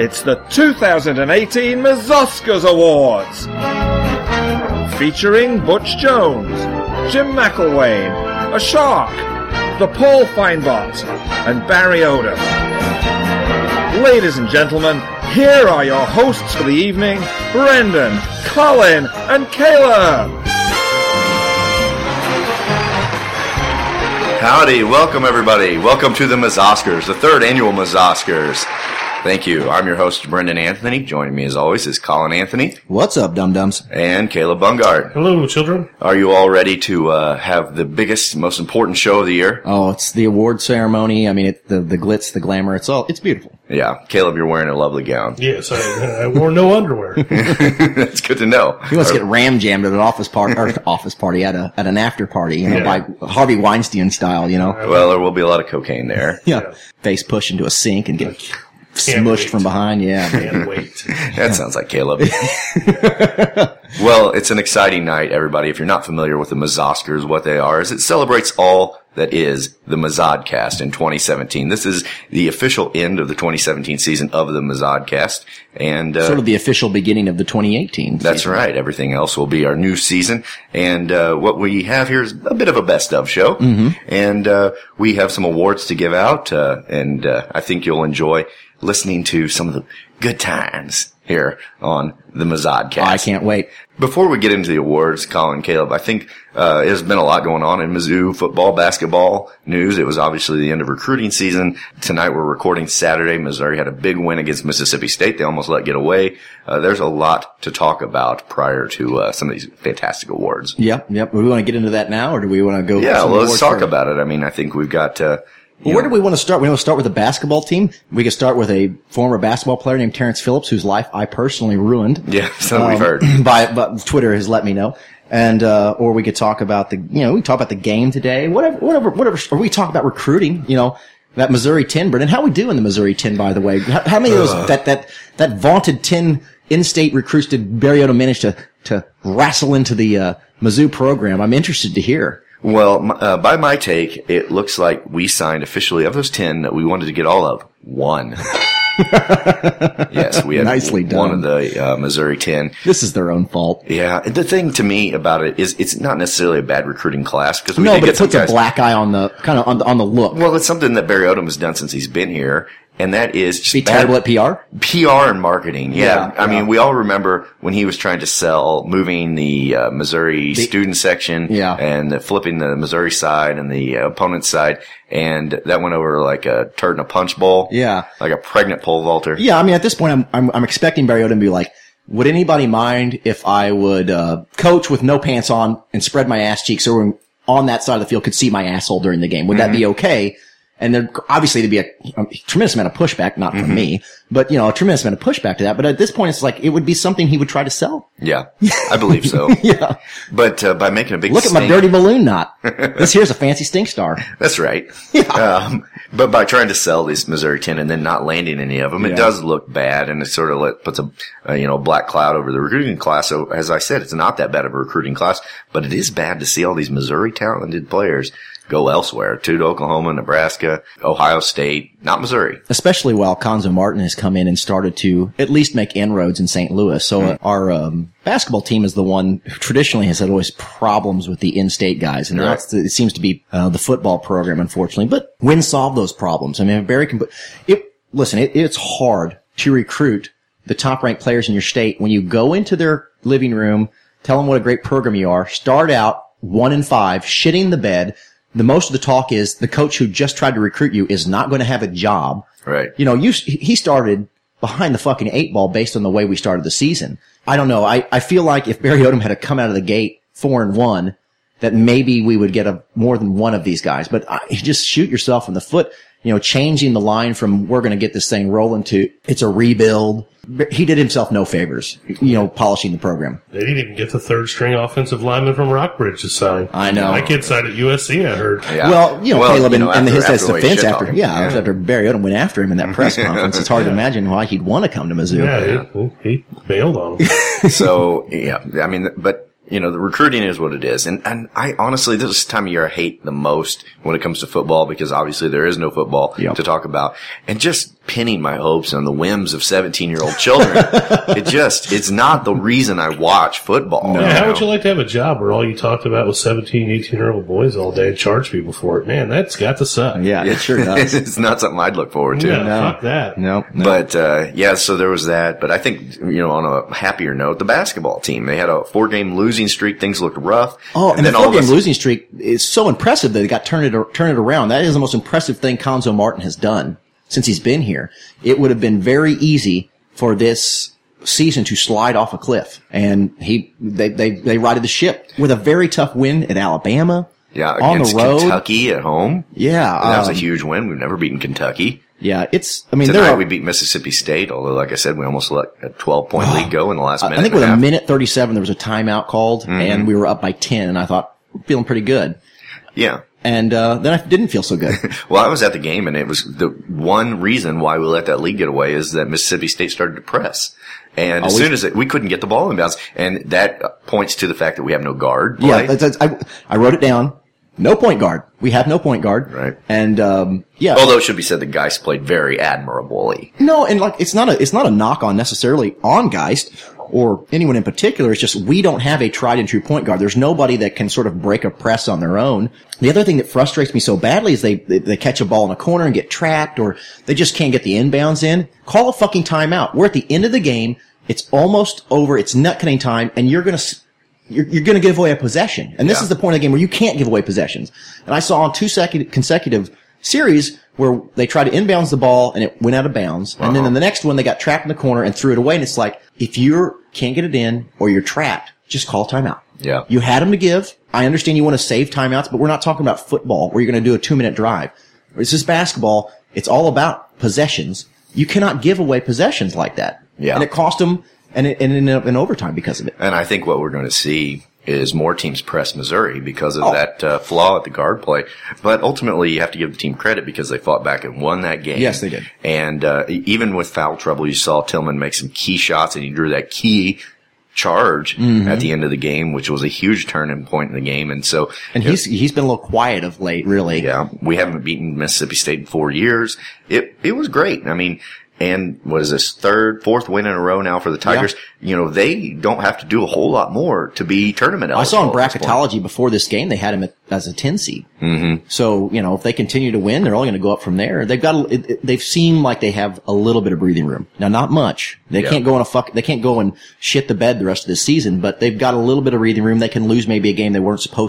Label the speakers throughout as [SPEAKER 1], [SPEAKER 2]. [SPEAKER 1] It's the 2018 Mazoskers Awards! Featuring Butch Jones, Jim McElwain, a shark, the Paul Feinbot, and Barry Odom. Ladies and gentlemen, here are your hosts for the evening, Brendan, Colin, and Caleb!
[SPEAKER 2] Howdy, welcome everybody. Welcome to the Mazoskers, the third annual Mazoskers. Thank you. I'm your host, Brendan Anthony. Joining me as always is Colin Anthony
[SPEAKER 3] What's up, dum dums?
[SPEAKER 2] and Caleb Bungard.
[SPEAKER 4] Hello, children.
[SPEAKER 2] Are you all ready to uh, have the biggest, most important show of the year?
[SPEAKER 3] Oh, it's the award ceremony. I mean, it, the the glitz, the glamour. It's all. It's beautiful.
[SPEAKER 2] Yeah, Caleb, you're wearing a lovely gown.
[SPEAKER 4] Yes, I, I wore no underwear.
[SPEAKER 2] That's good to know.
[SPEAKER 3] He wants to get ram jammed at an office party or office party at a at an after party, you know,
[SPEAKER 4] Yeah.
[SPEAKER 3] by Harvey Weinstein style. You know,
[SPEAKER 2] Well, there will be a lot of cocaine there.
[SPEAKER 3] yeah. face pushed into a sink and get smushed
[SPEAKER 4] wait.
[SPEAKER 3] from behind. Yeah,
[SPEAKER 4] And wait.
[SPEAKER 2] That sounds like Caleb. well, it's an exciting night, everybody. If you're not familiar with the Mazoskers, what they are is it celebrates all that is the Mazodcast in 2017. This is the official end of the 2017 season of the Mazodcast, and uh,
[SPEAKER 3] sort of the official beginning of the 2018.
[SPEAKER 2] that's right. Everything else will be our new season, and uh, what we have here is a bit of a best of show, and uh, we have some awards to give out, uh, and uh, I think you'll enjoy listening to some of the good times here on the Mazodcast.
[SPEAKER 3] Oh, I can't wait.
[SPEAKER 2] Before we get into the awards, Colin, Caleb, I think uh, there's been a lot going on in Mizzou football, basketball news. It was obviously the end of recruiting season. Tonight we're recording Saturday. Missouri had a big win against Mississippi State. They almost let get away. Uh, there's a lot to talk about prior to uh, some of these fantastic awards.
[SPEAKER 3] Yep, yep. Do we want to get into that now, or do we want to go?
[SPEAKER 2] Yeah,
[SPEAKER 3] some
[SPEAKER 2] well, let's
[SPEAKER 3] awards
[SPEAKER 2] talk
[SPEAKER 3] first?
[SPEAKER 2] about it. I mean, I think we've got. Uh, you
[SPEAKER 3] Well, where
[SPEAKER 2] know-
[SPEAKER 3] do we want to start? We want to start with the basketball team. We could start with a former basketball player named Terrence Phillips, whose life I personally ruined.
[SPEAKER 2] Yeah, so we've
[SPEAKER 3] um,
[SPEAKER 2] heard.
[SPEAKER 3] by, but Twitter has let me know. And, uh, or we could talk about the, you know, we could talk about the game today, whatever, whatever, whatever, or we talk about recruiting, you know, that Missouri 10, Brendan. How we do in the Missouri 10, by the way? How, how many of those, that, that, that vaunted 10 in-state recruits did Barriota manage to, to wrestle into the, uh, Mizzou program? I'm interested to hear.
[SPEAKER 2] Well, m- uh, by my take, it looks like we signed officially of those 10 that we wanted to get all of one. yes, we had
[SPEAKER 3] Nicely
[SPEAKER 2] one
[SPEAKER 3] done.
[SPEAKER 2] of the uh, Missouri 10.
[SPEAKER 3] This is their own fault.
[SPEAKER 2] Yeah, the thing to me about it is it's not necessarily a bad recruiting class because we
[SPEAKER 3] No,
[SPEAKER 2] did
[SPEAKER 3] but
[SPEAKER 2] get
[SPEAKER 3] it
[SPEAKER 2] some
[SPEAKER 3] puts a
[SPEAKER 2] guys-
[SPEAKER 3] black eye on the, kind of on the, on the look.
[SPEAKER 2] Well, it's something that Barry Odom has done since he's been here, and that is just
[SPEAKER 3] Be
[SPEAKER 2] bad-
[SPEAKER 3] terrible at PR?
[SPEAKER 2] PR and marketing. Yeah.
[SPEAKER 3] Yeah,
[SPEAKER 2] I
[SPEAKER 3] yeah.
[SPEAKER 2] mean, we all remember when he was trying to sell moving the uh, Missouri student section
[SPEAKER 3] Yeah.
[SPEAKER 2] and the, flipping the Missouri side and the uh, opponent side. And that went over like a turd in a punch bowl.
[SPEAKER 3] Yeah.
[SPEAKER 2] Like a pregnant pole vaulter.
[SPEAKER 3] Yeah, I mean, at this point, I'm I'm, I'm expecting Barry Odom to be like, "Would anybody mind if I would uh, coach with no pants on and spread my ass cheeks so everyone on that side of the field could see my asshole during the game? Would that be okay?" And there obviously to be a, a tremendous amount of pushback, not from me, but you know, a tremendous amount of pushback to that. But at this point, it's like it would be something he would try to sell.
[SPEAKER 2] Yeah. I believe so. yeah. But uh, by making a big
[SPEAKER 3] Look at my
[SPEAKER 2] stink-
[SPEAKER 3] dirty balloon knot. this here's a fancy stink star.
[SPEAKER 2] That's right. Um, but by trying to sell these Missouri ten and then not landing any of them, it does look bad, and it sort of let, puts a, uh you know black cloud over the recruiting class. So as I said, it's not that bad of a recruiting class, but it is bad to see all these Missouri talented players go elsewhere, to to Oklahoma, Nebraska, Ohio State, not Missouri.
[SPEAKER 3] especially while Conzo Martin has come in and started to at least make inroads in St. Louis. So uh, our um, basketball team is the one who traditionally has had always problems with the in-state guys, and now
[SPEAKER 2] Right.
[SPEAKER 3] it's the, it seems to be uh, the football program, unfortunately. But when solve those problems? I mean, if Barry can. put- It, listen, it, it's hard to recruit the top-ranked players in your state when you go into their living room, tell them what a great program you are, start out one and five, shitting the bed. The most of the talk is the coach who just tried to recruit you is not going to have a job
[SPEAKER 2] Right.
[SPEAKER 3] you know, you he started behind the fucking eight ball based on the way we started the season. I don't know. I, I feel like if Barry Odom had come out of the gate four and one that maybe we would get a more than one of these guys. But I, you just shoot yourself in the foot, you know, changing the line from we're going to get this thing rolling to it's a rebuild. He did himself no favors, you know, polishing the program.
[SPEAKER 4] They didn't even get the third string offensive lineman from Rockbridge to sign.
[SPEAKER 3] I know.
[SPEAKER 4] My kid signed at USC, I heard.
[SPEAKER 2] Yeah.
[SPEAKER 3] Well, you know,
[SPEAKER 2] Well,
[SPEAKER 3] Caleb
[SPEAKER 2] you
[SPEAKER 3] and,
[SPEAKER 2] know,
[SPEAKER 3] and
[SPEAKER 2] after-
[SPEAKER 3] his, his
[SPEAKER 2] after the way
[SPEAKER 3] defense
[SPEAKER 2] shit
[SPEAKER 3] after,
[SPEAKER 2] talking.
[SPEAKER 3] yeah, after Barry Odom went after him in that press conference. It's hard to imagine why he'd want to come to Mizzou.
[SPEAKER 4] Yeah, he, he bailed on him.
[SPEAKER 2] so yeah, I mean, but you know, the recruiting is what it is, and and I honestly, this is the time of year I hate the most when it comes to football because obviously there is no football
[SPEAKER 3] Yep.
[SPEAKER 2] to talk about, and just pinning my hopes on the whims of seventeen year old children. it just it's not the reason I watch football.
[SPEAKER 4] Yeah, how would you like to have a job where all you talked about was 17, 18 year old boys all day and charge people for it? Man, that's got to suck.
[SPEAKER 3] Yeah, it sure does.
[SPEAKER 2] it's not something I'd look forward to.
[SPEAKER 4] Yeah,
[SPEAKER 3] No.
[SPEAKER 4] fuck that.
[SPEAKER 3] no, no.
[SPEAKER 2] But uh, yeah, so there was that. But I think you know, on a happier note, the basketball team—they had a four-game losing streak. Things looked rough.
[SPEAKER 3] Oh, and, the
[SPEAKER 2] all of
[SPEAKER 3] four game
[SPEAKER 2] a
[SPEAKER 3] losing streak is so impressive that it got turned it turn it around. That is the most impressive thing Conzo Martin has done since he's been here. It would have been very easy for this season to slide off a cliff, and he they they they righted the ship with a very tough win at Alabama.
[SPEAKER 2] Yeah,
[SPEAKER 3] on
[SPEAKER 2] against
[SPEAKER 3] the road.
[SPEAKER 2] Kentucky at home.
[SPEAKER 3] Yeah,
[SPEAKER 2] that was a
[SPEAKER 3] um,
[SPEAKER 2] huge win. We've never beaten Kentucky.
[SPEAKER 3] Yeah, it's. I mean, there
[SPEAKER 2] Tonight
[SPEAKER 3] are,
[SPEAKER 2] we beat Mississippi State, although, like I said, we almost let a 12 point lead go in the last minute.
[SPEAKER 3] I think
[SPEAKER 2] and
[SPEAKER 3] with
[SPEAKER 2] a
[SPEAKER 3] a
[SPEAKER 2] half. Mm-hmm.
[SPEAKER 3] minute thirty seven, there was a timeout called, and we were up by ten, and I thought feeling pretty good,
[SPEAKER 2] Yeah.
[SPEAKER 3] and uh, then I didn't feel so good.
[SPEAKER 2] Well, I was at the game, and it was the one reason why we let that lead get away is that Mississippi State started to press. And as
[SPEAKER 3] Always-
[SPEAKER 2] soon as it, we couldn't get the ball in bounds, and that uh, points to the fact that we have no guard.
[SPEAKER 3] Yeah,
[SPEAKER 2] play.
[SPEAKER 3] that's, that's, I, I wrote it down. No point guard. We have no point guard.
[SPEAKER 2] Right.
[SPEAKER 3] And um, yeah,
[SPEAKER 2] Although it should be said, the Geist played very admirably.
[SPEAKER 3] no, and like it's not a it's not a knock on necessarily on Geist or anyone in particular. It's just we don't have a tried and true point guard. There's nobody that can sort of break a press on their own. The other thing that frustrates me so badly is they they, they catch a ball in a corner and get trapped, or they just can't get the inbounds in. Call a fucking timeout. We're at the end of the game. It's almost over. It's nut cutting time, and you're gonna. s- you're, you're going to give away a possession. And this
[SPEAKER 2] Yeah.
[SPEAKER 3] is the point of the game where you can't give away possessions. And I saw on two secu- consecutive series where they tried to inbounds the ball and it went out of bounds. And then in the next one, they got trapped in the corner and threw it away. And it's like, if you can't get it in or you're trapped, just call timeout.
[SPEAKER 2] Yeah.
[SPEAKER 3] You had them to give. I understand you want to save timeouts, but we're not talking about football where you're going to do a two minute drive. This is basketball. It's all about possessions. You cannot give away possessions like that.
[SPEAKER 2] Yeah.
[SPEAKER 3] And it cost them and it, and it ended up in overtime because of it.
[SPEAKER 2] And I think what we're going to see is more teams press Missouri because of
[SPEAKER 3] Oh.
[SPEAKER 2] that uh, flaw at the guard play. But ultimately, you have to give the team credit because they fought back and won that game.
[SPEAKER 3] Yes, they did.
[SPEAKER 2] And uh, e- even with foul trouble, you saw Tillman make some key shots, and he drew that key charge
[SPEAKER 3] Mm-hmm.
[SPEAKER 2] at the end of the game, which was a huge turning point in the game. And so,
[SPEAKER 3] And he's he's been a little quiet of late, really.
[SPEAKER 2] yeah, we haven't beaten Mississippi State in four years. It it was great. I mean, and what is this third, fourth win in a row now for the Tigers? You know, they don't have to do a whole lot more to be tournament.
[SPEAKER 3] I saw in
[SPEAKER 2] eligible at this point.
[SPEAKER 3] bracketology before this game they had him at, as a ten seed. Mm-hmm. So you know if they continue to win, they're only going to go up from there. They've got a- it, it- they've seemed like they have a little bit of breathing room now, not much. They
[SPEAKER 2] Yeah.
[SPEAKER 3] can't go on a fuck. They can't go and shit the bed the rest of this season, but they've got a little bit of breathing room. They can lose maybe a game they weren't supposed.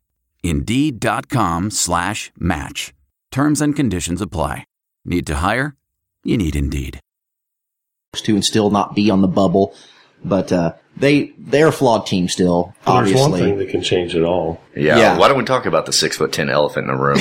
[SPEAKER 5] Indeed.com slash match. Terms and conditions apply. Need to hire? You need Indeed.
[SPEAKER 3] to and still not be on the bubble. But uh, they they're a flawed team still.
[SPEAKER 4] Well, there's one
[SPEAKER 3] obviously,
[SPEAKER 4] thing that can change it all.
[SPEAKER 2] Yeah.
[SPEAKER 3] Yeah.
[SPEAKER 2] Why don't we talk about the six foot ten elephant in the room?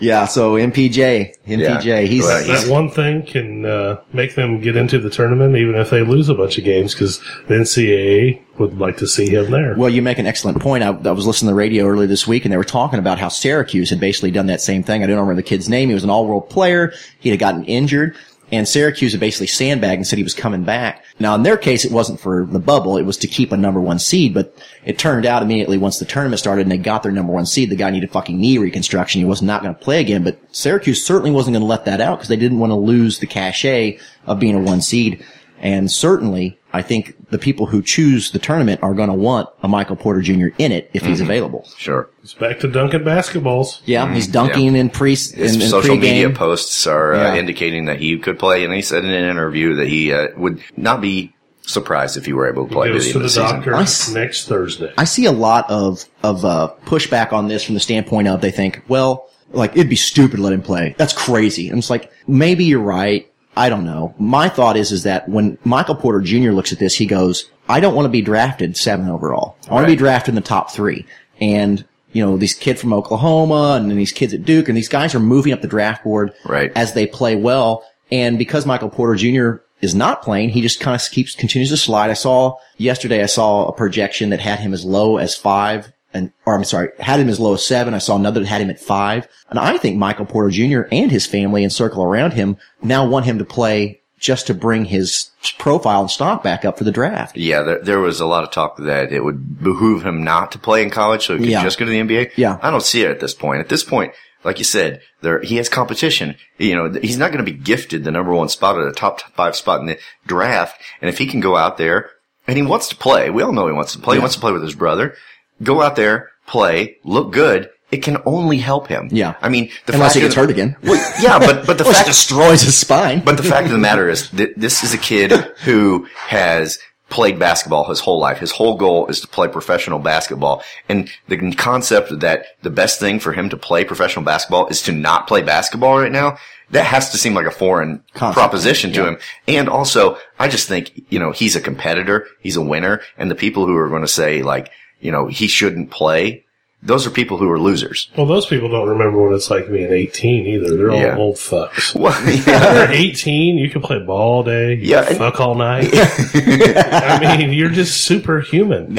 [SPEAKER 3] yeah. So MPJ, MPJ, he's,
[SPEAKER 2] Well,
[SPEAKER 3] he's
[SPEAKER 4] that one thing can uh, make them get into the tournament, even if they lose a bunch of games, because the NCAA would like to see him there.
[SPEAKER 3] Well, you make an excellent point. I, I was listening to the radio earlier this week, and they were talking about how Syracuse had basically done that same thing. I don't remember the kid's name. He was an all-world player. He had gotten injured, and Syracuse had basically sandbagged and said he was coming back. Now, in their case, it wasn't for the bubble; it was to keep a number one seed. But it turned out immediately once the tournament started and they got their number one seed, the guy needed fucking knee reconstruction. He was not going to play again. But Syracuse certainly wasn't going to let that out because they didn't want to lose the cachet of being a one seed. And certainly, I think the people who choose the tournament are going to want a Michael Porter Jr. in it if he's available.
[SPEAKER 2] Mm-hmm. sure. Mm-hmm.
[SPEAKER 4] It's back to Duncan basketballs.
[SPEAKER 3] Yeah, he's dunking in pre
[SPEAKER 2] His
[SPEAKER 3] in, in
[SPEAKER 2] social
[SPEAKER 3] pregame.
[SPEAKER 2] media posts are uh,
[SPEAKER 3] Yeah.
[SPEAKER 2] indicating that he could play, and he said in an interview that he uh, would not be surprised if he were able to play. by
[SPEAKER 4] Goes
[SPEAKER 2] the end
[SPEAKER 4] to
[SPEAKER 2] of
[SPEAKER 4] the
[SPEAKER 2] the season.
[SPEAKER 4] doctor
[SPEAKER 3] Nice.
[SPEAKER 4] next Thursday.
[SPEAKER 3] I see a lot of of uh, pushback on this from the standpoint of they think, well, like it'd be stupid to let him play. That's crazy. And it's like maybe you're right. I don't know. My thought is is that when Michael Porter Jr. looks at this, he goes, I don't want to be drafted seven overall. I want to be drafted in the top three. And you know, these kid from Oklahoma and then these kids at Duke and these guys are moving up the draft board
[SPEAKER 2] Right.
[SPEAKER 3] as they play well. And because Michael Porter Jr. is not playing, he just kind of keeps continues to slide. I saw yesterday, I saw a projection that had him as low as five, and or I'm sorry, had him as low as seven. I saw another that had him at five, and I think Michael Porter Jr. and his family and circle around him now want him to play just to bring his profile and stock back up for the draft.
[SPEAKER 2] Yeah, there, there was a lot of talk that it would behoove him not to play in college, so he could
[SPEAKER 3] Yeah.
[SPEAKER 2] just go to the NBA.
[SPEAKER 3] Yeah.
[SPEAKER 2] I don't see it at this point. At this point, like you said, there he has competition. You know, th- he's not going to be gifted the number one spot or the top t- five spot in the draft. And if he can go out there and he wants to play, we all know he wants to play. He wants to play with his brother. Go out there, play, look good. It can only help him.
[SPEAKER 3] Yeah.
[SPEAKER 2] I mean, the
[SPEAKER 3] Unless
[SPEAKER 2] fact
[SPEAKER 3] he
[SPEAKER 2] of
[SPEAKER 3] gets
[SPEAKER 2] the-
[SPEAKER 3] hurt again.
[SPEAKER 2] Well, yeah, but but the
[SPEAKER 3] Which
[SPEAKER 2] fact
[SPEAKER 3] destroys his spine.
[SPEAKER 2] but the fact of the matter is, th- this is a kid who has played basketball his whole life. His whole goal is to play professional basketball. And the concept that the best thing for him to play professional basketball is to not play basketball right now, that has to seem like a foreign
[SPEAKER 3] Concept,
[SPEAKER 2] proposition to him. And also, I just think, you know, he's a competitor. He's a winner. And the people who are going to say, like, you know, he shouldn't play, those are people who are losers.
[SPEAKER 4] Well, those people don't remember what it's like being 18 either. They're all
[SPEAKER 2] Yeah.
[SPEAKER 4] old fucks.
[SPEAKER 2] Well,
[SPEAKER 4] If
[SPEAKER 2] yeah.
[SPEAKER 4] You're 18, you can play ball all day, you
[SPEAKER 2] Yeah,
[SPEAKER 4] can
[SPEAKER 2] and-
[SPEAKER 4] fuck all night. I mean, you're just superhuman.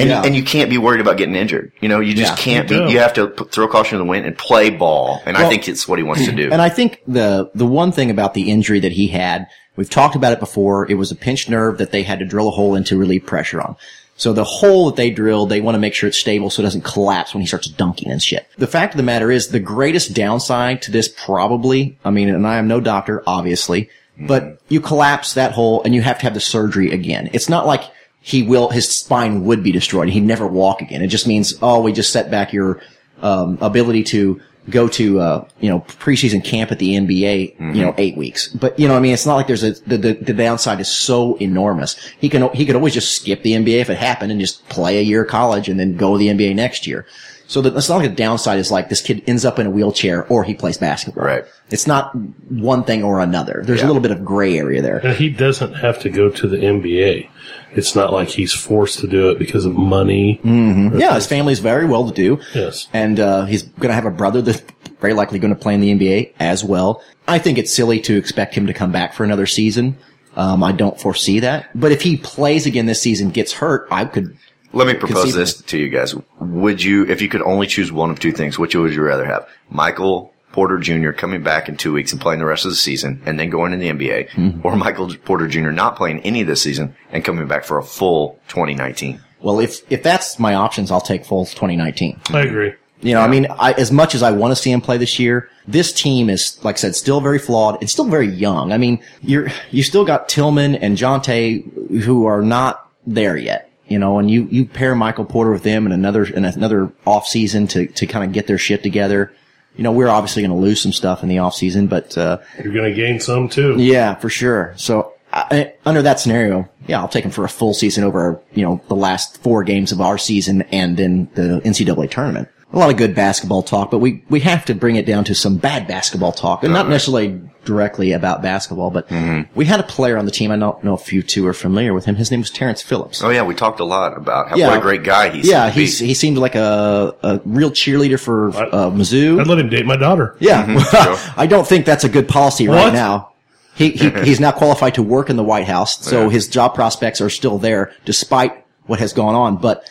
[SPEAKER 2] And,
[SPEAKER 3] Yeah.
[SPEAKER 2] and you can't be worried about getting injured. You know, you just
[SPEAKER 3] Yeah.
[SPEAKER 2] can't
[SPEAKER 4] You
[SPEAKER 2] be.
[SPEAKER 4] don't.
[SPEAKER 2] You have to p- throw caution to the wind and play ball. And I think it's what he wants to do.
[SPEAKER 3] And I think the the one thing about the injury that he had, we've talked about it before. It was a pinched nerve that they had to drill a hole in to relieve pressure on. So the hole that they drilled, they want to make sure it's stable so it doesn't collapse when he starts dunking and shit. The fact of the matter is, the greatest downside to this probably, I mean, and I am no doctor, obviously,
[SPEAKER 2] Mm-hmm.
[SPEAKER 3] but you collapse that hole and you have to have the surgery again. It's not like he will, his spine would be destroyed. He'd never walk again. It just means, oh, we just set back your um, ability to go to uh, you know preseason camp at the NBA, you know, eight weeks. But you know, I mean, it's not like there's a the, the, the downside is so enormous. He can he could always just skip the NBA if it happened and just play a year of college and then go to the NBA next year. So that it's not like the downside is like this kid ends up in a wheelchair or he plays basketball.
[SPEAKER 2] Right.
[SPEAKER 3] It's not one thing or another. There's a little bit of gray area there.
[SPEAKER 4] And he doesn't have to go to the NBA. It's not like he's forced to do it because of money.
[SPEAKER 3] Yeah, his family's very well to do.
[SPEAKER 4] Yes.
[SPEAKER 3] and uh, he's going to have a brother that's very likely going to play in the NBA as well. I think it's silly to expect him to come back for another season. Um, I don't foresee that. But if he plays again this season, gets hurt, I could.
[SPEAKER 2] Let me propose
[SPEAKER 3] conceivable.
[SPEAKER 2] this to you guys. Would you, if you could only choose one of two things, which would you rather have? Michael Porter Jr. coming back in two weeks and playing the rest of the season and then going to the NBA,
[SPEAKER 3] Mm-hmm.
[SPEAKER 2] or Michael Porter Jr. not playing any this season and coming back for a full 2019?
[SPEAKER 3] Well, if if that's my options, I'll take full 2019.
[SPEAKER 4] I agree.
[SPEAKER 3] You know, I mean, I, as much as I want to see him play this year, this team is, like I said, still very flawed. It's still very young. I mean, you're you still got Tillman and Jonte who are not there yet. you know, and you, you pair Michael Porter with them and another, and another off season to, to kind of get their shit together. You know, we're obviously going to lose some stuff in the off season, but, uh,
[SPEAKER 4] You're going to gain some too.
[SPEAKER 3] yeah, for sure. So I, I- under that scenario, yeah, I'll take him for a full season over, you know, the last four games of our season and then the NCAA tournament. A lot of good basketball talk, but we, we have to bring it down to some bad basketball talk and not necessarily directly about basketball, but we had a player on the team. I don't know if you two are familiar with him. His name was Terrence Phillips.
[SPEAKER 2] Oh yeah, we talked a lot about how
[SPEAKER 3] Yeah.
[SPEAKER 2] what a great guy he's.
[SPEAKER 3] yeah, he's, he seemed like a, a real cheerleader for uh, Mizzou.
[SPEAKER 4] I'd let him date my daughter.
[SPEAKER 3] Yeah, I don't think that's a good policy right
[SPEAKER 4] What?
[SPEAKER 3] now. He, he he's now qualified to work in the White House, so his job prospects are still there, despite what has gone on. But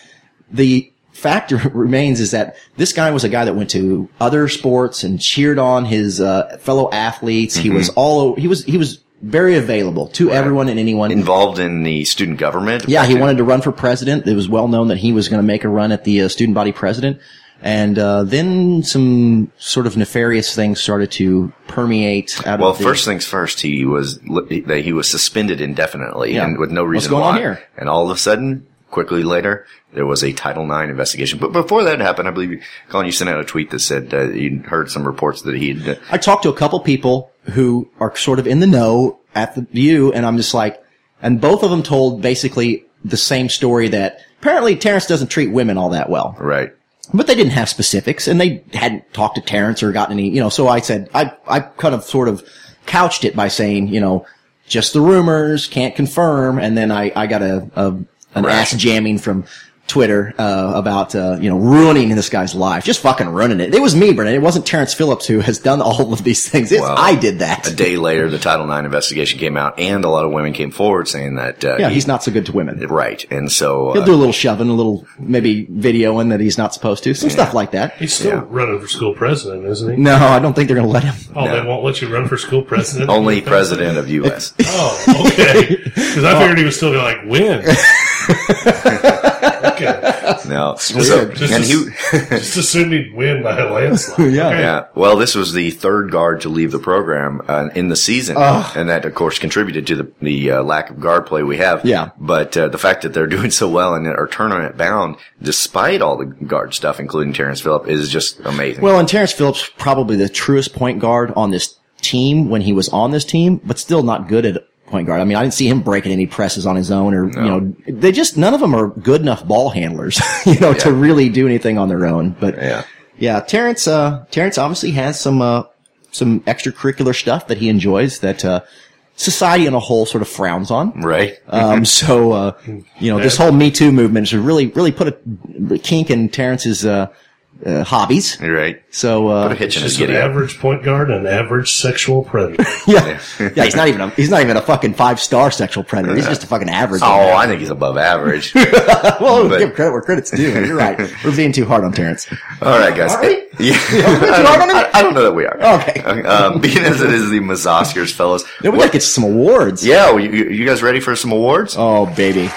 [SPEAKER 3] the fact remains is that this guy was a guy that went to other sports and cheered on his uh, fellow athletes. He was all o- he was he was very available to everyone and anyone.
[SPEAKER 2] involved in the student government.
[SPEAKER 3] Yeah, he wanted to run for president. It was well known that he was going to make a run at the uh, student body president. And uh, then some sort of nefarious things started to permeate out
[SPEAKER 2] Well,
[SPEAKER 3] of the,
[SPEAKER 2] first things first, he was li- that he was suspended indefinitely
[SPEAKER 3] Yeah.
[SPEAKER 2] and with no
[SPEAKER 3] What's
[SPEAKER 2] reason
[SPEAKER 3] going
[SPEAKER 2] why.
[SPEAKER 3] on here?
[SPEAKER 2] And all of a sudden, quickly later, there was a Title IX investigation. But before that happened, I believe Colin, you sent out a tweet that said uh, you heard some reports that he had.
[SPEAKER 3] I talked to a couple people who are sort of in the know at the view, and I'm just like, and both of them told basically the same story that apparently Terrence doesn't treat women all that well.
[SPEAKER 2] Right.
[SPEAKER 3] but they didn't have specifics and they hadn't talked to Terrence or gotten any, you know, so I said, I, I kind of sort of couched it by saying, you know, just the rumors, can't confirm. And then I, I got a, a an ass jamming from Twitter, uh, about, uh, you know, ruining this guy's life, just fucking ruining it. It was me, Brennan. It wasn't Terrence Phillips who has done all of these things. It's,
[SPEAKER 2] Well,
[SPEAKER 3] I did that.
[SPEAKER 2] A day later, the Title IX investigation came out, and a lot of women came forward saying that. Uh,
[SPEAKER 3] yeah,
[SPEAKER 2] he-
[SPEAKER 3] he's not so good to women.
[SPEAKER 2] right. And so
[SPEAKER 3] He'll
[SPEAKER 2] uh,
[SPEAKER 3] do a little shoving, a little maybe videoing that he's not supposed to, some stuff like that.
[SPEAKER 4] He's still running for school president, isn't he?
[SPEAKER 3] No, I don't think they're going to let him.
[SPEAKER 4] Oh, they won't let you run for school president.
[SPEAKER 2] only president of U.S.
[SPEAKER 4] Oh, okay. Because I figured he was still going to like win. okay.
[SPEAKER 2] no, so,
[SPEAKER 4] Just,
[SPEAKER 2] and he
[SPEAKER 4] as- just assume he'd win by a landslide.
[SPEAKER 3] Yeah.
[SPEAKER 4] Okay.
[SPEAKER 2] Yeah. Well, this was the third guard to leave the program uh, in the season, and that of course contributed to the the uh, lack of guard play we have.
[SPEAKER 3] Yeah.
[SPEAKER 2] But uh, the fact that they're doing so well and are tournament bound, despite all the guard stuff, including Terrence Phillip, is just amazing.
[SPEAKER 3] Well, and Terrence Phillips probably the truest point guard on this team when he was on this team, but still not good at point guard. I mean, I didn't see him breaking any presses on his own, or you know, they just none of them are good enough ball handlers, you know, to really do anything on their own. But
[SPEAKER 2] yeah.
[SPEAKER 3] yeah, Terrence, uh, Terrence obviously has some uh, some extracurricular stuff that he enjoys that uh, society in a whole sort of frowns on.
[SPEAKER 2] Right.
[SPEAKER 3] Um, so, uh, you know, this whole Me Too movement should really, really put a kink in Terrence's, uh, uh, hobbies.
[SPEAKER 2] You're right.
[SPEAKER 3] So, uh,
[SPEAKER 2] Put a hitch in his
[SPEAKER 4] Just an
[SPEAKER 2] giddy up.
[SPEAKER 4] average point guard and an average sexual predator.
[SPEAKER 3] Yeah, yeah. He's not even a he's not even a fucking five star sexual predator. He's just a fucking average.
[SPEAKER 2] Oh, I think he's above average.
[SPEAKER 3] well,
[SPEAKER 2] but-
[SPEAKER 3] give credit where credit's due. You're right. We're being too hard on Terrence.
[SPEAKER 2] All right, guys. Yeah, I,
[SPEAKER 3] hard on
[SPEAKER 2] don't,
[SPEAKER 3] him?
[SPEAKER 2] I- I don't know that we are.
[SPEAKER 3] Okay.
[SPEAKER 2] Um, being as it is the Miss Oscars, fellas.
[SPEAKER 3] Yeah, we gotta get some awards.
[SPEAKER 2] Yeah, well, you, you you guys ready for some awards?
[SPEAKER 3] Oh baby.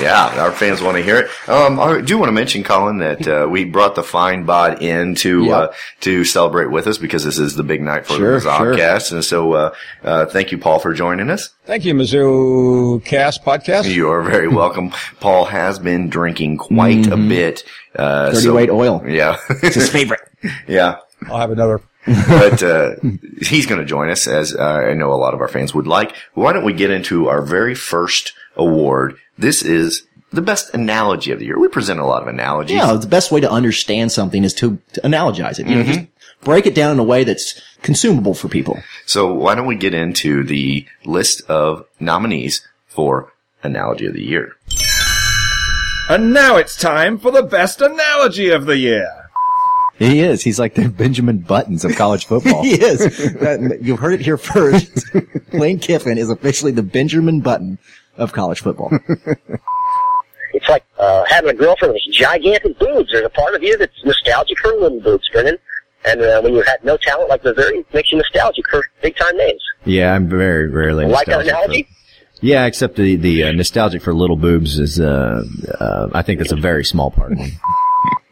[SPEAKER 2] Yeah, our fans want to hear it. Um, I do want to mention, Colin, that uh, we brought the Fine Bod in to
[SPEAKER 3] Yeah.
[SPEAKER 2] uh, to celebrate with us because this is the big night for
[SPEAKER 3] Sure,
[SPEAKER 2] the Zomcast, and so uh, uh, thank you, Paul, for joining us.
[SPEAKER 6] Thank you, Mizzou Cast Podcast.
[SPEAKER 2] You are very welcome. Paul has been drinking quite a bit. Uh,
[SPEAKER 3] Dirty
[SPEAKER 2] so-
[SPEAKER 3] weight Mm-hmm. oil.
[SPEAKER 2] Yeah,
[SPEAKER 3] It's his favorite.
[SPEAKER 2] yeah.
[SPEAKER 6] I'll have another.
[SPEAKER 2] but uh, he's going to join us, as uh, I know a lot of our fans would like. Why don't we get into our very first award? This is the best analogy of the year. We present a lot of analogies.
[SPEAKER 3] Yeah, the best way to understand something is to, to analogize it. You know, just
[SPEAKER 2] Mm-hmm.
[SPEAKER 3] break it down in a way that's consumable for people.
[SPEAKER 2] So why don't we get into the list of nominees for analogy of the year?
[SPEAKER 1] And now it's time for the best analogy of the year.
[SPEAKER 6] He is. He's like the Benjamin Buttons of college football.
[SPEAKER 3] He is. That- you heard it here first. Lane Kiffin is officially the Benjamin Button of college football.
[SPEAKER 7] It's like uh, having a girlfriend with gigantic boobs. There's a part of you that's nostalgic for little boobs, Brennan. And uh, when you had no talent like Missouri, it makes you nostalgic for big time names.
[SPEAKER 6] yeah, I'm very rarely
[SPEAKER 7] like that
[SPEAKER 6] nostalgic for-
[SPEAKER 7] analogy?
[SPEAKER 6] yeah, except the the uh, nostalgic for little boobs is. Uh, uh, I think that's a very small part of me.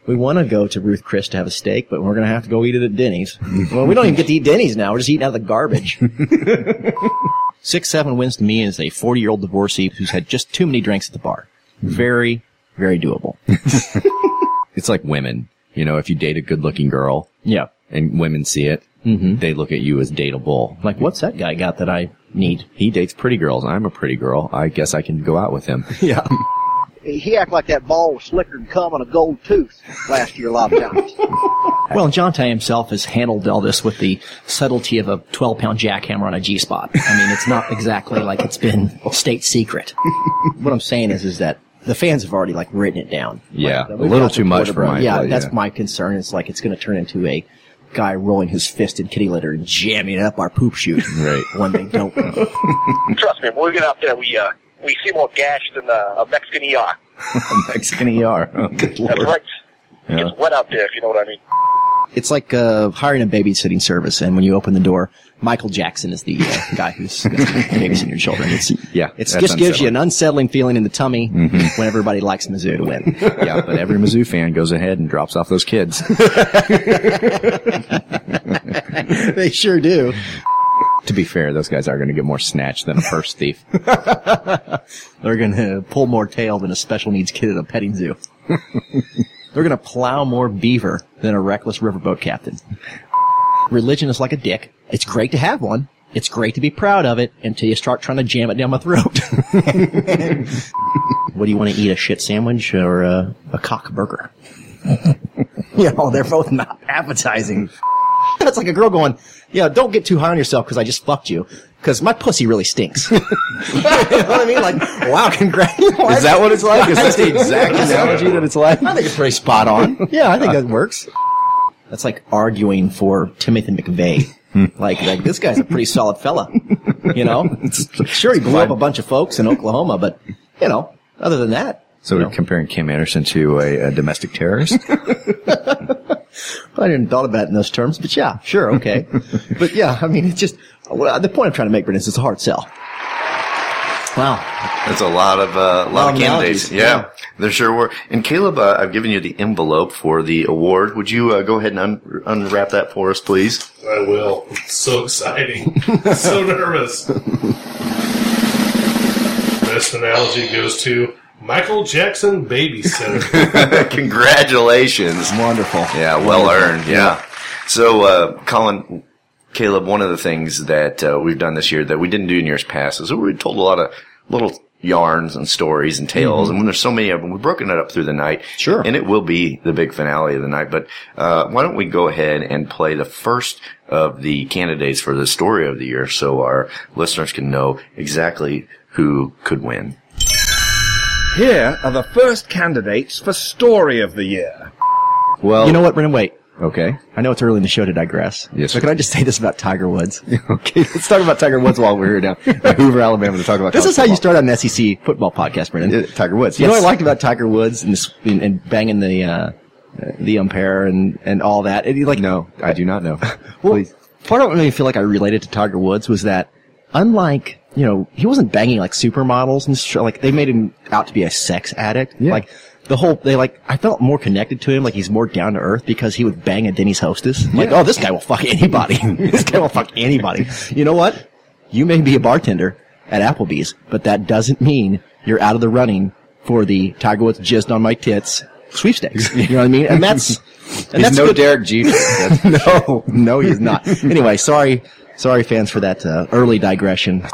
[SPEAKER 3] We want to go to Ruth Chris to have a steak, but we're going to have to go eat it at Denny's. well, we don't even get to eat Denny's now. We're just eating out of the garbage. Six Seven Wins to me is a 40 year old divorcee who's had just too many drinks at the bar. Very Very doable.
[SPEAKER 6] it's like women. You know, if you date a good looking girl.
[SPEAKER 3] Yeah.
[SPEAKER 6] And women see it.
[SPEAKER 3] Mhm.
[SPEAKER 6] They look at you as dateable.
[SPEAKER 3] Like, what's that guy got that I need?
[SPEAKER 6] He dates pretty girls. I'm a pretty girl. I guess I can go out with him.
[SPEAKER 3] Yeah.
[SPEAKER 7] He act like that ball was slickered and cum on a gold tooth last year a lot of times.
[SPEAKER 3] Well, Jonte himself has handled all this with the subtlety of a 12 pound jackhammer on a G spot. I mean, it's not exactly like it's been state secret. what I'm saying is, is that the fans have already like written it down.
[SPEAKER 6] Yeah,
[SPEAKER 3] Like,
[SPEAKER 6] a
[SPEAKER 3] we've
[SPEAKER 6] little
[SPEAKER 3] got the
[SPEAKER 6] too much
[SPEAKER 3] portable-
[SPEAKER 6] for my
[SPEAKER 3] Yeah,
[SPEAKER 6] blood,
[SPEAKER 3] that's
[SPEAKER 6] yeah.
[SPEAKER 3] my concern. It's like it's going to turn into a guy rolling his fist in kitty litter and jamming it up our poop chute
[SPEAKER 6] right.
[SPEAKER 3] when they don't.
[SPEAKER 7] Trust me, when we get out there, we uh, we see more gash than uh, a Mexican ER.
[SPEAKER 6] Mexican ER. Oh, good
[SPEAKER 7] That's
[SPEAKER 6] lord.
[SPEAKER 7] right. It's wet out there, if you know what I mean.
[SPEAKER 3] It's like uh, hiring a babysitting service, and when you open the door, Michael Jackson is the uh, guy who's babysitting your children. It's,
[SPEAKER 6] Yeah.
[SPEAKER 3] It
[SPEAKER 6] that's
[SPEAKER 3] just gives you
[SPEAKER 6] unsettling. Mm-hmm.
[SPEAKER 3] an unsettling feeling in the tummy when everybody likes Mizzou to win.
[SPEAKER 6] yeah, but every Mizzou fan goes ahead and drops off those kids.
[SPEAKER 3] they sure do.
[SPEAKER 6] to be fair, those guys are going to get more snatched than a purse thief.
[SPEAKER 3] They're going to pull more tail than a special needs kid at a petting zoo. They're going to plow more beaver than a reckless riverboat captain. Religion is like a dick. It's great to have one. It's great to be proud of it until you start trying to jam it down my throat. what do you want to eat? A shit sandwich or a, a cock burger? you know, they're both not appetizing. That's like a girl going, yeah, don't get too high on yourself because I just fucked you. Because my pussy really stinks. you know what I mean? Like, wow, congrats.
[SPEAKER 6] Is that what it's like? Is that the exact analogy that it's like?
[SPEAKER 3] I think it's pretty spot on. Yeah, I think that works. That's like arguing for Timothy McVeigh.
[SPEAKER 6] Hmm.
[SPEAKER 3] like, like this guy's a pretty solid fella. You know, sure he blew up a bunch of folks in Oklahoma, but you know, other than that,
[SPEAKER 6] So we're comparing Kim Anderson to a, a domestic terrorist?
[SPEAKER 3] I didn't thought about it in those terms. But yeah, sure, okay. but yeah, I mean, it's just well, the point I'm trying to make, Brendan, is it's a hard sell. Wow,
[SPEAKER 2] That's a lot of uh, lot
[SPEAKER 3] Lot of
[SPEAKER 2] of candidates.
[SPEAKER 3] analogies,
[SPEAKER 2] Yeah,
[SPEAKER 3] yeah.
[SPEAKER 2] there sure were. And Caleb, uh, I've given you the envelope for the award. Would you uh, go ahead and un- unwrap that for us, please?
[SPEAKER 4] I will. It's so exciting. so nervous. This analogy goes to Michael Jackson babysitter.
[SPEAKER 2] Congratulations.
[SPEAKER 3] wonderful.
[SPEAKER 2] Yeah, well earned. Yeah. So, uh, Colin, Caleb, one of the things that uh, we've done this year that we didn't do in years past is we told a lot of little yarns and stories and tales. And when there's so many of them, we've broken it up through the night.
[SPEAKER 3] Mm-hmm. Sure.
[SPEAKER 2] And it will be the big finale of the night. But uh, why don't we go ahead and play the first of the candidates for the story of the year so our listeners can know exactly who could win.
[SPEAKER 1] Here are the first candidates for Story of the Year.
[SPEAKER 6] Well,
[SPEAKER 3] You know what, Brendan? Wait.
[SPEAKER 6] okay.
[SPEAKER 3] I know it's early in the show to digress.
[SPEAKER 6] Yes,
[SPEAKER 3] So
[SPEAKER 6] sir.
[SPEAKER 3] can I just say this about Tiger Woods?
[SPEAKER 6] Okay, let's talk about Tiger Woods while we're here down at Hoover, Alabama to talk about
[SPEAKER 3] This
[SPEAKER 6] college
[SPEAKER 3] is how you
[SPEAKER 6] football.
[SPEAKER 3] start on an SEC football podcast, Brendan.
[SPEAKER 6] Yeah, Tiger Woods.
[SPEAKER 3] You know
[SPEAKER 6] yes.
[SPEAKER 3] what I liked about Tiger Woods and, this, and, and banging the uh, uh, the umpire and, and all that? And he, like,
[SPEAKER 6] No, I do not know.
[SPEAKER 3] well,
[SPEAKER 6] Please.
[SPEAKER 3] part of what made me feel like I related to Tiger Woods was that, unlike you know, he wasn't banging like supermodels and sh- like they made him out to be a sex addict.
[SPEAKER 6] Yeah.
[SPEAKER 3] Like the whole they like I felt more connected to him. Like he's more down to earth because he would bang a Denny's hostess. Like oh, this guy will fuck anybody. this guy will fuck anybody. You know what? You may be a bartender at Applebee's, but that doesn't mean you're out of the running for the Tiger Woods jizzed on my tits sweepstakes. You know what I mean? And that's and
[SPEAKER 6] He's
[SPEAKER 3] that's
[SPEAKER 6] no
[SPEAKER 3] good-
[SPEAKER 6] Derek Jeter. That's-
[SPEAKER 3] no, no, he's not. anyway, sorry, sorry, fans, for that uh, early digression.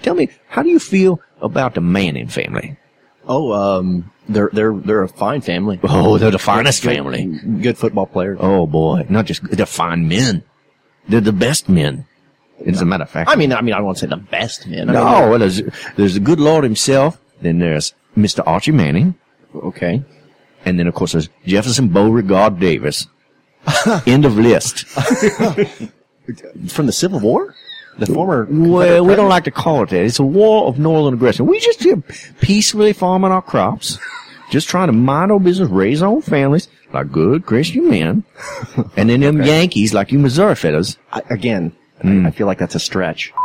[SPEAKER 3] Tell me, how do you feel about the Manning family? Oh, um, they're they're they're a fine family.
[SPEAKER 6] Oh, they're the finest family.
[SPEAKER 3] Good football players.
[SPEAKER 6] oh boy, not just they're fine men. They're the best men. As a matter of fact,
[SPEAKER 3] I mean, I mean, I won't say the best man. I mean,
[SPEAKER 6] no. Well, there's there's the good Lord himself. Then there's Mr. Archie Manning.
[SPEAKER 3] okay.
[SPEAKER 6] And then, of course, there's Jefferson Beauregard Davis. End of list.
[SPEAKER 3] From the Civil War, the former.
[SPEAKER 6] Well, we don't like to call it that. It's a war of northern aggression. We just here peacefully farming our crops, just trying to mind our business, raise our own families, like good Christian men. And then them Yankees, like you Missouri fellas. Hmm.
[SPEAKER 3] I, again, I- I feel like that's a stretch.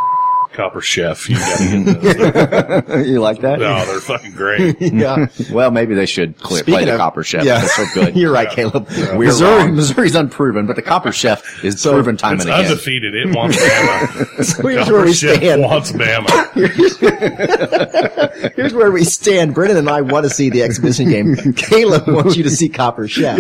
[SPEAKER 4] Copper Chef. You gotta get those.
[SPEAKER 6] you like that?
[SPEAKER 4] No, they're fucking great.
[SPEAKER 3] Yeah.
[SPEAKER 6] Well, maybe they should clear, play
[SPEAKER 3] Speaking
[SPEAKER 6] the
[SPEAKER 3] of-
[SPEAKER 6] Copper Chef.
[SPEAKER 3] yeah.
[SPEAKER 6] Yeah. That's so good.
[SPEAKER 3] You're right, Caleb.
[SPEAKER 6] We're Missouri, Missouri's unproven, but the Copper Chef is proven time
[SPEAKER 4] It's
[SPEAKER 6] and again.
[SPEAKER 4] undefeted. It wants Bama.
[SPEAKER 3] Here's where
[SPEAKER 4] Copper
[SPEAKER 3] we
[SPEAKER 4] Chef
[SPEAKER 3] stand.
[SPEAKER 4] wants Bama.
[SPEAKER 3] Here's where we stand. Brendan and I want to see the exhibition game. Caleb wants you to see Copper Chef.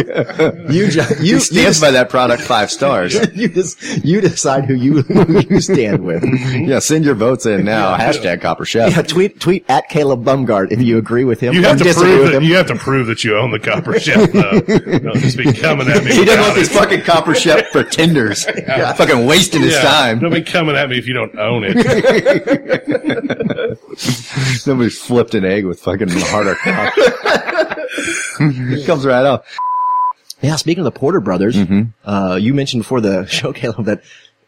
[SPEAKER 3] You, ju- you,
[SPEAKER 2] He stands by that product five stars.
[SPEAKER 3] you just you decide who you who you stand with.
[SPEAKER 2] yeah, send your votes in now. Hashtag Copper Chef.
[SPEAKER 3] Yeah, tweet tweet at Caleb Bumgard if you agree with him.
[SPEAKER 4] You
[SPEAKER 3] or
[SPEAKER 4] have to
[SPEAKER 3] disagree
[SPEAKER 4] prove
[SPEAKER 3] with
[SPEAKER 4] that
[SPEAKER 3] him.
[SPEAKER 4] you have to prove that you own the copper ship. Though. Don't just be coming at me.
[SPEAKER 2] He doesn't
[SPEAKER 4] without
[SPEAKER 2] want
[SPEAKER 4] it.
[SPEAKER 2] these fucking Copper Chef pretenders. Fucking wasting his
[SPEAKER 4] Yeah,
[SPEAKER 2] time.
[SPEAKER 4] Don't be coming at me if you don't own it.
[SPEAKER 2] Somebody flipped an egg with fucking harder cock. it comes right up.
[SPEAKER 3] Yeah, speaking of the Porter brothers, uh, you mentioned before the show, Caleb, that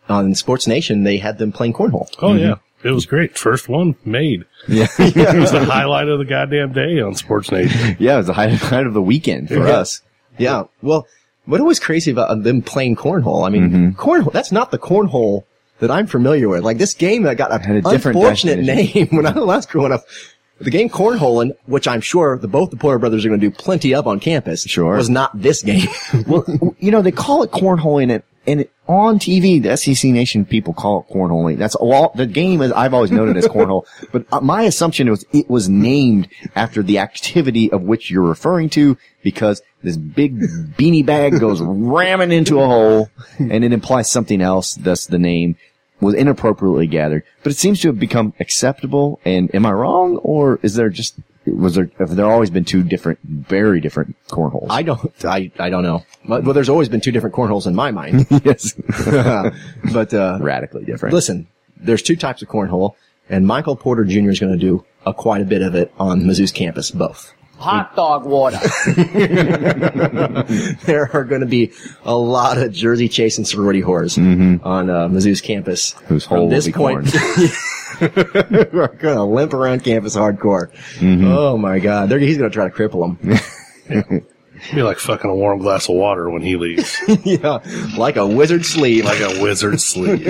[SPEAKER 3] on Sports Nation they had them playing cornhole.
[SPEAKER 4] Oh yeah, it was great. First one made.
[SPEAKER 2] Yeah.
[SPEAKER 4] It was the highlight of the goddamn day on Sportsnet.
[SPEAKER 2] Yeah, it was the highlight highlight of the weekend for
[SPEAKER 3] Yeah.
[SPEAKER 2] us.
[SPEAKER 3] Yeah. Well, what always crazy about uh, them playing cornhole? I mean,
[SPEAKER 6] Mm-hmm.
[SPEAKER 3] cornhole. That's not the cornhole that I'm familiar with. Like this game that got
[SPEAKER 6] Had a
[SPEAKER 3] an
[SPEAKER 6] different
[SPEAKER 3] unfortunate name
[SPEAKER 6] definition.
[SPEAKER 3] when I was growing up. The game cornhole, and which I'm sure the both the Porter brothers are going to do plenty of on campus,
[SPEAKER 6] Sure.
[SPEAKER 3] was not this game.
[SPEAKER 6] well, you know, they call it cornholing it. And it- on TV, the SEC Nation people call it cornholing. That's all. The game is I've always known it as cornhole, but uh, my assumption was it was named after the activity of which you're referring to because this big beanie bag goes ramming into a hole, and it implies something else. Thus, the name was inappropriately gathered. But it seems to have become acceptable. And am I wrong, or is there just was there have there always been two different, very different cornholes?
[SPEAKER 3] I don't, I, I don't know. But, well, there's always been two different cornholes in my mind.
[SPEAKER 6] yes.
[SPEAKER 3] but uh,
[SPEAKER 6] radically different.
[SPEAKER 3] Listen, there's two types of cornhole, and Michael Porter Jr. is going to do a, quite a bit of it on Mizzou's campus, both.
[SPEAKER 8] Hot dog water.
[SPEAKER 3] there are going to be a lot of jersey chase and sorority whores on uh, Mizzou's campus.
[SPEAKER 6] Whose
[SPEAKER 3] From
[SPEAKER 6] hole Mm-hmm. will
[SPEAKER 3] this
[SPEAKER 6] be
[SPEAKER 3] point, we're going to limp around campus hardcore.
[SPEAKER 6] Mm-hmm.
[SPEAKER 3] Oh my God, They're, he's going to try to cripple them.
[SPEAKER 4] Be like fucking a warm glass of water when he leaves,
[SPEAKER 3] yeah, like a wizard sleeve.
[SPEAKER 4] like a wizard sleeve.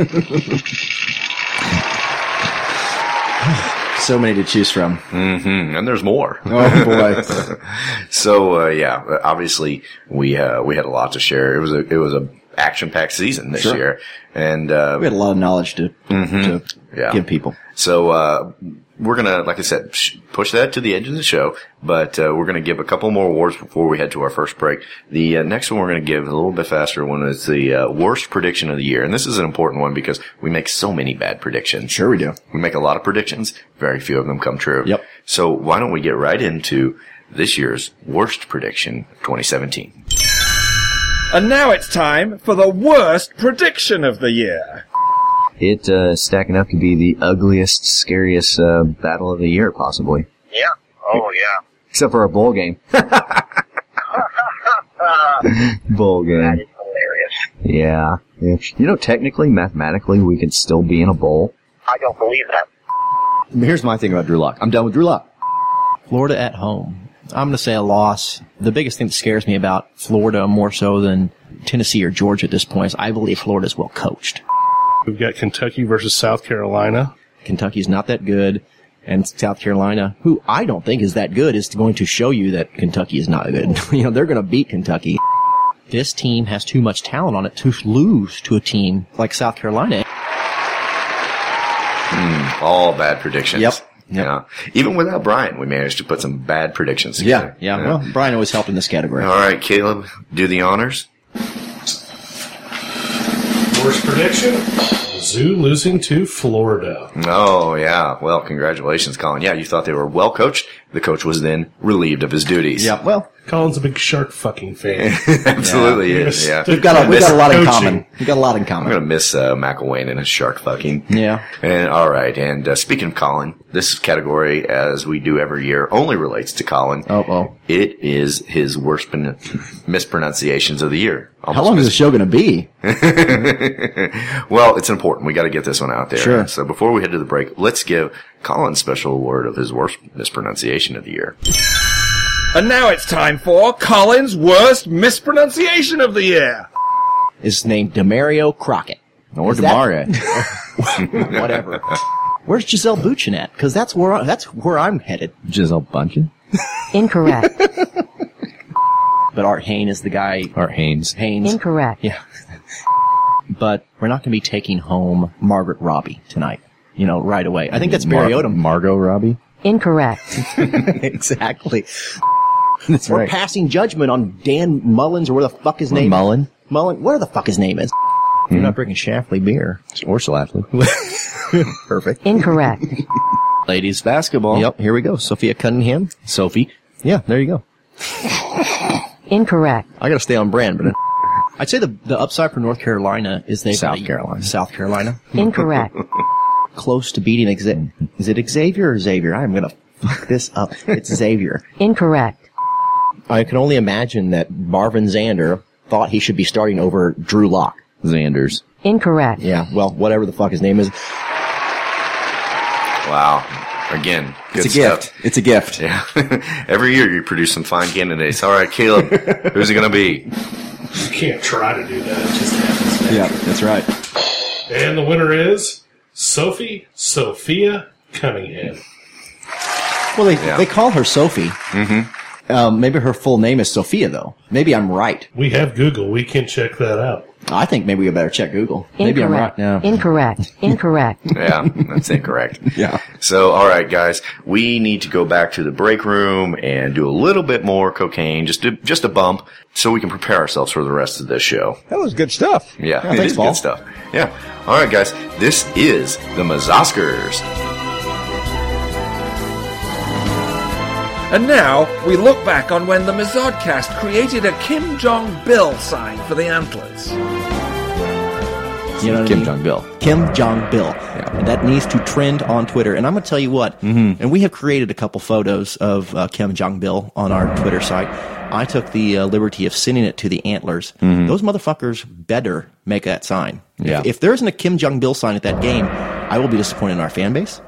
[SPEAKER 3] so many to choose from.
[SPEAKER 2] hmm And there's more.
[SPEAKER 3] Oh boy.
[SPEAKER 2] So uh, yeah, obviously we uh, we had a lot to share. It was a it was a action packed season this
[SPEAKER 3] Sure.
[SPEAKER 2] year, and uh,
[SPEAKER 3] We had a lot of knowledge to,
[SPEAKER 6] Mm-hmm.
[SPEAKER 3] to
[SPEAKER 2] yeah.
[SPEAKER 3] give people.
[SPEAKER 2] So uh, we're gonna, like I said, sh- push that to the edge of the show, but uh, we're gonna give a couple more awards before we head to our first break. The uh, next one we're gonna give a little bit faster one is the uh, worst prediction of the year, and this is an important one because we make so many bad predictions.
[SPEAKER 3] Sure we do.
[SPEAKER 2] We make a lot of predictions, very few of them come true.
[SPEAKER 3] Yep.
[SPEAKER 2] So why don't we get right into this year's worst prediction, 2017?
[SPEAKER 1] And now it's time for the worst prediction of the year.
[SPEAKER 9] It uh, is stacking up to be the ugliest, scariest uh, battle of the year, possibly.
[SPEAKER 7] Yeah. Oh, yeah.
[SPEAKER 9] Except for a bowl game. bowl game.
[SPEAKER 7] Hilarious.
[SPEAKER 9] Yeah. yeah. You know, technically, mathematically, we could still be in a bowl.
[SPEAKER 7] I don't believe that.
[SPEAKER 6] Here's my thing about Drew Lock. I'm done with Drew Lock.
[SPEAKER 3] Florida at home. I'm going to say a loss. The biggest thing that scares me about Florida more so than Tennessee or Georgia at this point is I believe Florida's well coached.
[SPEAKER 4] We've got Kentucky versus South Carolina.
[SPEAKER 3] Kentucky's not that good, and South Carolina, who I don't think is that good, is going to show you that Kentucky is not good. you know, they're going to beat Kentucky. This team has too much talent on it to lose to a team like South Carolina.
[SPEAKER 2] Mm, all bad predictions.
[SPEAKER 3] Yep.
[SPEAKER 2] Yeah. Even without Brian, we managed to put some bad predictions together.
[SPEAKER 3] yeah. Well, Brian always helped in this category.
[SPEAKER 2] All right, Caleb, do the honors.
[SPEAKER 4] Worst prediction: Zoo losing to Florida.
[SPEAKER 2] Oh, yeah. Well, congratulations, Colin. Yeah, you thought they were well coached. The coach was then relieved of his duties.
[SPEAKER 3] Yeah, well,
[SPEAKER 4] Colin's a big shark fucking fan.
[SPEAKER 2] Absolutely
[SPEAKER 4] Yeah.
[SPEAKER 2] is. Yeah.
[SPEAKER 3] We've got a, we've got a lot in
[SPEAKER 2] Coaching.
[SPEAKER 3] common. We've got a lot in
[SPEAKER 2] I'm
[SPEAKER 3] common.
[SPEAKER 2] going to miss uh, McElwain and his shark fucking.
[SPEAKER 3] Yeah.
[SPEAKER 2] And all right. And uh, speaking of Colin, this category, as we do every year, only relates to Colin.
[SPEAKER 3] Oh, well.
[SPEAKER 2] It is his worst pron- mispronunciations of the year.
[SPEAKER 3] How long is the show going to be?
[SPEAKER 2] well, it's important. We got to get this one out there.
[SPEAKER 3] Sure.
[SPEAKER 2] So before we head to the break, let's give Colin special award of his worst mispronunciation of the year.
[SPEAKER 1] And now it's time for Colin's worst mispronunciation of the year.
[SPEAKER 3] Is named Demario Crockett.
[SPEAKER 6] Or
[SPEAKER 3] Is that-
[SPEAKER 6] Demario.
[SPEAKER 3] Whatever. Where's Giselle Buchin at? Because that's where I, that's where I'm headed.
[SPEAKER 6] Giselle Bundchen.
[SPEAKER 10] Incorrect.
[SPEAKER 3] But Art Hain is the guy.
[SPEAKER 6] Art Haynes.
[SPEAKER 3] Haynes.
[SPEAKER 10] Incorrect.
[SPEAKER 3] Yeah. but we're not going to be taking home Margaret Robbie tonight. You know, right away. I think that's Barry
[SPEAKER 6] Mar-
[SPEAKER 3] Odom.
[SPEAKER 6] Margot Robbie.
[SPEAKER 8] Incorrect.
[SPEAKER 3] exactly.
[SPEAKER 6] That's
[SPEAKER 3] We're
[SPEAKER 6] right.
[SPEAKER 3] passing judgment on Dan Mullins or where the fuck his
[SPEAKER 6] Or
[SPEAKER 3] name
[SPEAKER 6] Mullen.
[SPEAKER 3] Mullen, where the fuck his name is.
[SPEAKER 6] Mhm.
[SPEAKER 3] You're not drinking Shafley beer.
[SPEAKER 6] Or Schlafly.
[SPEAKER 3] Perfect.
[SPEAKER 8] Incorrect.
[SPEAKER 3] Ladies basketball. Yep, here we go. Sophia Cunningham. Sophie. Yeah, there you go.
[SPEAKER 8] Incorrect.
[SPEAKER 3] I gotta stay on brand, but I'd say the the upside for North Carolina is they
[SPEAKER 6] South
[SPEAKER 3] Carolina. South Carolina.
[SPEAKER 8] Incorrect.
[SPEAKER 3] Close to beating Xavier. Is it Xavier or Xavier? I'm gonna fuck this up. It's Xavier.
[SPEAKER 8] Incorrect.
[SPEAKER 3] I can only imagine that Marvin Zander thought he should be starting over Drew Locke.
[SPEAKER 6] Xanders.
[SPEAKER 8] Incorrect.
[SPEAKER 3] Yeah, well, whatever the fuck his name is.
[SPEAKER 2] Wow. Again, good
[SPEAKER 3] It's a
[SPEAKER 2] stuff.
[SPEAKER 3] gift. It's a gift.
[SPEAKER 2] Yeah. Every year you produce some fine candidates. All right, Caleb, who's it going to be?
[SPEAKER 4] You can't try to do that. It just happens.
[SPEAKER 3] Yeah, that's right.
[SPEAKER 4] And the winner is Sophie Sophia Cunningham.
[SPEAKER 3] Well, they they call her Sophie. Mm-hmm. Um, maybe her full name is Sophia, though. Maybe I'm right.
[SPEAKER 4] We have Google. We can check that out.
[SPEAKER 3] I think maybe we better check Google. Maybe I'm right
[SPEAKER 8] Incorrect.
[SPEAKER 3] now.
[SPEAKER 8] Incorrect. Incorrect.
[SPEAKER 2] Yeah, that's incorrect.
[SPEAKER 3] yeah.
[SPEAKER 2] So, all right, guys, we need to go back to the break room and do a little bit more cocaine, just to, just a bump, so we can prepare ourselves for the rest of this show.
[SPEAKER 10] That was good stuff.
[SPEAKER 2] Yeah,
[SPEAKER 10] Yeah,
[SPEAKER 2] it
[SPEAKER 10] thanks,
[SPEAKER 2] is
[SPEAKER 10] Paul.
[SPEAKER 2] good stuff. Yeah. All right, guys, this is the Mazoskers.
[SPEAKER 1] And now we look back on when the Mizodcast created a Kim Jong Bill sign for the antlers.
[SPEAKER 3] You know what
[SPEAKER 6] Kim
[SPEAKER 3] I mean?
[SPEAKER 6] Jong Bill.
[SPEAKER 3] Kim Jong Bill. And That needs to trend on Twitter. And I'm going to tell you what. And we have created a couple photos of uh, Kim Jong Bill on our Twitter site. I took the uh, liberty of sending it to the antlers.
[SPEAKER 6] Mhm.
[SPEAKER 3] Those motherfuckers better make that sign. If-
[SPEAKER 6] Yeah.
[SPEAKER 3] If, there isn't a Kim Jong Bill sign at that game, I will be disappointed in our fan base.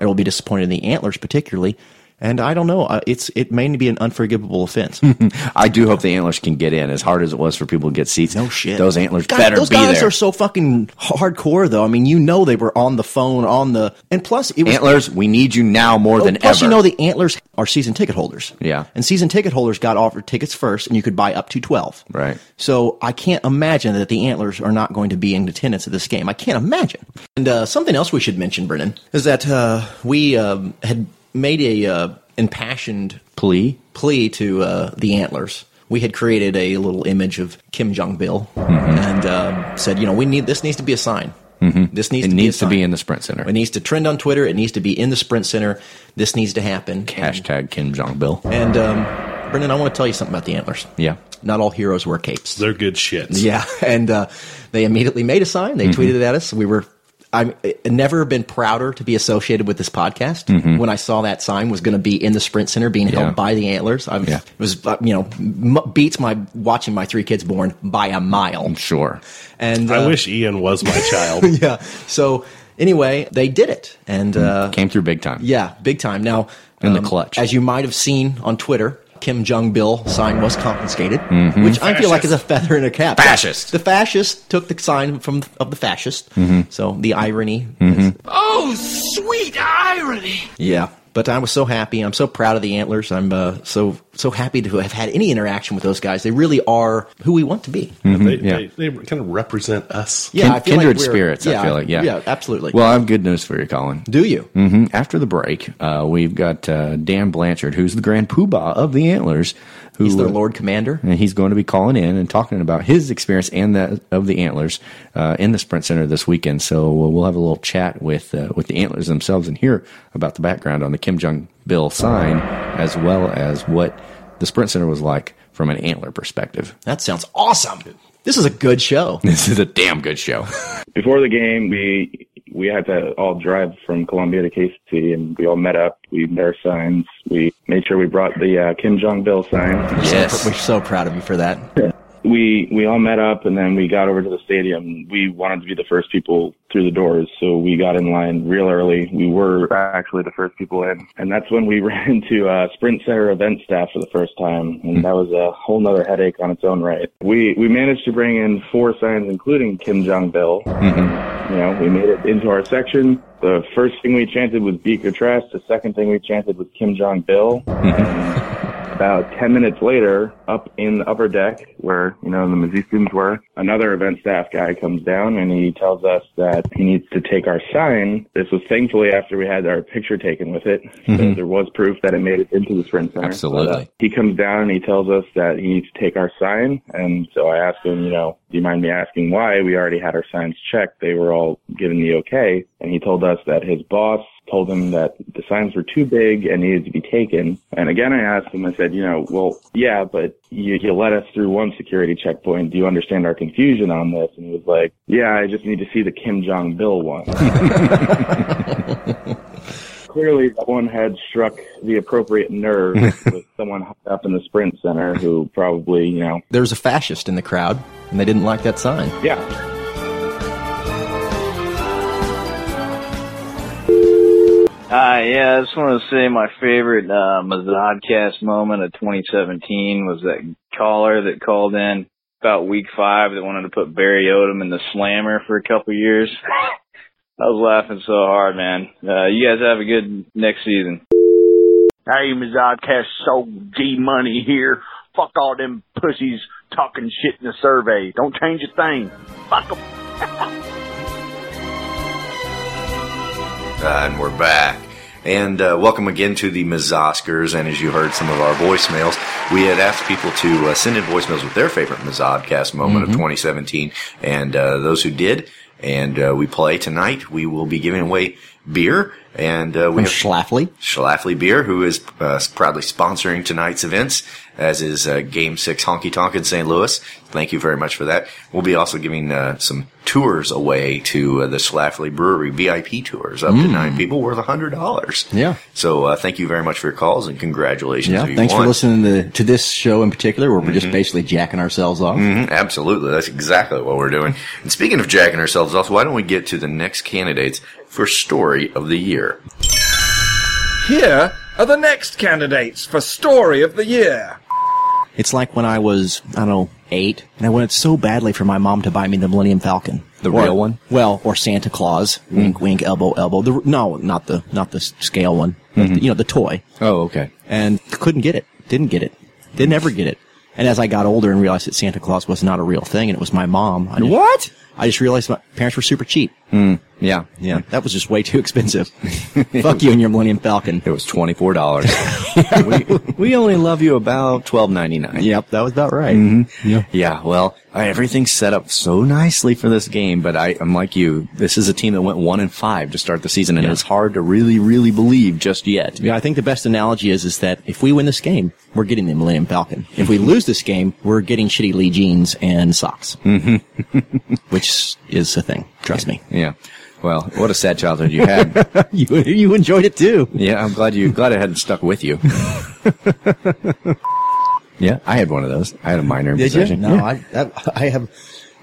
[SPEAKER 3] I will be disappointed in the antlers particularly. And I don't know. Uh, it's it may be an unforgivable offense.
[SPEAKER 6] I do hope the antlers can get in as hard as it was for people to get seats. No shit. Those antlers
[SPEAKER 3] God,
[SPEAKER 6] better
[SPEAKER 3] those
[SPEAKER 6] be
[SPEAKER 3] guys
[SPEAKER 6] there.
[SPEAKER 3] are so fucking hardcore, though. I mean, you know they were on the phone, on the and plus it was
[SPEAKER 6] antlers, we need you now more
[SPEAKER 3] Oh,
[SPEAKER 6] than
[SPEAKER 3] plus,
[SPEAKER 6] ever.
[SPEAKER 3] you know the antlers are season ticket holders,
[SPEAKER 6] yeah.
[SPEAKER 3] and season ticket holders got offered tickets first, and you could buy up to twelve.
[SPEAKER 6] Right.
[SPEAKER 3] So I can't imagine that the antlers are not going to be in attendance at this game. I can't imagine. And uh, something else we should mention, Brennan, is that uh, we um, had made a uh, impassioned
[SPEAKER 6] plea
[SPEAKER 3] plea to uh, the antlers. We had created a little image of Kim Jong Bill
[SPEAKER 6] Mm-hmm.
[SPEAKER 3] and um, said, you know, we need this needs to be a sign.
[SPEAKER 6] Mhm.
[SPEAKER 3] This needs
[SPEAKER 6] it
[SPEAKER 3] to be a
[SPEAKER 6] needs to be
[SPEAKER 3] sign.
[SPEAKER 6] in the Sprint Center.
[SPEAKER 3] It needs to trend on Twitter. It needs to be in the Sprint Center. This needs to happen.
[SPEAKER 6] Hashtag Kim Jong Bill.
[SPEAKER 3] And um, Brendan, I want to tell you something about the antlers.
[SPEAKER 6] Yeah.
[SPEAKER 3] Not all heroes wear capes.
[SPEAKER 4] They're good shits. Mm-hmm.
[SPEAKER 3] Yeah, and uh, they immediately made a sign. They
[SPEAKER 6] Mhm.
[SPEAKER 3] tweeted it at us. We were. I'm I've never been prouder to be associated with this podcast.
[SPEAKER 4] Mm-hmm.
[SPEAKER 6] Mhm.
[SPEAKER 3] When I saw that sign was going to be in the Sprint Center being
[SPEAKER 6] Yeah.
[SPEAKER 3] held by the antlers, I
[SPEAKER 6] Yeah.
[SPEAKER 3] it was uh, you know m- beats my watching my three kids born by a mile.
[SPEAKER 6] Sure.
[SPEAKER 3] And
[SPEAKER 4] Mm. I
[SPEAKER 3] uh,
[SPEAKER 4] wish Ian was my child. Mm.
[SPEAKER 3] yeah. So anyway, they did it, and uh,
[SPEAKER 6] Mm-hmm. Came through big time.
[SPEAKER 3] yeah, big time. Now um,
[SPEAKER 6] In the clutch.
[SPEAKER 3] as you might have seen on Twitter. Kim Jong Bill sign was confiscated,
[SPEAKER 6] Mhm.
[SPEAKER 3] which I feel like is a feather in a cap.
[SPEAKER 6] Fascist.
[SPEAKER 3] The fascist took the sign from of the fascist.
[SPEAKER 6] Mhm.
[SPEAKER 3] So the irony,
[SPEAKER 6] Mhm.
[SPEAKER 11] Oh, sweet irony!
[SPEAKER 3] yeah. But I was so happy. I'm so proud of the antlers. I'm uh, so so happy to have had any interaction with those guys. They really are who we want to be.
[SPEAKER 4] They,
[SPEAKER 6] Mm-hmm. Mm, yeah.
[SPEAKER 4] they, they kind of represent us.
[SPEAKER 3] Yeah, I feel like
[SPEAKER 6] kindred
[SPEAKER 3] we're-
[SPEAKER 6] spirits.
[SPEAKER 3] yeah,
[SPEAKER 6] I feel like yeah,
[SPEAKER 3] yeah, absolutely.
[SPEAKER 6] Well, I have good news for you, Colin.
[SPEAKER 3] Do you?
[SPEAKER 6] hmm After the break, uh, we've got uh, Dan Blanchard, who's the grand poobah of the Antlers. Who,
[SPEAKER 3] He's their Lord Commander.
[SPEAKER 6] And he's going to be calling in and talking about his experience and that of the Antlers uh, in the Sprint Center this weekend. So uh, we'll have a little chat with uh, with the Antlers themselves and hear about the background on the Kim Jong Bill sign, as well as what the Sprint Center was like from an antler perspective.
[SPEAKER 3] That sounds awesome. This is a good show.
[SPEAKER 6] This is a damn good show.
[SPEAKER 12] Before the game, we we had to all drive from Columbia to Case City, and we all met up. We made our signs. We made sure we brought the uh, Kim Jong Bill sign.
[SPEAKER 3] we're so proud of you for that.
[SPEAKER 12] We we all met up, and then we got over to the stadium. We wanted to be the first people through the doors, so we got in line real early. We were actually the first people in, and that's when we ran into uh, Sprint Center event staff for the first time, and that was a whole nother headache on its own right. We we managed to bring in four signs, including Kim Jong Bill. You know, we made it into our section. The first thing we chanted was Beat Your Trash. The second thing we chanted was Kim Jong Bill. About 10 minutes later, up in the upper deck where, you know, the musicians were, another event staff guy comes down and he tells us that he needs to take our sign. This was thankfully after we had our picture taken with it. So
[SPEAKER 6] Mhm.
[SPEAKER 12] there was proof that it made it into the Sprint Center.
[SPEAKER 6] Absolutely.
[SPEAKER 12] But, uh, he comes down and he tells us that he needs to take our sign. And so I asked him, you know, do you mind me asking why? We already had our signs checked. They were all given the okay. And he told us that his boss told him that the signs were too big and needed to be taken. And again, I asked him, I said, you know, well, yeah, but you, you let us through one security checkpoint. Do you understand our confusion on this? And he was like, yeah, I just need to see the Kim Jong Bill one. Clearly, that one had struck the appropriate nerve with someone high up in the Sprint Center who probably, you know,
[SPEAKER 3] There was a fascist in the crowd, and they didn't like that sign.
[SPEAKER 12] yeah.
[SPEAKER 13] Uh, yeah, I just want to say my favorite uh, Mazodcast moment of 2017 was that caller that called in about week five that wanted to put Barry Odom in the slammer for a couple years. I was laughing so hard, man. Uh, you guys have a good next season.
[SPEAKER 14] Hey, Mazodcast Soul G Money here. Fuck all them pussies talking shit in the survey. Don't change a thing. Fuck 'em.
[SPEAKER 15] Uh, and we're back. And uh, welcome again to the Ms. Oscars. And as you heard some of our voicemails, we had asked people to uh, send in voicemails with their favorite Ms. Oddcast moment
[SPEAKER 16] Mhm.
[SPEAKER 15] of 2017. And uh, those who did, and uh, we play tonight, we will be giving away beer. And uh, we have
[SPEAKER 3] Schlafly.
[SPEAKER 15] Schlafly Beer, who is uh, proudly sponsoring tonight's events, as is uh, Game 6 Honky Tonk in St. Louis. Thank you very much for that. We'll be also giving uh, some tours away to uh, the Schlafly Brewery VIP tours up to
[SPEAKER 3] Mm.
[SPEAKER 15] nine people worth $100.
[SPEAKER 3] Yeah.
[SPEAKER 15] So uh, thank you very much for your calls and congratulations.
[SPEAKER 3] Yeah,
[SPEAKER 15] if you
[SPEAKER 3] thanks
[SPEAKER 15] won.
[SPEAKER 3] for listening to, to this show in particular, where we're just
[SPEAKER 2] Mm-hmm.
[SPEAKER 15] Mhm.
[SPEAKER 3] basically jacking ourselves off.
[SPEAKER 15] Mhm, absolutely. That's exactly what we're doing. And speaking of jacking ourselves off, why don't we get to the next candidates for Story of the Year?
[SPEAKER 1] Here are the next candidates for Story of the Year.
[SPEAKER 3] It's like when I was, I don't know, eight, and I wanted so badly for my mom to buy me the Millennium Falcon,
[SPEAKER 2] The
[SPEAKER 3] Or-
[SPEAKER 2] real one? Mm-hmm.
[SPEAKER 3] Well, or Santa Claus, wink, wink, elbow, elbow. The, no, not the not the scale one. but the- you know, the toy.
[SPEAKER 2] Mm-hmm. Oh, okay.
[SPEAKER 3] And couldn't get it. Didn't get it. Didn't ever get it. And as I got older and realized that Santa Claus was not a real thing, and it was my mom. I just, what? I just realized my parents were super cheap.
[SPEAKER 2] Mm, yeah.
[SPEAKER 3] Yeah, that was just way too expensive. Fuck you and your Millennium Falcon. It
[SPEAKER 2] was twenty four dollars. We only love you about twelve Mm-hmm. ninety nine.
[SPEAKER 3] Yep, that was about right. Yeah.
[SPEAKER 2] Yeah, well, I, everything's set up so nicely for this game, but I, I'm like you. This is a team that went one and five to start the season, and
[SPEAKER 3] Yeah.
[SPEAKER 2] it's hard to really, really believe just yet.
[SPEAKER 3] Yeah, I think the best analogy is is that if we win this game, we're getting the Millennium Falcon. If we lose this game, we're getting shitty Lee jeans and socks, which is a thing. Trust me.
[SPEAKER 2] Mm-hmm. Yeah. Well, what a sad childhood you had.
[SPEAKER 3] you you enjoyed it too.
[SPEAKER 2] Yeah, I'm glad you glad it hadn't stuck with you. yeah, I had one of those. I had a minor in possession.
[SPEAKER 3] No,
[SPEAKER 2] Yeah.
[SPEAKER 3] I, I I have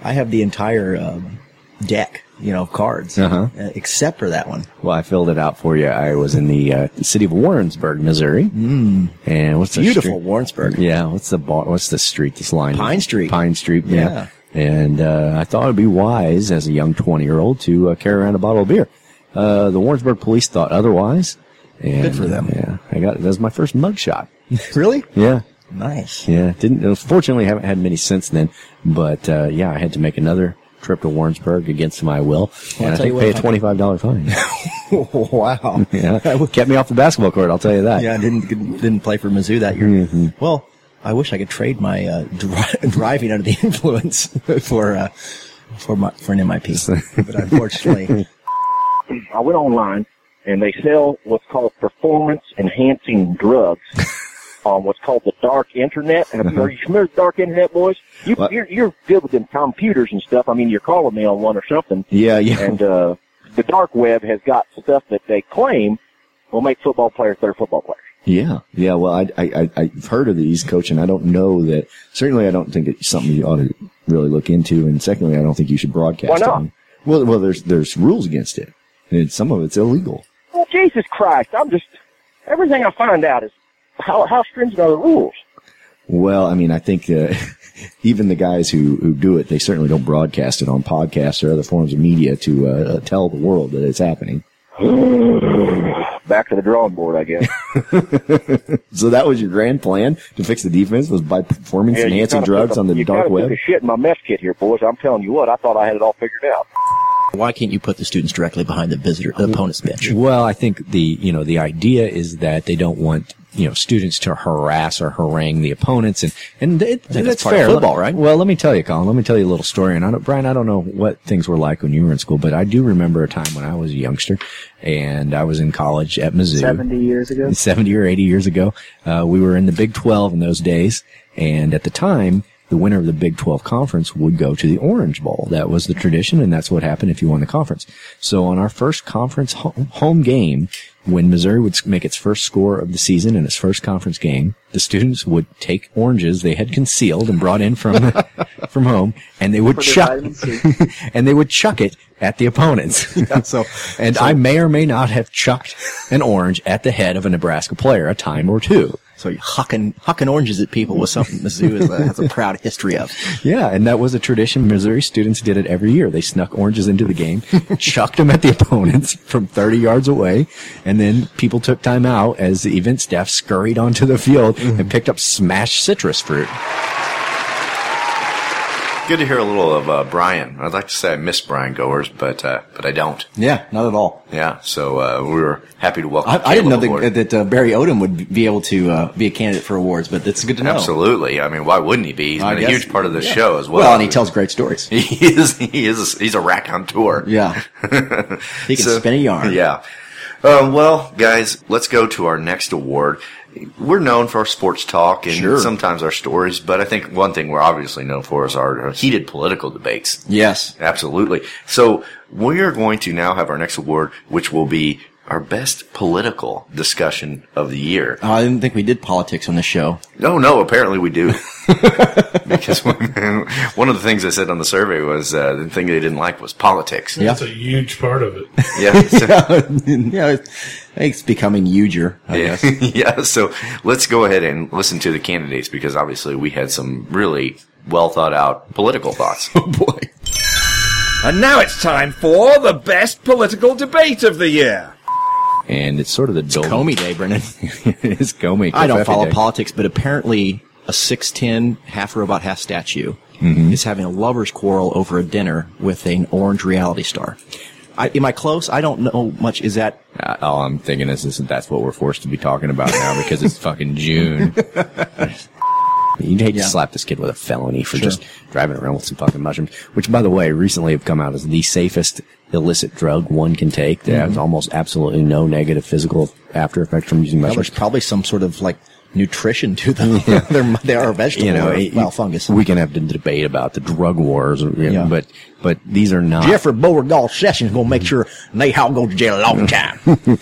[SPEAKER 3] I have the entire um, deck, you know, of cards,
[SPEAKER 2] Uh-huh.
[SPEAKER 3] uh, except for that one.
[SPEAKER 2] Well, I filled it out for you. I was in the uh, city of Warrensburg, Missouri.
[SPEAKER 3] Mm.
[SPEAKER 2] And what's the
[SPEAKER 3] Beautiful
[SPEAKER 2] street?
[SPEAKER 3] Warrensburg.
[SPEAKER 2] Yeah, what's the bar, what's the street? This line
[SPEAKER 3] Pine Street.
[SPEAKER 2] Pine Street. Yeah.
[SPEAKER 3] Yeah.
[SPEAKER 2] And uh, I thought it'd be wise as a young twenty-year-old to uh, carry around a bottle of beer. Uh, the Warrensburg police thought otherwise. And,
[SPEAKER 3] Good for them.
[SPEAKER 2] Yeah, I got that was my first mugshot.
[SPEAKER 3] really?
[SPEAKER 2] Yeah.
[SPEAKER 3] Nice.
[SPEAKER 2] Yeah, didn't. Fortunately, haven't had many since then. But uh, yeah, I had to make another trip to Warrensburg against my will,
[SPEAKER 3] Well, I'll
[SPEAKER 2] and I
[SPEAKER 3] tell
[SPEAKER 2] think
[SPEAKER 3] you what,
[SPEAKER 2] pay a
[SPEAKER 3] if I-
[SPEAKER 2] twenty-five dollar fine.
[SPEAKER 3] wow.
[SPEAKER 2] yeah, kept me off the basketball court. I'll tell you that.
[SPEAKER 3] Yeah, I didn't didn't- didn't play for Mizzou that year.
[SPEAKER 10] Mm-hmm.
[SPEAKER 3] Well, I wish I could trade my uh, dri- driving under the influence for uh, for my for an MIP, but unfortunately,
[SPEAKER 14] I went online and they sell what's called performance enhancing drugs on what's called the dark internet. Have
[SPEAKER 7] Uh-huh.
[SPEAKER 14] you, are you familiar with dark internet, boys? You, you're, you're good with them computers and stuff. I mean, you're calling me on one or something.
[SPEAKER 2] Yeah, yeah.
[SPEAKER 14] And uh, the dark web has got stuff that they claim will make football players better football players.
[SPEAKER 2] Yeah, yeah. Well, I, I, I, I've heard of these, coach, and I don't know that. Certainly, I don't think it's something you ought to really look into. And secondly, I don't think you should broadcast.
[SPEAKER 14] Why not?
[SPEAKER 2] it. Well, well, there's there's rules against it, and some of it's illegal.
[SPEAKER 14] Well, Oh, Jesus Christ! I'm just everything I find out is how how stringent are the rules.
[SPEAKER 2] Well, I mean, I think uh, even the guys who, who do it, they certainly don't broadcast it on podcasts or other forms of media to uh, tell the world that it's happening.
[SPEAKER 14] back to the drawing board, I guess.
[SPEAKER 6] so that was your grand plan to fix the defense was by performance
[SPEAKER 14] Yeah, you
[SPEAKER 6] enhancing
[SPEAKER 14] kinda
[SPEAKER 6] drugs
[SPEAKER 14] took a-
[SPEAKER 6] on the
[SPEAKER 14] you
[SPEAKER 6] dark
[SPEAKER 14] kinda
[SPEAKER 6] web.
[SPEAKER 14] Took a shit in my mess kit here, boys. I'm telling you what, I thought I had it all figured out.
[SPEAKER 3] Why can't you put the students directly behind the visitor, the opponent's bench?
[SPEAKER 10] Well, I think the you know the idea is that they don't want you know students to harass or harangue the opponents, and and it,
[SPEAKER 6] think
[SPEAKER 10] that's
[SPEAKER 6] that's part of
[SPEAKER 10] fair.
[SPEAKER 6] football,
[SPEAKER 10] Let-
[SPEAKER 6] right?
[SPEAKER 10] Well, let me tell you, Colin. Let me tell you a little story. And I don't, Brian, I don't know what things were like when you were in school, but I do remember a time when I was a youngster, and I was in college at Mizzou.
[SPEAKER 17] 70 years ago.
[SPEAKER 10] 70 or 80 years ago. Uh, we were in the Big 12 in those days. And at the time, the winner of the Big 12 conference would go to the Orange Bowl. That was the tradition, and that's what happened if you won the conference. So on our first conference ho- home game, when Missouri would s- make its first score of the season in its first conference game, the students would take oranges they had concealed and brought in from from home, and they would
[SPEAKER 11] For their
[SPEAKER 10] chuck
[SPEAKER 11] vitamin
[SPEAKER 10] and they would chuck it at the opponents. so, and I may or may not have chucked an orange at the head of a Nebraska player a time or two.
[SPEAKER 3] So you're hucking, hucking oranges at people was something Mizzou is a, has a proud history of.
[SPEAKER 10] Yeah, and that was a tradition. Missouri students did it every year. They snuck oranges into the game, chucked them at the opponents from 30 yards away, and then people took time out as the event staff scurried onto the field
[SPEAKER 2] Mm-hmm.
[SPEAKER 10] and picked up smashed citrus fruit.
[SPEAKER 2] Good to hear a little of uh, Brian. I'd like to say I miss Brian Goers, but uh, but I don't.
[SPEAKER 3] Yeah, not at all.
[SPEAKER 2] Yeah, so uh, we were happy to welcome.
[SPEAKER 3] I, I didn't know
[SPEAKER 2] Caleb aboard.
[SPEAKER 3] that, that uh, Barry Odom would be able to uh, be a candidate for awards, but it's good to know.
[SPEAKER 2] Absolutely. I mean, why wouldn't he be? He's
[SPEAKER 3] I
[SPEAKER 2] been a
[SPEAKER 3] guess-
[SPEAKER 2] huge part of the
[SPEAKER 3] yeah.
[SPEAKER 2] show as well.
[SPEAKER 3] Well, and he tells great stories.
[SPEAKER 2] He is. He is. He's a raconteur.
[SPEAKER 3] Yeah.
[SPEAKER 2] he
[SPEAKER 3] can spin a yarn.
[SPEAKER 2] Yeah. Uh, well, guys, let's go to our next award. We're known for our sports talk and
[SPEAKER 3] Sure.
[SPEAKER 2] sometimes our stories, but I think one thing we're obviously known for is our heated political debates.
[SPEAKER 3] Yes.
[SPEAKER 2] Absolutely. So we are going to now have our next award, which will be our best political discussion of the year.
[SPEAKER 3] Oh, I didn't think we did politics on this show.
[SPEAKER 2] No, no. Apparently, we do. because one, one of the things I said on the survey was uh, the thing they didn't like was politics.
[SPEAKER 4] That's a huge part of it.
[SPEAKER 2] Yeah. So,
[SPEAKER 3] yeah, it's, it's becoming huger.
[SPEAKER 2] yeah. yeah. So let's go ahead and listen to the candidates because obviously we had some really well thought out political thoughts.
[SPEAKER 1] And now it's time for the best political debate of the year.
[SPEAKER 10] And it's sort of the dull.
[SPEAKER 3] Comey Day, Brennan.
[SPEAKER 10] it is Comey.
[SPEAKER 3] I don't
[SPEAKER 10] Confetti
[SPEAKER 3] follow
[SPEAKER 10] Day.
[SPEAKER 3] politics, but apparently a 6'10 half robot, half statue
[SPEAKER 10] Mhm.
[SPEAKER 3] is having a lover's quarrel over a dinner with an orange reality star. I, am I close? I don't know much. Is that
[SPEAKER 10] Uh, all I'm
[SPEAKER 3] um,
[SPEAKER 10] thinking is, is that that's what we're forced to be talking about now because it's fucking June. You'd hate
[SPEAKER 3] Yeah.
[SPEAKER 10] to slap this kid with a felony for
[SPEAKER 3] Sure.
[SPEAKER 10] just driving around with some fucking mushrooms, which, by the way, recently have come out as the safest illicit drug one can take. There's
[SPEAKER 3] Mhm.
[SPEAKER 10] almost absolutely no negative physical after effects from using
[SPEAKER 3] well, there's
[SPEAKER 10] mushrooms.
[SPEAKER 3] probably some sort of like nutrition to them? They're, they are a vegetable.
[SPEAKER 10] You know,
[SPEAKER 3] or,
[SPEAKER 10] it-
[SPEAKER 3] well, fungus.
[SPEAKER 10] We can have the debate about the drug wars, you know,
[SPEAKER 3] Yeah.
[SPEAKER 10] but but these are not.
[SPEAKER 3] Jeffrey Beauregard Sessions gonna make sure Nahal goes to jail a long time.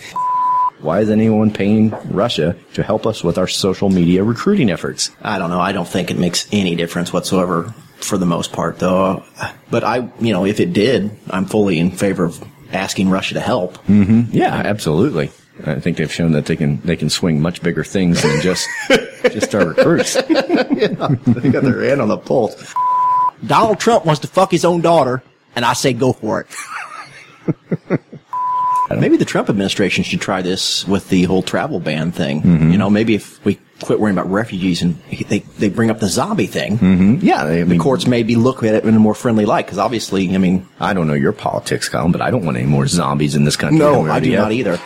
[SPEAKER 10] Why is anyone paying Russia to help us with our social media recruiting efforts?
[SPEAKER 3] I don't know. I don't think it makes any difference whatsoever for the most part, though. But I, you know, if it did, I'm fully in favor of asking Russia to help.
[SPEAKER 10] hmm Yeah, absolutely. I think they've shown that they can they can swing much bigger things than just just our recruits.
[SPEAKER 3] they got their hand on the pulse. Donald Trump wants to fuck his own daughter, and I say go for it. maybe the Trump administration should try this with the whole travel ban thing.
[SPEAKER 10] Mhm.
[SPEAKER 3] You know, maybe if we quit worrying about refugees and they, they bring up the zombie thing.
[SPEAKER 10] Mm-hmm. Yeah, I
[SPEAKER 3] the
[SPEAKER 10] mean-
[SPEAKER 3] courts maybe look at it in a more friendly light because obviously, I mean,
[SPEAKER 10] I don't know your politics, Colin, but I don't want any more zombies in this country. than
[SPEAKER 3] No,
[SPEAKER 10] we
[SPEAKER 3] I
[SPEAKER 10] already
[SPEAKER 3] do
[SPEAKER 10] have.
[SPEAKER 3] not either.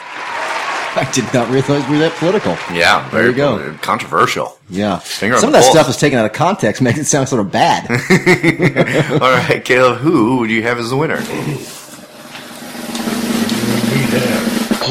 [SPEAKER 3] I did not realize we were that political.
[SPEAKER 2] yeah.
[SPEAKER 3] There you
[SPEAKER 2] Very
[SPEAKER 3] go.
[SPEAKER 2] uh, Controversial.
[SPEAKER 3] Yeah.
[SPEAKER 2] Finger
[SPEAKER 3] Some
[SPEAKER 2] on
[SPEAKER 3] of
[SPEAKER 2] the
[SPEAKER 3] that
[SPEAKER 2] pulse.
[SPEAKER 3] stuff is taken out of context, makes it sound sort of bad.
[SPEAKER 2] All right, Caleb. Who do you have as the winner?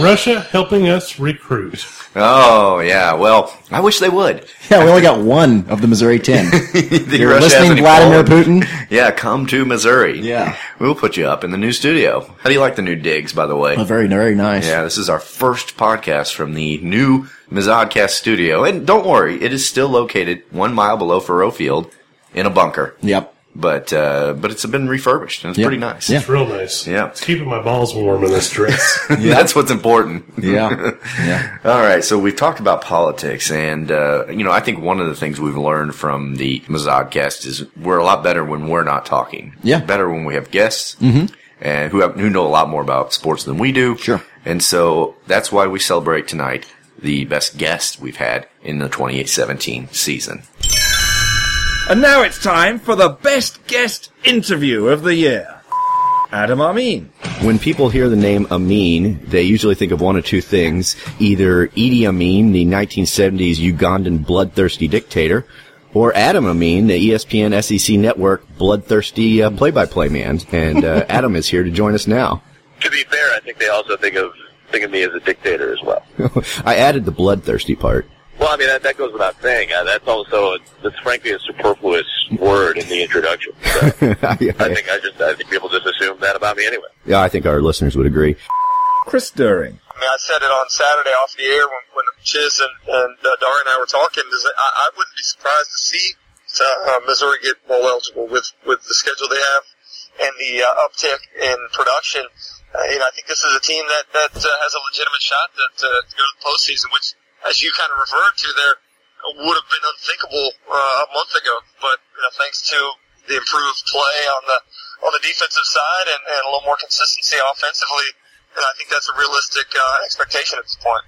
[SPEAKER 4] Russia helping us recruit.
[SPEAKER 2] Oh yeah. Well, I wish they would.
[SPEAKER 3] yeah, we only got one of the Missouri 10.
[SPEAKER 2] The
[SPEAKER 3] You're
[SPEAKER 2] Russia has
[SPEAKER 3] listening,
[SPEAKER 2] any
[SPEAKER 3] Vladimir
[SPEAKER 2] pollen?
[SPEAKER 3] Putin?
[SPEAKER 2] Yeah, come to Missouri.
[SPEAKER 3] Yeah.
[SPEAKER 2] We'll put you up in the new studio. How do you like the new digs, by the way?
[SPEAKER 3] Oh, very, very nice.
[SPEAKER 2] Yeah, this is our first podcast from the new Mizodcast studio. And don't worry, it is still located one mile below Furrow Field in a bunker.
[SPEAKER 3] Yep.
[SPEAKER 2] But uh, but it's been refurbished and it's
[SPEAKER 4] Yep.
[SPEAKER 2] pretty nice.
[SPEAKER 4] It's real nice.
[SPEAKER 2] Yeah.
[SPEAKER 4] It's keeping my balls warm in this dress.
[SPEAKER 2] That's what's important.
[SPEAKER 4] Yeah.
[SPEAKER 2] yeah. All right. So we've talked about politics, and uh, you know, I think one of the things we've learned from the Mazodcast is we're a lot better when we're not talking.
[SPEAKER 3] Yeah.
[SPEAKER 2] Better when we have guests
[SPEAKER 3] Mhm.
[SPEAKER 2] and who have, who know a lot more about sports than we do. Sure.
[SPEAKER 18] And so that's why we celebrate tonight the best guest we've had in the 2817 season.
[SPEAKER 1] And now it's time for the best guest interview of the year. Adam Amin.
[SPEAKER 2] When people hear the name Amin, they usually think of one of two things. Either Idi Amin, the 1970s Ugandan bloodthirsty dictator, or Adam Amin, the E ESPN SEC network bloodthirsty uh, play-by-play man. And uh, Adam is here to join us now.
[SPEAKER 19] To be fair, I think they also think of think of me as a dictator as well.
[SPEAKER 2] I added the bloodthirsty part.
[SPEAKER 19] Well, I mean that, that goes without saying. Uh, that's also that's frankly a superfluous word in the introduction. So
[SPEAKER 2] I,
[SPEAKER 19] I think I just I think people just assume that about me anyway.
[SPEAKER 2] yeah, I think our listeners would agree.
[SPEAKER 1] Chris During.
[SPEAKER 20] I mean, I said it on Saturday off the air when, when Chiz and, and uh, Dar and I were talking. Is that I, I wouldn't be surprised to see uh, Missouri get bowl eligible with, with the schedule they have and the uh, uptick in production. Uh, you know, I think this is a team that, that uh, has a legitimate shot that, uh, to go to the postseason, which, as you kind of referred to there, would have been unthinkable uh, a month ago. But you know, thanks to the improved play on the on the defensive side and, and a little more consistency offensively, and I think that's a realistic uh, expectation at this point.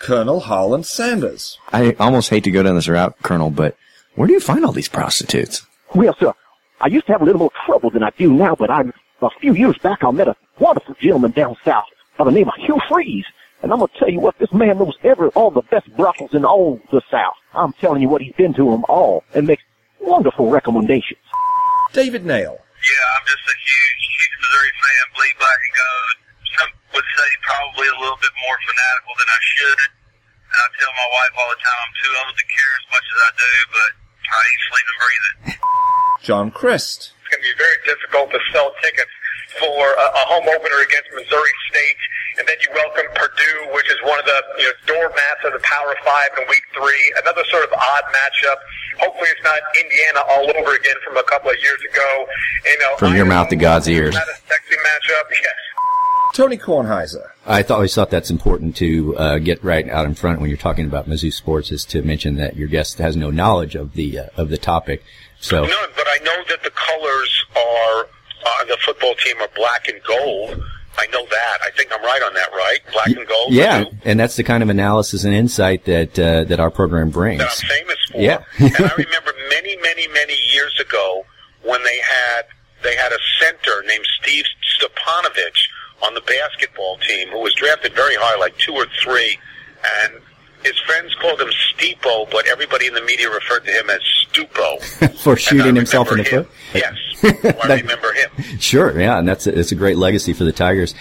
[SPEAKER 1] Colonel Holland Sanders.
[SPEAKER 21] I almost hate to go down this route, Colonel, but where do you find all these prostitutes?
[SPEAKER 14] Well, sir, I used to have a little more trouble than I do now, but I'm a few years back I met a wonderful gentleman down south by the name of Hugh Freeze. And I'm gonna tell you what, this man knows every all the best brothels in all the South. I'm telling you what, he's been to them all and makes wonderful recommendations.
[SPEAKER 1] David Nail.
[SPEAKER 20] Yeah, I'm just a huge, huge Missouri fan. Bleed black and gold. Some would say probably a little bit more fanatical than I should. And I tell my wife all the time I'm too old to care as much as I do, but I eat, sleep, and breathe it.
[SPEAKER 1] John Christ.
[SPEAKER 20] It's going to be very difficult to sell tickets for a, a home opener against Missouri State, and then you welcome Purdue, which is one of the you know, doormats of the Power Five in Week Three. Another sort of odd matchup. Hopefully, it's not Indiana all over again from a couple of years ago. uh, You know,
[SPEAKER 2] From your
[SPEAKER 20] Iowa
[SPEAKER 2] mouth to God's ears.
[SPEAKER 20] is Not a sexy matchup. Yes.
[SPEAKER 1] Tony Kornheiser.
[SPEAKER 2] I th- always thought that's important to uh, get right out in front when you're talking about Mizzou sports is to mention that your guest has no knowledge of the uh, of the topic. So
[SPEAKER 20] None, but I know that the colors are on the football team are black and gold. I know that. I think I'm right on that, right? Black and gold.
[SPEAKER 2] yeah, and that's the kind of analysis and insight that uh, that our program brings.
[SPEAKER 20] that I'm famous for.
[SPEAKER 2] Yeah.
[SPEAKER 20] and I remember many, many, many years ago when they had they had a center named Steve Stepanovich on the basketball team who was drafted very high, like two or three, and his friends called him Steepo, but everybody in the media referred to him as Stupo.
[SPEAKER 2] for shooting himself in the foot.
[SPEAKER 20] Yes, I
[SPEAKER 2] That-
[SPEAKER 20] remember him.
[SPEAKER 2] Sure, yeah, and that's a, it's a great legacy for the Tigers.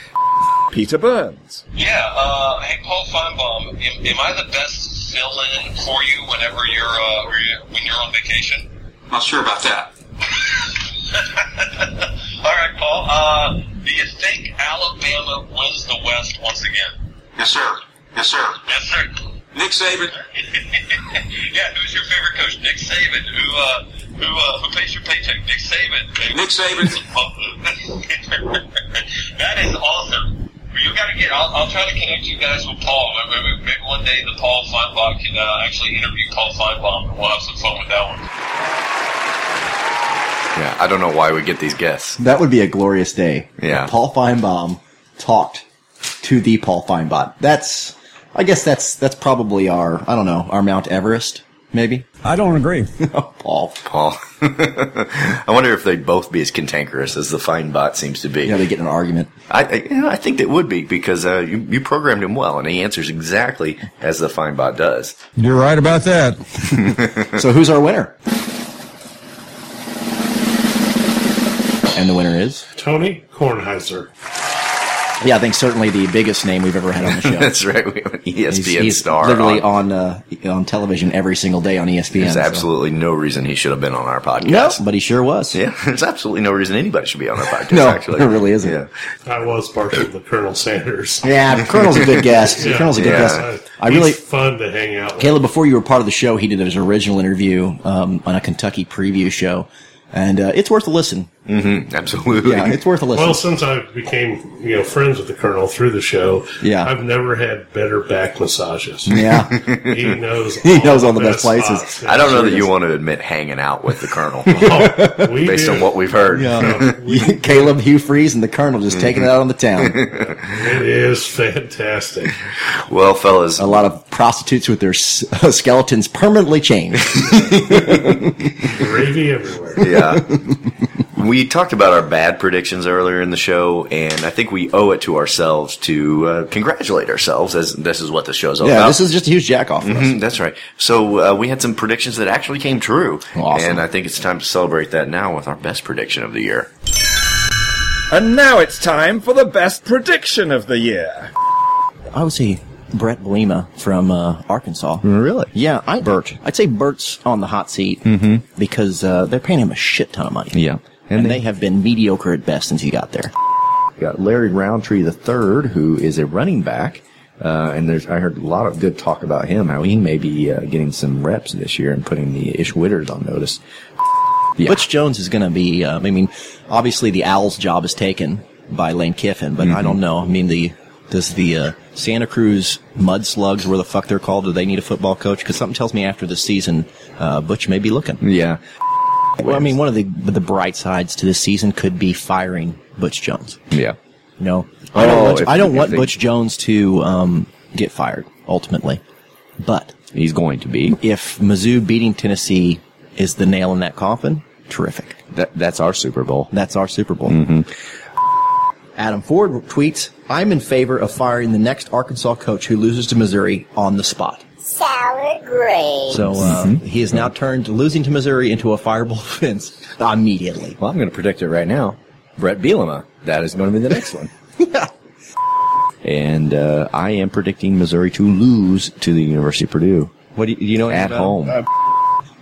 [SPEAKER 1] Peter Burns.
[SPEAKER 20] Yeah, uh, hey, Paul Feinbaum, am, am I the best fill-in for you whenever you're, uh, or you- when you're on vacation? Not sure about that. All right, Paul. Uh, do you think Alabama wins the West once again? Yes, sir. Yes, sir. Yes, sir. Nick Saban. yeah, who's your favorite coach? Nick Saban. Who, uh, who, uh, who pays your paycheck? Nick Saban. Nick Saban. that is awesome. You got to get. I'll, I'll try to connect you guys with Paul. Maybe, maybe one day the Paul Feinbaum can uh, actually interview Paul Feinbaum, and we'll have some fun with that one.
[SPEAKER 18] Yeah, I don't know why we get these guests.
[SPEAKER 3] That would be a glorious day.
[SPEAKER 18] Yeah.
[SPEAKER 3] If Paul Feinbaum talked to the Paul Feinbaum. That's, I guess that's that's probably our, I don't know, our Mount Everest, maybe.
[SPEAKER 18] I don't agree.
[SPEAKER 3] Paul.
[SPEAKER 18] Paul. I wonder if they'd both be as cantankerous as the fine bot seems to be.
[SPEAKER 3] Yeah, they get in an argument.
[SPEAKER 18] I, I, yeah, I think they would be because uh, you, you programmed him well, and he answers exactly as the fine bot does.
[SPEAKER 22] You're right about that.
[SPEAKER 3] so who's our winner? And the winner is?
[SPEAKER 4] Tony Kornheiser.
[SPEAKER 3] Yeah, I think certainly the biggest name we've ever had on the show.
[SPEAKER 18] That's right. We have an ESPN
[SPEAKER 3] He's- he's
[SPEAKER 18] star.
[SPEAKER 3] Literally
[SPEAKER 18] on.
[SPEAKER 3] on uh, on television every single day on E ESPN.
[SPEAKER 18] There's
[SPEAKER 3] so-
[SPEAKER 18] absolutely no reason he should have been on our podcast.
[SPEAKER 3] No, but he sure was.
[SPEAKER 18] Yeah, there's absolutely no reason anybody should be on our podcast.
[SPEAKER 3] No,
[SPEAKER 18] actually,
[SPEAKER 3] there really isn't.
[SPEAKER 18] Yeah.
[SPEAKER 4] I was partial to Colonel Sanders.
[SPEAKER 3] Yeah, Colonel's a good guest. Colonel's a good guest. I really-
[SPEAKER 4] He's fun to hang out with.
[SPEAKER 3] Caleb, before you were part of the show, he did his original interview um, on a Kentucky preview show, and uh, it's worth a listen.
[SPEAKER 2] Mm-hmm, absolutely.
[SPEAKER 4] Well, since I became you know friends with the Colonel through the show,
[SPEAKER 3] Yeah.
[SPEAKER 4] I've never had better back massages.
[SPEAKER 3] Yeah.
[SPEAKER 4] he knows.
[SPEAKER 3] He knows all
[SPEAKER 4] the
[SPEAKER 3] the best
[SPEAKER 4] best
[SPEAKER 3] places.
[SPEAKER 4] spots.
[SPEAKER 2] I don't know
[SPEAKER 4] Sure
[SPEAKER 2] that you
[SPEAKER 4] does.
[SPEAKER 2] want to admit hanging out with the colonel,
[SPEAKER 4] we
[SPEAKER 2] based
[SPEAKER 4] do.
[SPEAKER 2] on what we've heard.
[SPEAKER 3] Yeah. Caleb, Hugh Freeze, and the Colonel just taking it out on the town.
[SPEAKER 4] It is fantastic.
[SPEAKER 2] well, fellas,
[SPEAKER 3] A lot of prostitutes with their s- uh, skeletons permanently changed.
[SPEAKER 4] Gravy everywhere.
[SPEAKER 2] yeah. We talked about our bad predictions earlier in the show, and I think we owe it to ourselves to uh, congratulate ourselves, as this is what the show's all
[SPEAKER 3] yeah,
[SPEAKER 2] about.
[SPEAKER 3] this is just a huge jack off.
[SPEAKER 2] Mhm, that's right. So uh, we had some predictions that actually came true,
[SPEAKER 3] Awesome.
[SPEAKER 2] and I think it's time to celebrate that now with our best prediction of the year.
[SPEAKER 1] And now it's time for the best prediction of the year.
[SPEAKER 3] I would say Brett Belima from uh, Arkansas.
[SPEAKER 10] Really?
[SPEAKER 3] Yeah, I, Bert. I'd say Bert's on the hot seat because uh, they're paying him a shit ton of money.
[SPEAKER 10] Mm-hmm. Yeah,
[SPEAKER 3] and, they, have been mediocre at best since he got there.
[SPEAKER 10] We got Larry Roundtree III, who is a running back. Uh, and there's, I heard a lot of good talk about him, how he may be uh, getting some reps this year and putting the Ish Witters on notice.
[SPEAKER 3] Butch Jones is going to be. Uh, I mean, obviously the Owls' job is taken by Lane Kiffin, but
[SPEAKER 10] Mm-hmm.
[SPEAKER 3] I don't know. I mean, the does the uh, Santa Cruz Mud Slugs, where the fuck they're called, do they need a football coach? Because something tells me after this season, uh, Butch may be looking.
[SPEAKER 10] Yeah.
[SPEAKER 3] Well, I mean, one of the the bright sides to this season could be firing Butch Jones.
[SPEAKER 10] Yeah.
[SPEAKER 3] No, I don't
[SPEAKER 10] Oh,
[SPEAKER 3] want,
[SPEAKER 10] if-
[SPEAKER 3] I don't
[SPEAKER 10] if
[SPEAKER 3] want
[SPEAKER 10] they-
[SPEAKER 3] Butch Jones to um, get fired ultimately, but
[SPEAKER 10] he's going to be.
[SPEAKER 3] If Mizzou beating Tennessee is the nail in that coffin, terrific.
[SPEAKER 10] That, that's our Super Bowl. Mm-hmm.
[SPEAKER 3] That's our Super Bowl. Adam Ford tweets, "I'm in favor of firing the next Arkansas coach who loses to Missouri on the spot."
[SPEAKER 11] Salad grapes.
[SPEAKER 3] So uh,
[SPEAKER 10] Mm-hmm.
[SPEAKER 3] he has now turned losing to Missouri into a fireable offense immediately.
[SPEAKER 10] Well, I'm going to predict it right now. Brett Bielema. That is going to be the next one. And uh, I am predicting Missouri to lose to the University of Purdue.
[SPEAKER 3] What do you, you know?
[SPEAKER 10] At
[SPEAKER 3] about-
[SPEAKER 10] home.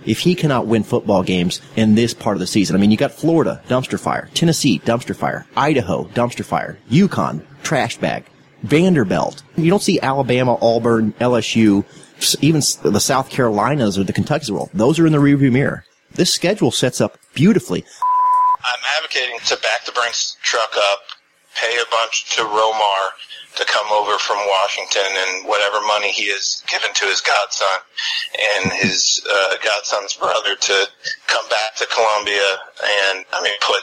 [SPEAKER 3] if he cannot win football games in this part of the season, I mean, you got Florida dumpster fire, Tennessee dumpster fire, Idaho dumpster fire, Yukon trash bag, Vanderbilt. You don't see Alabama, Auburn, LSU, s- even s- the South Carolinas or the Kentuckys of the world. Those are in the rearview mirror. This schedule sets up beautifully.
[SPEAKER 23] I'm advocating to back the Brinks truck up, pay a bunch to Romar to come over from Washington, and whatever money he has given to his godson and his uh, godson's brother to come back to Columbia and I mean put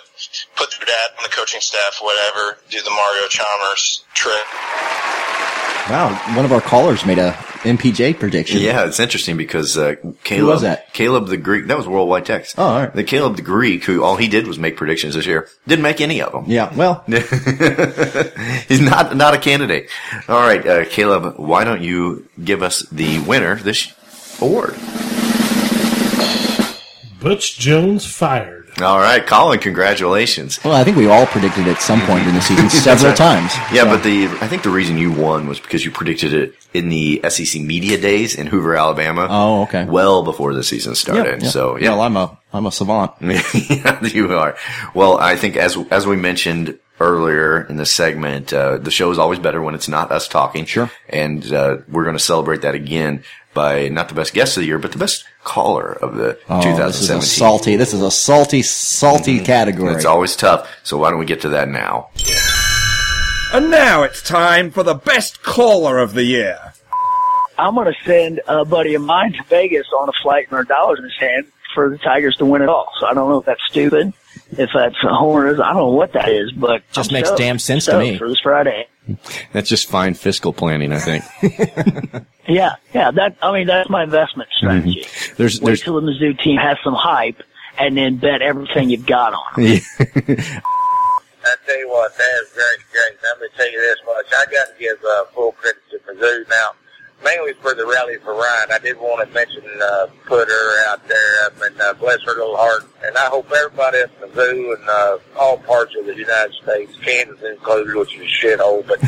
[SPEAKER 23] put their dad on the coaching staff, whatever, do the Mario Chalmers trick.
[SPEAKER 3] Wow, one of our callers made a MPJ prediction.
[SPEAKER 2] Yeah, it's interesting because uh, Caleb
[SPEAKER 3] was that?
[SPEAKER 2] Caleb the Greek. That was Worldwide Text. Oh, all right. The Caleb the Greek, who all he did was make predictions this year, didn't make any of them.
[SPEAKER 3] Yeah, well,
[SPEAKER 2] He's not not a candidate. All right, uh, Caleb, why don't you give us the winner this award?
[SPEAKER 4] Butch Jones fired.
[SPEAKER 2] All right, Colin, congratulations.
[SPEAKER 3] well, I think we all predicted at some point in the season several
[SPEAKER 2] That's right.
[SPEAKER 3] times.
[SPEAKER 2] Yeah, but the I think the reason you won was because you predicted it in the SEC media days in Hoover, Alabama.
[SPEAKER 3] Oh, okay.
[SPEAKER 2] Well before the season started.
[SPEAKER 3] yeah.
[SPEAKER 2] So yeah,
[SPEAKER 3] Well, I'm a I'm a savant.
[SPEAKER 2] yeah, you are. Well, I think as as we mentioned earlier in the segment, uh, the show is always better when it's not us talking. Sure. And uh, we're going to celebrate that again by not the best guest of the year, but the best caller of the
[SPEAKER 3] Oh,
[SPEAKER 2] 2017.
[SPEAKER 3] this is a salty. This is a salty, salty category.
[SPEAKER 2] Mm-hmm. It's always tough. So why don't we get to that now?
[SPEAKER 1] And now it's time for the best caller of the year.
[SPEAKER 24] I'm going to send a buddy of mine to Vegas on a flight and our dollars in his hand for the Tigers to win it all. So I don't know if that's stupid, if that's horners. I don't know what that is, but
[SPEAKER 3] Just
[SPEAKER 24] I'm
[SPEAKER 3] makes
[SPEAKER 24] stoked-
[SPEAKER 3] damn sense to
[SPEAKER 24] stoked
[SPEAKER 3] me.
[SPEAKER 24] For this Friday,
[SPEAKER 10] That's just fine fiscal planning, I think.
[SPEAKER 24] yeah, yeah. That I mean, that's my investment strategy.
[SPEAKER 2] Mm-hmm.
[SPEAKER 10] Mhm. There's,
[SPEAKER 24] Wait
[SPEAKER 10] there's,
[SPEAKER 24] till the Mizzou team has some hype, and then bet everything you've got on.
[SPEAKER 25] I tell you what, that is great, great. Let me tell you this much. I got to give uh, full credit to Mizzou now, mainly for the rally for Ryan. I did want to mention uh, put her out there. I mean, uh, bless her little heart. And I hope everybody at Mizzou and uh, all parts of the United States, Kansas included, which is a shithole, but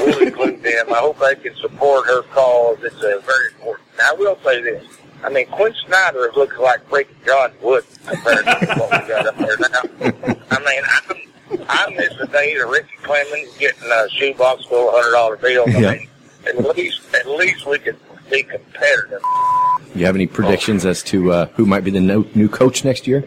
[SPEAKER 25] we'll include them. I hope they can support her cause. It's uh, very important. Now, I will say this. I mean, Quinn Snyder is looking like freaking John Wood compared to what we got up there now. I mean, I I miss the days of Ricky Clemens getting a shoebox full of hundred dollar bills. I
[SPEAKER 10] Yeah.
[SPEAKER 25] mean, at least at least we could be competitive.
[SPEAKER 10] you have any predictions as to uh, who might be the no, new coach next year?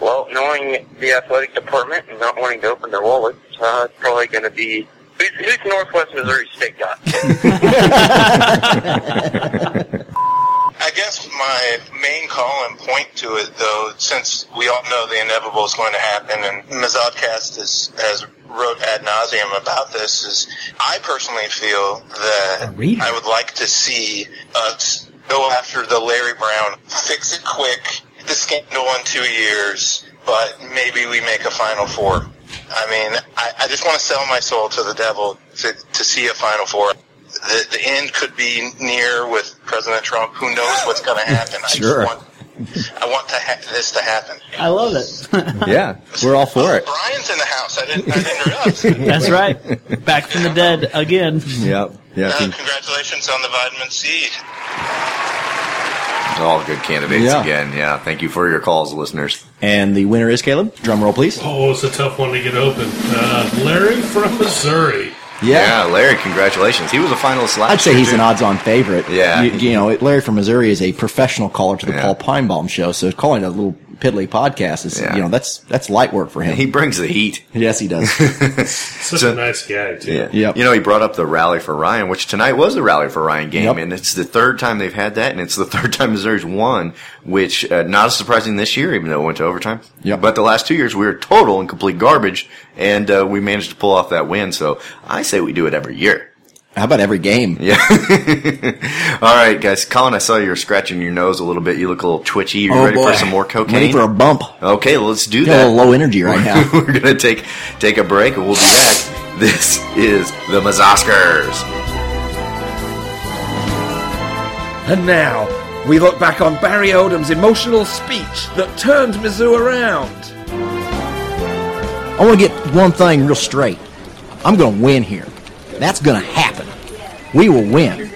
[SPEAKER 25] Well, knowing the athletic department and not wanting to open their wallets, uh, it's probably going to be who's, who's Northwest Missouri State got.
[SPEAKER 6] Mm-hmm.
[SPEAKER 23] I guess my main call and point to it, though, since we all know the inevitable is going to happen, and Mazodcast has, has wrote ad nauseum about this, is I personally feel that
[SPEAKER 26] reader.
[SPEAKER 23] I would like to see us go after the Larry Brown, fix it quick, the scandal in two years, but maybe we make a Final Four. I mean, I, I just want to sell my soul to the devil to, to see a Final Four. The, the end could be near with President Trump. Who knows what's going to happen?
[SPEAKER 3] Sure.
[SPEAKER 23] I just want, I want to ha- this to happen.
[SPEAKER 26] I love it.
[SPEAKER 17] Yeah, we're all for it.
[SPEAKER 23] Brian's in the house. I didn't, I didn't realize.
[SPEAKER 26] That's right. Back from the dead again.
[SPEAKER 17] Yep. Yeah.
[SPEAKER 23] Uh, congratulations on the vitamin C.
[SPEAKER 2] All good candidates
[SPEAKER 3] Yeah.
[SPEAKER 2] again. Yeah. Thank you for your calls, listeners.
[SPEAKER 3] And the winner is Caleb. Drum roll, please.
[SPEAKER 4] Oh, it's a tough one to get open. Uh, Larry from Missouri.
[SPEAKER 2] Yeah. Larry, congratulations. He was a finalist last
[SPEAKER 3] I'd say
[SPEAKER 2] year,
[SPEAKER 3] he's
[SPEAKER 2] too.
[SPEAKER 3] an odds-on favorite.
[SPEAKER 2] Yeah.
[SPEAKER 3] you, you know, Larry from Missouri is a professional caller to the Paul Pinebaum show, so calling a little piddly podcast is, you know, that's that's light work for him.
[SPEAKER 2] He brings the heat.
[SPEAKER 3] Yes, he does.
[SPEAKER 4] Such a nice guy, too.
[SPEAKER 2] Yeah. You know, he brought up the Rally for Ryan, which tonight was the Rally for Ryan game, and it's the third time they've had that, and it's the third time Missouri's won, which uh, not as surprising this year, even though it went to overtime. Yeah. But the last two years, we were total and complete garbage, and uh, we managed to pull off that win. So I say we do it every year.
[SPEAKER 3] How about every game?
[SPEAKER 2] Yeah. All right, guys. Colin, I saw you were scratching your nose a little bit. You look a little twitchy. You
[SPEAKER 3] Oh,
[SPEAKER 2] ready
[SPEAKER 3] boy.
[SPEAKER 2] for some more cocaine?
[SPEAKER 3] Ready for a bump.
[SPEAKER 2] Okay, let's do
[SPEAKER 3] Got a
[SPEAKER 2] that.
[SPEAKER 3] little low energy right now.
[SPEAKER 2] We're gonna take take a break and we'll be back. This is the Mazoskers.
[SPEAKER 1] And now, we look back on Barry Odom's emotional speech that turned Mizzou around.
[SPEAKER 3] I want to get one thing real straight. I'm going to win here. That's going to happen. We will win,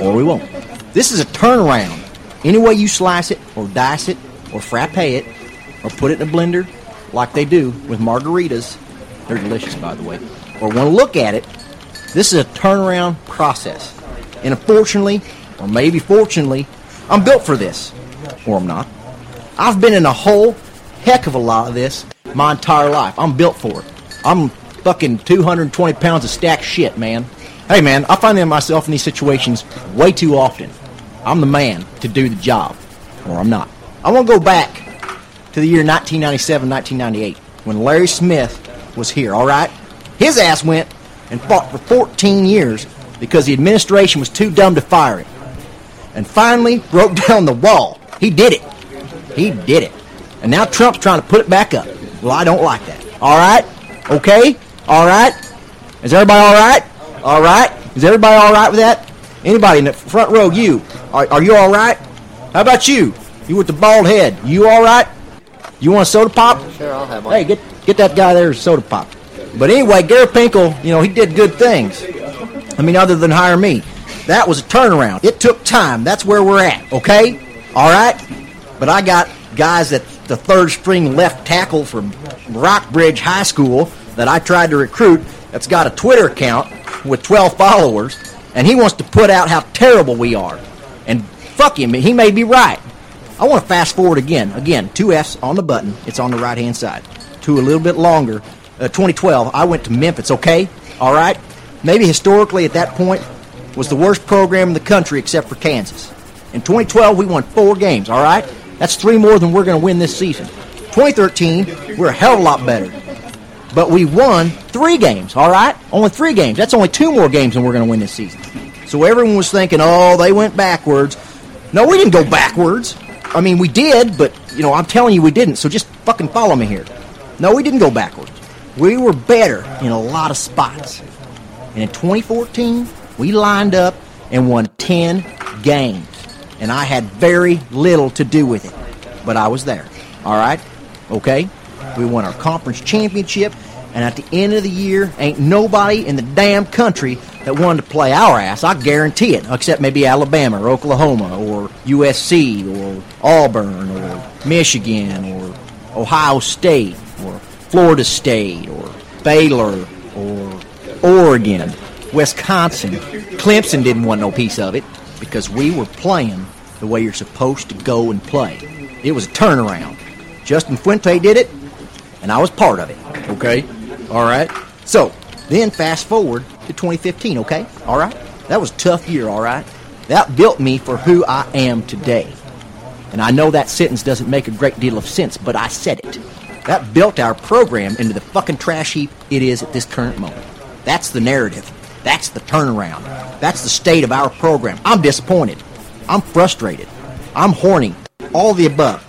[SPEAKER 3] or we won't. This is a turnaround. Any way you slice it, or dice it, or frappe it, or put it in a blender, like they do with margaritas, they're delicious, by the way, or want to look at it, this is a turnaround process. And unfortunately, or maybe fortunately, I'm built for this, or I'm not. I've been in a whole heck of a lot of this my entire life. I'm built for it. I'm fucking 220 pounds of stacked shit, man. Hey, man, I find myself in these situations way too often. I'm the man to do the job, or I'm not. I want to go back to the year 1997, 1998, when Larry Smith was here, all right? His ass went and fought for 14 years because the administration was too dumb to fire him. And finally broke down the wall. He did it. He did it. And now Trump's trying to put it back up. Well, I don't like that. All right? Okay? All right? Is everybody all right? All right? Is everybody all right with that? Anybody in the front row, you, are, are you all right? How about you? You with the bald head, you all right? You want a soda pop?
[SPEAKER 17] Sure, I'll have
[SPEAKER 3] Hey, get get that guy there a soda pop. But anyway, Gary Pinkel, you know, he did good things. I mean, other than hire me. That was a turnaround. It took time. That's where we're at, okay? All right? But I got guys that the third string left tackle from Rockbridge High School that I tried to recruit that's got a Twitter account with 12 followers, and he wants to put out how terrible we are. And fuck him, he may be right. I want to fast forward again. Again, two F's on the button. It's on the right hand side. To a little bit longer. Uh, 2012, I went to Memphis, okay? All right? Maybe historically at that point was the worst program in the country except for Kansas. In 2012, we won four games, all right? That's three more than we're going to win this season. 2013, we're a hell of a lot better. But we won three games, all right? Only three games. That's only two more games than we're going to win this season. So everyone was thinking, oh, they went backwards. No, we didn't go backwards. I mean, we did, but, you know, I'm telling you we didn't. So just fucking follow me here. No, we didn't go backwards. We were better in a lot of spots. And in 2014, we lined up and won 10 games. And I had very little to do with it. But I was there. All right? Okay? We won our conference championship. And at the end of the year, ain't nobody in the damn country that wanted to play our ass. I guarantee it. Except maybe Alabama or Oklahoma or USC or Auburn or Michigan or Ohio State or Florida State or Baylor or Oregon, Wisconsin. Clemson didn't want no piece of it because we were playing the way you're supposed to go and play. It was a turnaround. Justin Fuente did it.
[SPEAKER 14] and I was part of it. Okay. All right. So then fast forward to 2015. Okay. All right. That was a tough year. All right. That built me for who I am today. And I know that sentence doesn't make a great deal of sense, but I said it. That built our program into the fucking trash heap it is at this current moment. That's the narrative. That's the turnaround. That's the state of our program. I'm disappointed. I'm frustrated. I'm horny. All the above.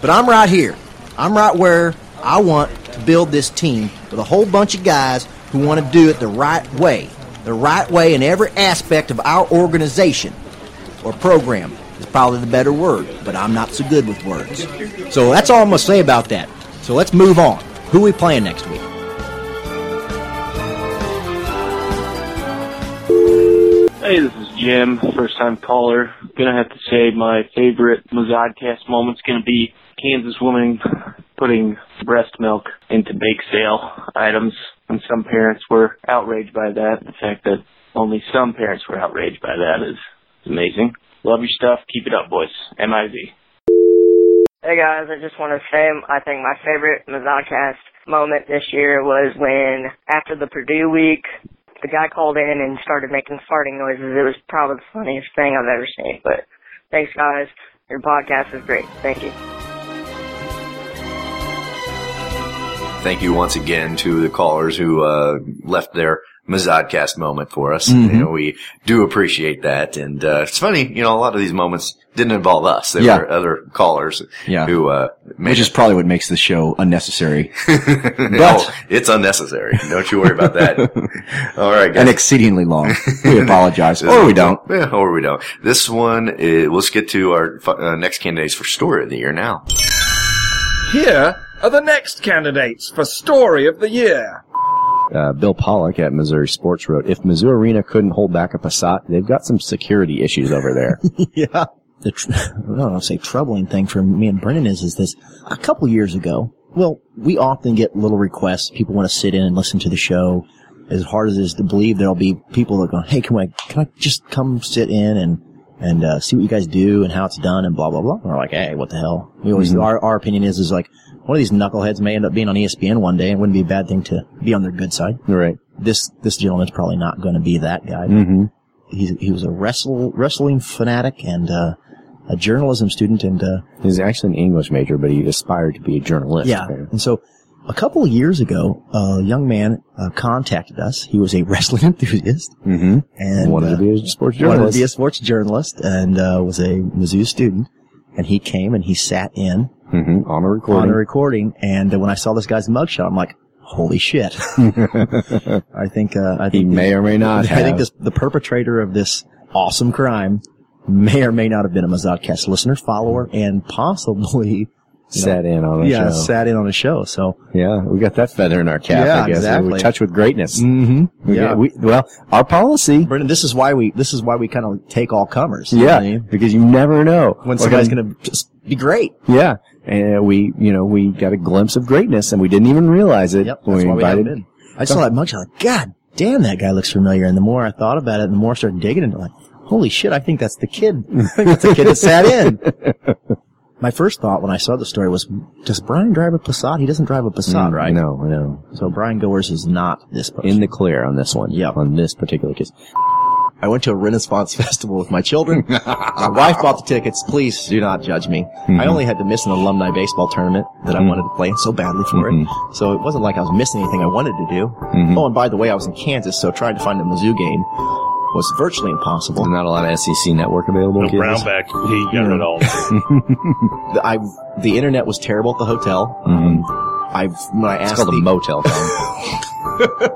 [SPEAKER 14] But I'm right here. I'm right where I want to build this team with a whole bunch of guys who want to do it the right way. The right way in every aspect of our organization or program is probably the better word, but I'm not so good with words. So that's all I'm going to say about that. So let's move on. Who we playing next week?
[SPEAKER 19] Hey, this is Jim, first time caller. Gonna have to say my favorite Mazodcast moment's gonna be Kansas woman putting breast milk into bake sale items. And some parents were outraged by that. The fact that only some parents were outraged by that is amazing. Love your stuff. Keep it up, boys. MIV.
[SPEAKER 27] Hey guys, I just want to say I think my favorite Mazodcast moment this year was when after the Purdue week, the guy called in and started making farting noises. It was probably the funniest thing I've ever seen. But thanks guys, your podcast is great. Thank you.
[SPEAKER 28] Thank you once again to the callers who uh, left their Mazodcast moment for us.
[SPEAKER 14] Mhm.
[SPEAKER 3] Mm-hmm.
[SPEAKER 28] You know, we do appreciate that, and uh, it's funny. You know, a lot of these moments didn't involve us. There
[SPEAKER 14] Yeah.
[SPEAKER 28] were other callers
[SPEAKER 14] Yeah.
[SPEAKER 28] who uh, made
[SPEAKER 14] Which is probably what makes the show unnecessary
[SPEAKER 28] no, it's unnecessary. Don't you worry about that. All right, guys.
[SPEAKER 14] and exceedingly long. We apologize,
[SPEAKER 28] This
[SPEAKER 14] or
[SPEAKER 28] is-
[SPEAKER 14] we don't.
[SPEAKER 28] Yeah, or we don't. This one, is, let's get to our fu- uh, next candidates for story of the year now.
[SPEAKER 1] Here are the next candidates for Story of the Year.
[SPEAKER 2] Uh, Bill Pollock at Missouri Sports wrote, if Mizzou Arena couldn't hold back a Passat, they've got some security issues over there.
[SPEAKER 14] yeah.
[SPEAKER 3] The tr- I don't know, say troubling thing for me and Brennan is is this. A couple years ago, well, we often get little requests. People want to sit in and listen to the show. As hard as it is to believe, there'll be people that go, "Hey, can I can I just come sit in and and uh, see what you guys do and how it's done and blah blah blah?" And we're like, "Hey, what the hell?" We always
[SPEAKER 14] Mhm.
[SPEAKER 3] our our opinion is is like one of these knuckleheads may end up being on E ESPN one day, and wouldn't be a bad thing to be on their good side.
[SPEAKER 2] Right.
[SPEAKER 3] This this gentleman's probably not going to be that guy
[SPEAKER 2] Mm-hmm.
[SPEAKER 3] he's, he was a wrestle wrestling fanatic and uh, a journalism student and uh,
[SPEAKER 2] He's actually an English major, but he aspired to be a journalist.
[SPEAKER 3] yeah. And so a couple of years ago, a young man uh, contacted us. He was a wrestling enthusiast
[SPEAKER 2] Mm-hmm.
[SPEAKER 3] and
[SPEAKER 2] Wanted to
[SPEAKER 3] uh,
[SPEAKER 2] be a sports
[SPEAKER 3] Wanted
[SPEAKER 2] journalist.
[SPEAKER 3] to be a sports journalist and uh, was a Mizzou student. And he came and he sat in
[SPEAKER 2] mm-hmm. on a
[SPEAKER 3] on
[SPEAKER 2] recording.
[SPEAKER 3] a recording. And uh, when I saw this guy's mugshot, I'm like, holy shit! I think uh, I think
[SPEAKER 2] He may or may not
[SPEAKER 3] I
[SPEAKER 2] have.
[SPEAKER 3] think this, the perpetrator of this awesome crime may or may not have been a Mazodcast listener, follower, and possibly you
[SPEAKER 2] Sat in on a
[SPEAKER 3] yeah,
[SPEAKER 2] show.
[SPEAKER 3] sat in on a show. So
[SPEAKER 2] yeah, we got that feather in our cap,
[SPEAKER 3] Yeah,
[SPEAKER 2] I guess.
[SPEAKER 3] exactly.
[SPEAKER 2] We touch with greatness.
[SPEAKER 3] Mm-hmm.
[SPEAKER 2] We
[SPEAKER 3] yeah.
[SPEAKER 2] get- we- well, our policy,
[SPEAKER 3] Brendan. This is why we this is why we kind of take all comers. you know what I
[SPEAKER 2] Yeah,
[SPEAKER 3] mean?
[SPEAKER 2] because you never know
[SPEAKER 3] when
[SPEAKER 2] Or
[SPEAKER 3] somebody's
[SPEAKER 2] can-
[SPEAKER 3] going to just be great.
[SPEAKER 2] Yeah, and we, you know, we got a glimpse of greatness, and we didn't even realize it
[SPEAKER 3] Yep,
[SPEAKER 2] when
[SPEAKER 3] that's
[SPEAKER 2] we
[SPEAKER 3] why we haven't
[SPEAKER 2] invited.
[SPEAKER 3] been. I saw that mugshot. Like, God damn, that guy looks familiar. And the more I thought about it, the more I started digging into it. Like, holy shit, I think that's the kid. I think that's the kid that sat in. My first thought when I saw the story was, does Brian drive a Passat? He doesn't drive a Passat,
[SPEAKER 2] Mm,
[SPEAKER 3] right?
[SPEAKER 2] No, no.
[SPEAKER 3] So Brian Goers is not this person.
[SPEAKER 2] In the clear on this one.
[SPEAKER 3] Yeah.
[SPEAKER 2] On this particular case.
[SPEAKER 3] I went to a Renaissance festival with my children. my wife bought the tickets. Please do not judge me. I only had to miss an alumni baseball tournament that I wanted to play in so badly for it. So it wasn't like I was missing anything I wanted to do. Oh, and by the way, I was in Kansas, so trying to find a Mizzou game was virtually impossible.
[SPEAKER 2] Not a lot of SEC network available.
[SPEAKER 29] No, Brownback, he got it all.
[SPEAKER 3] The, I, the internet was terrible at the hotel. I when I
[SPEAKER 2] It's
[SPEAKER 3] asked
[SPEAKER 2] called a
[SPEAKER 3] the,
[SPEAKER 2] motel.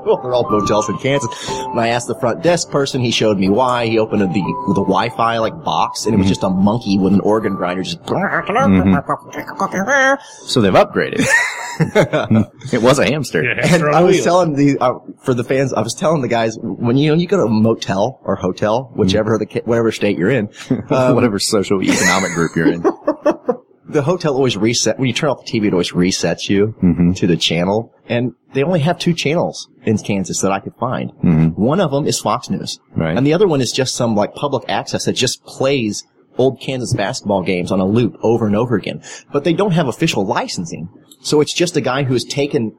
[SPEAKER 3] well, they're all motels in Kansas. When I asked the front desk person, he showed me why. He opened the the Wi-Fi like box, and it
[SPEAKER 2] Mm-hmm.
[SPEAKER 3] was just a monkey with an organ grinder. Just
[SPEAKER 2] so they've upgraded. it was a hamster.
[SPEAKER 3] and I was telling the uh, for the fans, I was telling the guys when you know you go to a motel or hotel, whichever
[SPEAKER 2] Mm-hmm.
[SPEAKER 3] the ca- whatever state you're in, um,
[SPEAKER 2] Whatever social economic group you're in.
[SPEAKER 3] the hotel always reset when you turn off the TV. It always resets you
[SPEAKER 2] Mm-hmm.
[SPEAKER 3] to the channel, and they only have two channels in Kansas that I could find.
[SPEAKER 2] Mm-hmm.
[SPEAKER 3] One of them is Fox News,
[SPEAKER 2] Right.
[SPEAKER 3] and the other one is just some like public access that just plays old Kansas basketball games on a loop over and over again. But they don't have official licensing, So it's just a guy who has taken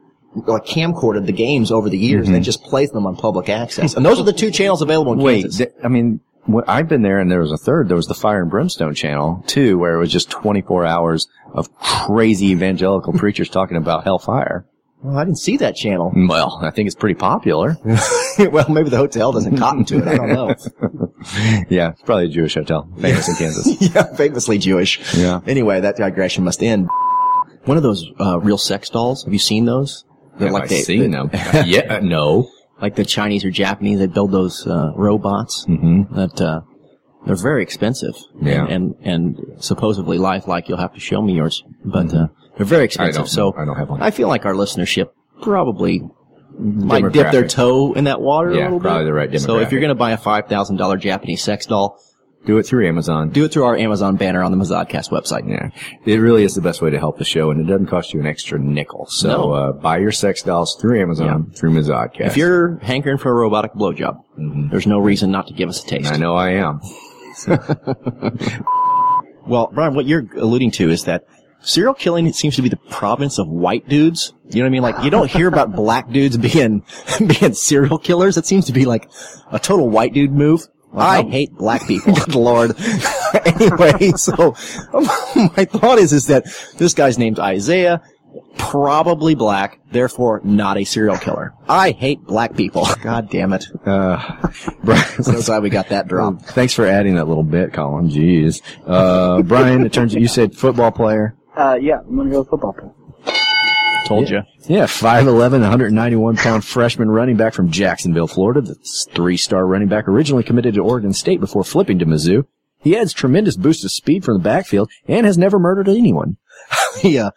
[SPEAKER 3] like camcorded the games over the years
[SPEAKER 2] Mhm.
[SPEAKER 3] and just plays them on public access. And those are the two channels available in
[SPEAKER 2] Wait,
[SPEAKER 3] Kansas.
[SPEAKER 2] th- I mean, wh- I've been there, and there was a third. There was the Fire and Brimstone channel too, where it was just 24 hours of crazy evangelical preachers talking about hellfire.
[SPEAKER 3] Well, I didn't see that channel.
[SPEAKER 2] Well, I think it's pretty popular.
[SPEAKER 3] well, maybe the hotel doesn't cotton to it. I don't know.
[SPEAKER 2] yeah, it's probably a Jewish hotel, famous in Kansas.
[SPEAKER 3] yeah, famously Jewish. Yeah. Anyway, that digression must end. One of those uh, real sex dolls. Have you seen those?
[SPEAKER 2] Have I seen them? Yeah, uh, no.
[SPEAKER 3] Like the Chinese or Japanese, they build those uh, robots that uh, they're very expensive.
[SPEAKER 2] Mm-hmm. Yeah.
[SPEAKER 3] And and supposedly lifelike. You'll have to show me yours, but uh, they're very expensive.
[SPEAKER 2] don't-
[SPEAKER 3] so
[SPEAKER 2] Mm-hmm. I don't have one.
[SPEAKER 3] I feel like our listenership probably might dip their
[SPEAKER 2] Demographic.
[SPEAKER 3] toe in that water
[SPEAKER 2] Yeah,
[SPEAKER 3] a little bit.
[SPEAKER 2] probably the right
[SPEAKER 3] So if
[SPEAKER 2] demographic.
[SPEAKER 3] you're going to buy a five thousand dollar Japanese sex doll,
[SPEAKER 2] do it through Amazon.
[SPEAKER 3] Do it through our Amazon banner on the Mazodcast website.
[SPEAKER 2] Yeah, it really is the best way to help the show, and it doesn't cost you an extra nickel. So
[SPEAKER 3] No.
[SPEAKER 2] uh, buy your sex dolls through Amazon through Mazodcast.
[SPEAKER 3] If you're hankering for a robotic blowjob, there's no reason not to give us a taste. I
[SPEAKER 2] know I am.
[SPEAKER 3] well, Brian, what you're alluding to is that serial killing it seems to be the province of white dudes. You know what I mean? Like you don't hear about black dudes being being serial killers. It seems to be like a total white dude move. I hate black people. Good lord. anyway, so my thought is is that this guy's name's Isaiah, probably black, therefore not a serial killer. I hate black people. God damn it.
[SPEAKER 2] Uh,
[SPEAKER 3] so that's why we got that drop.
[SPEAKER 2] Thanks for adding that little bit, Colin. Jeez, uh, Brian. It turns out you said football player.
[SPEAKER 26] Uh, yeah, I'm gonna go football. player.
[SPEAKER 3] Told
[SPEAKER 2] you. Yeah, 5'11", 191 pound freshman running back from Jacksonville, Florida. The three star running back originally committed to Oregon State before flipping to Mizzou. He adds tremendous boost of speed from the backfield and has never murdered anyone.
[SPEAKER 3] yeah.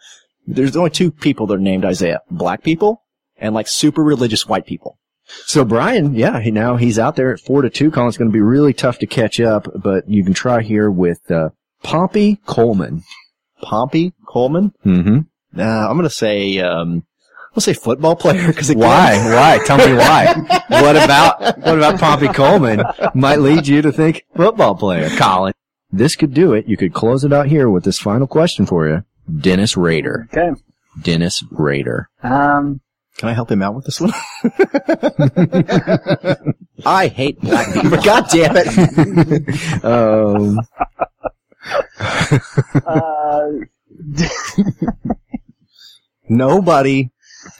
[SPEAKER 3] There's only two people that are named Isaiah. Black people and like super religious white people.
[SPEAKER 2] So Brian, yeah, he, now he's out there at four to two. Colin's going to be really tough to catch up, but you can try here with uh, Pompey Coleman.
[SPEAKER 3] Pompey Coleman.
[SPEAKER 2] Mm-hmm.
[SPEAKER 3] Uh, I'm gonna say, um, I'll say football player because
[SPEAKER 2] Why? Why? Tell me why. what about what about Pompey Coleman might lead you to think football player, Colin? This could do it. You could close it out here with this final question for you, Dennis Rader.
[SPEAKER 26] Okay.
[SPEAKER 2] Dennis Rader.
[SPEAKER 26] Um,
[SPEAKER 3] Can I help him out with this one?
[SPEAKER 17] Mm-hmm.
[SPEAKER 3] I hate black people. God damn it.
[SPEAKER 2] um,
[SPEAKER 26] uh,
[SPEAKER 3] Nobody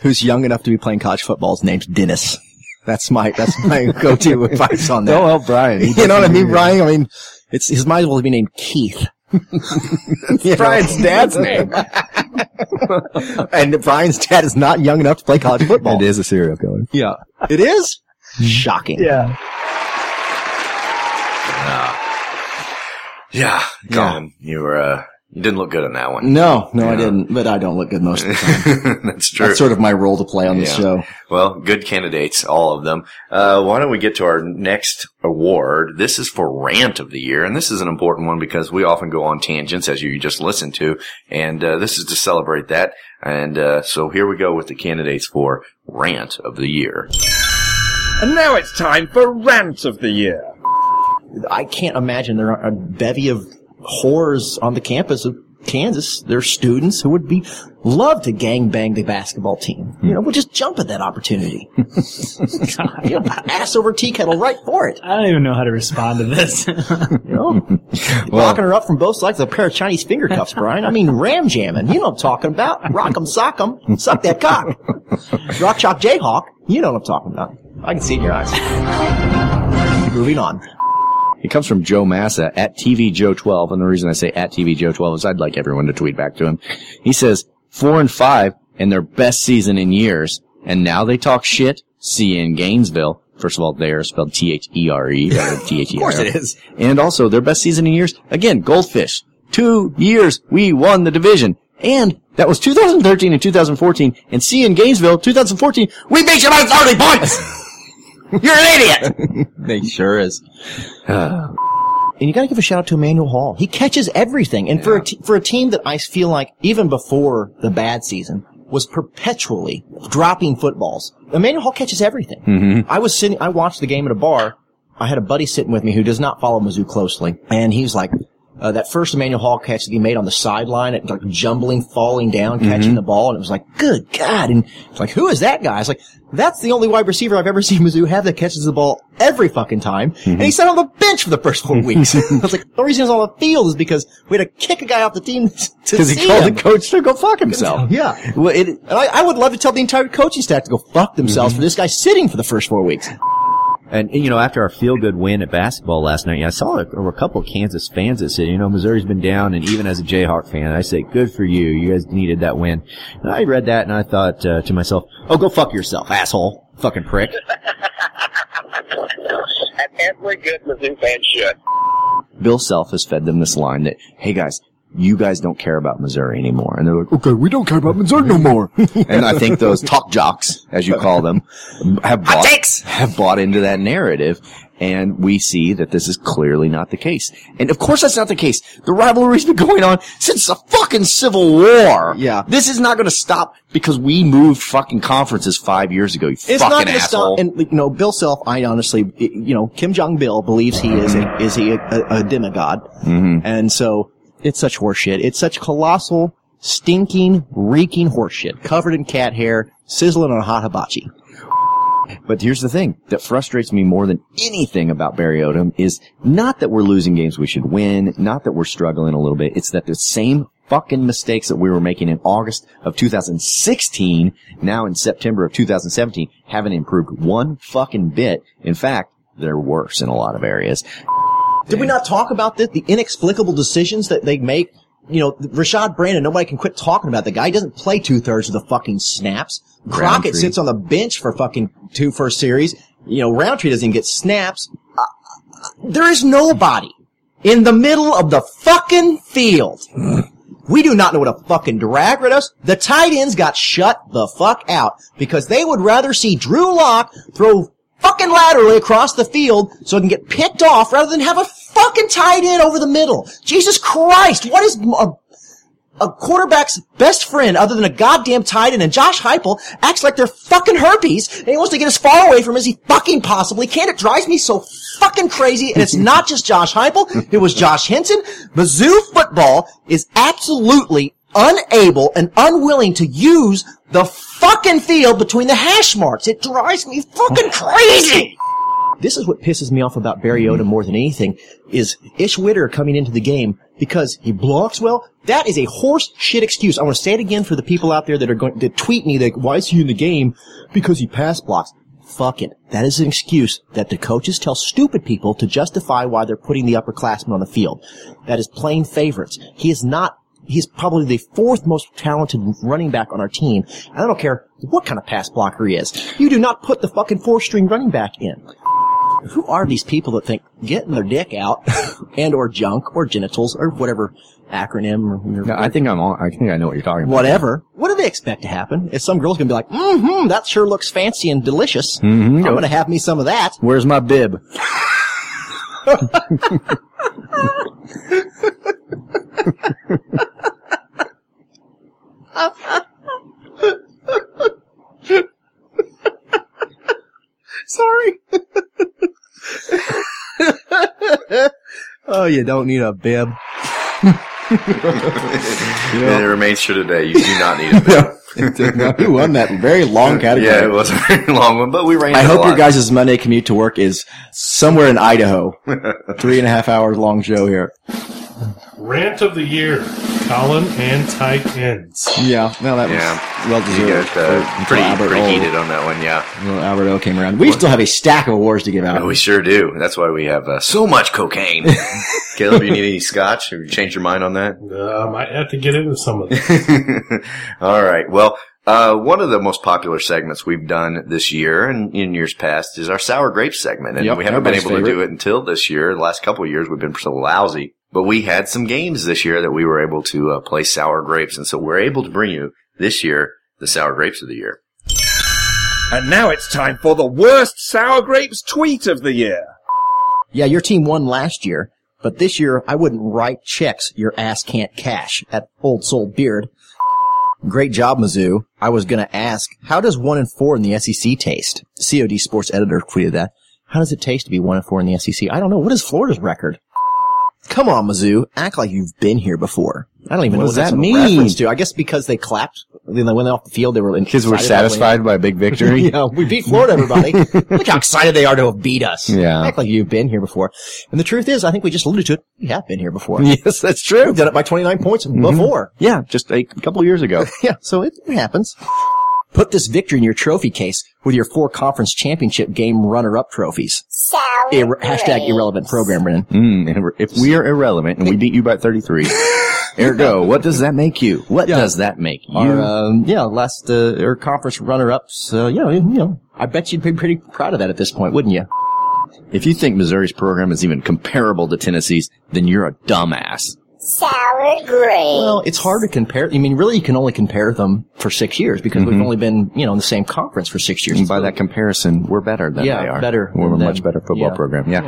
[SPEAKER 3] who's young enough to be playing college football is named Dennis. That's my that's my go to advice on that.
[SPEAKER 2] Don't help Brian. He
[SPEAKER 3] You know what I
[SPEAKER 2] doesn't
[SPEAKER 3] mean,
[SPEAKER 2] need it.
[SPEAKER 3] Brian? I mean, it's his might as well be named Keith. You know?
[SPEAKER 2] Brian's dad's name.
[SPEAKER 3] and Brian's dad is not young enough to play college football.
[SPEAKER 2] It is a serial killer.
[SPEAKER 3] Yeah, it is shocking.
[SPEAKER 26] Yeah.
[SPEAKER 30] Yeah, Colin, you were uh, you didn't look good on that one.
[SPEAKER 3] No, no, I
[SPEAKER 30] Yeah.
[SPEAKER 3] didn't. But I don't look good most of the time.
[SPEAKER 30] That's true.
[SPEAKER 3] That's sort of my role to play on this
[SPEAKER 30] Yeah.
[SPEAKER 3] show.
[SPEAKER 30] Well, good candidates, all of them. Uh, why don't we get to our next award? This is for rant of the year, and this is an important one because we often go on tangents, as you just listened to, and uh, this is to celebrate that. And uh, so here we go with the candidates for rant of the year.
[SPEAKER 1] And now it's time for Rant of the Year.
[SPEAKER 3] I can't imagine there are a bevy of whores on the campus of Kansas. There are students who would be love to gangbang the basketball team. You know, we'll just jump at that opportunity. You know, ass over tea kettle, right for it.
[SPEAKER 31] I don't even know how to respond to this.
[SPEAKER 3] You know, locking her up from both sides with a pair of Chinese finger cuffs, Brian. I mean, ram jamming. You know what I'm talking about. Rock 'em, sock 'em, suck that cock. Rock, chalk, jayhawk. You know what I'm talking about. I can see it in your eyes. Moving on.
[SPEAKER 2] It comes from Joe Massa at TV Joe 12. And the reason I say at TV Joe 12 is I'd like everyone to tweet back to him. He says four and five in their best season in years. And now they talk shit. See you in Gainesville. First of all, they are spelled T H E R E. Of
[SPEAKER 3] course it is.
[SPEAKER 2] And also their best season in years. Again, Goldfish. Two years we won the division. And that was 2013 and 2014. And see you in Gainesville, 2014, we beat you by 30 points! You're an idiot!
[SPEAKER 3] They sure is. and you got to give a shout out to Emmanuel Hall. He catches everything, and for a t- for a team that I feel like even before the bad season was perpetually dropping footballs, Emmanuel Hall catches everything.
[SPEAKER 6] Mm-hmm.
[SPEAKER 2] Mhm.
[SPEAKER 3] I was sitting, I watched the game at a bar. I had a buddy sitting with me who does not follow Mizzou closely, and he was like, Uh, that first Emmanuel Hall catch that he made on the sideline, it like jumbling, falling down, catching
[SPEAKER 6] Mm-hmm.
[SPEAKER 3] the ball, and it was like, good God. And it's like, who is that guy? It's like, that's the only wide receiver I've ever seen Mizzou have that catches the ball every fucking time.
[SPEAKER 6] Mm-hmm.
[SPEAKER 3] And he sat on the bench for the first four weeks. I was like, the reason he's on the field is because we had to kick a guy off the team to
[SPEAKER 6] Because
[SPEAKER 3] see
[SPEAKER 6] he called
[SPEAKER 3] him.
[SPEAKER 6] the coach to go fuck himself.
[SPEAKER 3] Yeah. Well, it, and I, I would love to tell the entire coaching staff to go fuck themselves for this guy sitting for the first four weeks.
[SPEAKER 7] And you know, after our feel good win at basketball last night, I saw a, there were a couple of Kansas fans that said, you know, Missouri's been down, and even as a Jayhawk fan, I say, good for you. You guys needed that win. And I read that and I thought uh, to myself, oh, go fuck yourself, asshole, fucking prick.
[SPEAKER 25] And every good Mizzou fan should.
[SPEAKER 10] Bill Self has fed them this line that, hey guys, you guys don't care about Missouri anymore. And they're like, okay, we don't care about Missouri no more.
[SPEAKER 6] and I think those talk jocks, as you call them, have bought,
[SPEAKER 10] takes!
[SPEAKER 6] have bought into that narrative. And we see that this is clearly not the case. And of course that's not the case. The rivalry's been going on since the fucking Civil War. Yeah. This is not gonna stop because we moved fucking conferences five years ago, you
[SPEAKER 3] It's not
[SPEAKER 6] fucking
[SPEAKER 3] going to
[SPEAKER 6] asshole.
[SPEAKER 3] stop. And you know, Bill Self, I honestly, you know, Kim Jong Bill believes he is a, is he a, a, a demigod, and so it's such horseshit. It's such colossal, stinking, reeking horseshit, covered in cat hair, sizzling on a hot hibachi.
[SPEAKER 6] But here's the thing that frustrates me more than anything about Barry Odom is not that we're losing games we should win, not that we're struggling a little bit. It's that the same fucking mistakes that we were making in August of 2016, now in September of 2017, haven't improved one fucking bit. In fact, they're worse in a lot of areas.
[SPEAKER 3] Did we not talk about this? The inexplicable decisions that they make. You know, Rashad Brandon, nobody can quit talking about the guy. He doesn't play two thirds of the fucking snaps. Crockett
[SPEAKER 6] Roundtree.
[SPEAKER 3] sits on the bench for fucking two first series. You know, Roundtree doesn't even get snaps. Uh, uh, there is nobody in the middle of the fucking field. We do not know what a fucking drag rid us. The tight ends got shut the fuck out because they would rather see Drew Lock throw fucking laterally across the field so it can get picked off rather than have a fucking tight end over the middle. Jesus Christ, what is a, a quarterback's best friend other than a goddamn tight end? And Josh Heupel acts like they're fucking herpes and he wants to get as far away from as he fucking possibly can. It drives me so fucking crazy. And it's not just Josh Heupel. It was Josh Henson. Mizzou football is absolutely unable and unwilling to use the fucking field between the hash marks. It drives me fucking crazy. This is what pisses me off about Barry Odom more than anything is Ish Witter coming into the game because he blocks well. That is a horse shit excuse. I want to say it again for the people out there that are going to tweet me like, why is he in the game? Because he pass blocks. Fuck it. That is an excuse that the coaches tell stupid people to justify why they're putting the upperclassmen on the field. That is plain favorites. He is not he's probably the fourth most talented running back on our team. And I don't care what kind of pass blocker he is. You do not put the fucking four string running back in. Who are these people that think getting their dick out and or junk or genitals or whatever acronym or,
[SPEAKER 6] I think I'm on, I think I know what you're talking about.
[SPEAKER 3] whatever? What do they expect to happen? If some girl's gonna be like, mm-hmm, that sure looks fancy and delicious.
[SPEAKER 6] Mhm.
[SPEAKER 3] I'm gonna have me some of that.
[SPEAKER 6] Where's my bib?
[SPEAKER 3] Sorry. oh, you don't need a bib.
[SPEAKER 2] And it remains true today. You do not need it.
[SPEAKER 3] Who won that very long category?
[SPEAKER 2] yeah, it was a very long one, but we ran.
[SPEAKER 3] I
[SPEAKER 2] it a
[SPEAKER 3] hope your
[SPEAKER 2] lot.
[SPEAKER 3] guys' Monday commute to work is somewhere in Idaho. Three and a half hours long show here.
[SPEAKER 4] Rant of the year: Colin and tight ends.
[SPEAKER 3] Yeah, no, that was well
[SPEAKER 2] You
[SPEAKER 3] deserved.
[SPEAKER 2] got uh,
[SPEAKER 3] for- for
[SPEAKER 2] pretty
[SPEAKER 3] Albert
[SPEAKER 2] pretty
[SPEAKER 3] O.
[SPEAKER 2] heated on that one, yeah.
[SPEAKER 3] Well, Albert O came around. We still have a stack of awards to give out.
[SPEAKER 2] No, we sure do. That's why we have uh, so much cocaine. Caleb, you need any scotch? Have you changed your mind on that?
[SPEAKER 4] Uh, I might have to get into some of this.
[SPEAKER 2] All right. Well, uh, one of the most popular segments we've done this year and in years past is our sour grapes segment. And
[SPEAKER 6] Yep,
[SPEAKER 2] we haven't been able
[SPEAKER 6] everybody's
[SPEAKER 2] to do
[SPEAKER 6] favorite.
[SPEAKER 2] it until this year. The last couple of years we've been so lousy, but we had some games this year that we were able to uh, play sour grapes. And so we're able to bring you this year the sour grapes of the year.
[SPEAKER 1] And now it's time for the worst sour grapes tweet of the year.
[SPEAKER 3] Yeah, your team won last year, but this year I wouldn't write checks your ass can't cash at Old Soul Beard. Great job, Mizzou. I was going to ask, how does one and four in the SEC taste? COD E Sports Editor tweeted that. How does it taste to be one and four in the SEC? I don't know. What is Florida's record? Come on, Mizzou, act like you've been here before. I don't even
[SPEAKER 32] What
[SPEAKER 3] know
[SPEAKER 32] does
[SPEAKER 3] what that's
[SPEAKER 32] that
[SPEAKER 3] a
[SPEAKER 32] mean?
[SPEAKER 3] reference to. I guess because they clapped when they went off the field, they were
[SPEAKER 32] Because we're
[SPEAKER 3] excited about
[SPEAKER 32] satisfied
[SPEAKER 3] winning.
[SPEAKER 2] by a big victory?
[SPEAKER 3] yeah, we beat Florida, everybody. Look how excited they are to have beat us.
[SPEAKER 2] Yeah.
[SPEAKER 3] act like you've been here before. And the truth is, I think we just alluded to it. We have been here before.
[SPEAKER 2] Yes, that's true. Mm-hmm.
[SPEAKER 3] We've done it by twenty nine points before.
[SPEAKER 2] Yeah, just a couple years ago.
[SPEAKER 3] yeah, so it, it happens. Put this victory in your trophy case with your four conference championship game runner up trophies. Ir- hashtag irrelevant program, Brennan.
[SPEAKER 2] Mm, and we're- if we are irrelevant and we beat you by 33, ergo, what does that make you? What does that make you?
[SPEAKER 3] Our, um, yeah, last uh, or conference runner-ups. Uh, you know, you know, I bet you'd be pretty proud of that at this point, wouldn't you?
[SPEAKER 2] if you think Missouri's program is even comparable to Tennessee's, then you're a dumbass.
[SPEAKER 33] Sour grapes.
[SPEAKER 3] Well, it's hard to compare. I mean, really, you can only compare them for six years because we've only been, you know, in the same conference for six years.
[SPEAKER 2] Mm-hmm. And by that comparison, we're better than
[SPEAKER 3] Yeah,
[SPEAKER 2] they are.
[SPEAKER 3] better
[SPEAKER 2] We're a
[SPEAKER 3] than
[SPEAKER 2] much
[SPEAKER 3] them.
[SPEAKER 2] better football
[SPEAKER 3] Yeah.
[SPEAKER 2] program. Yeah.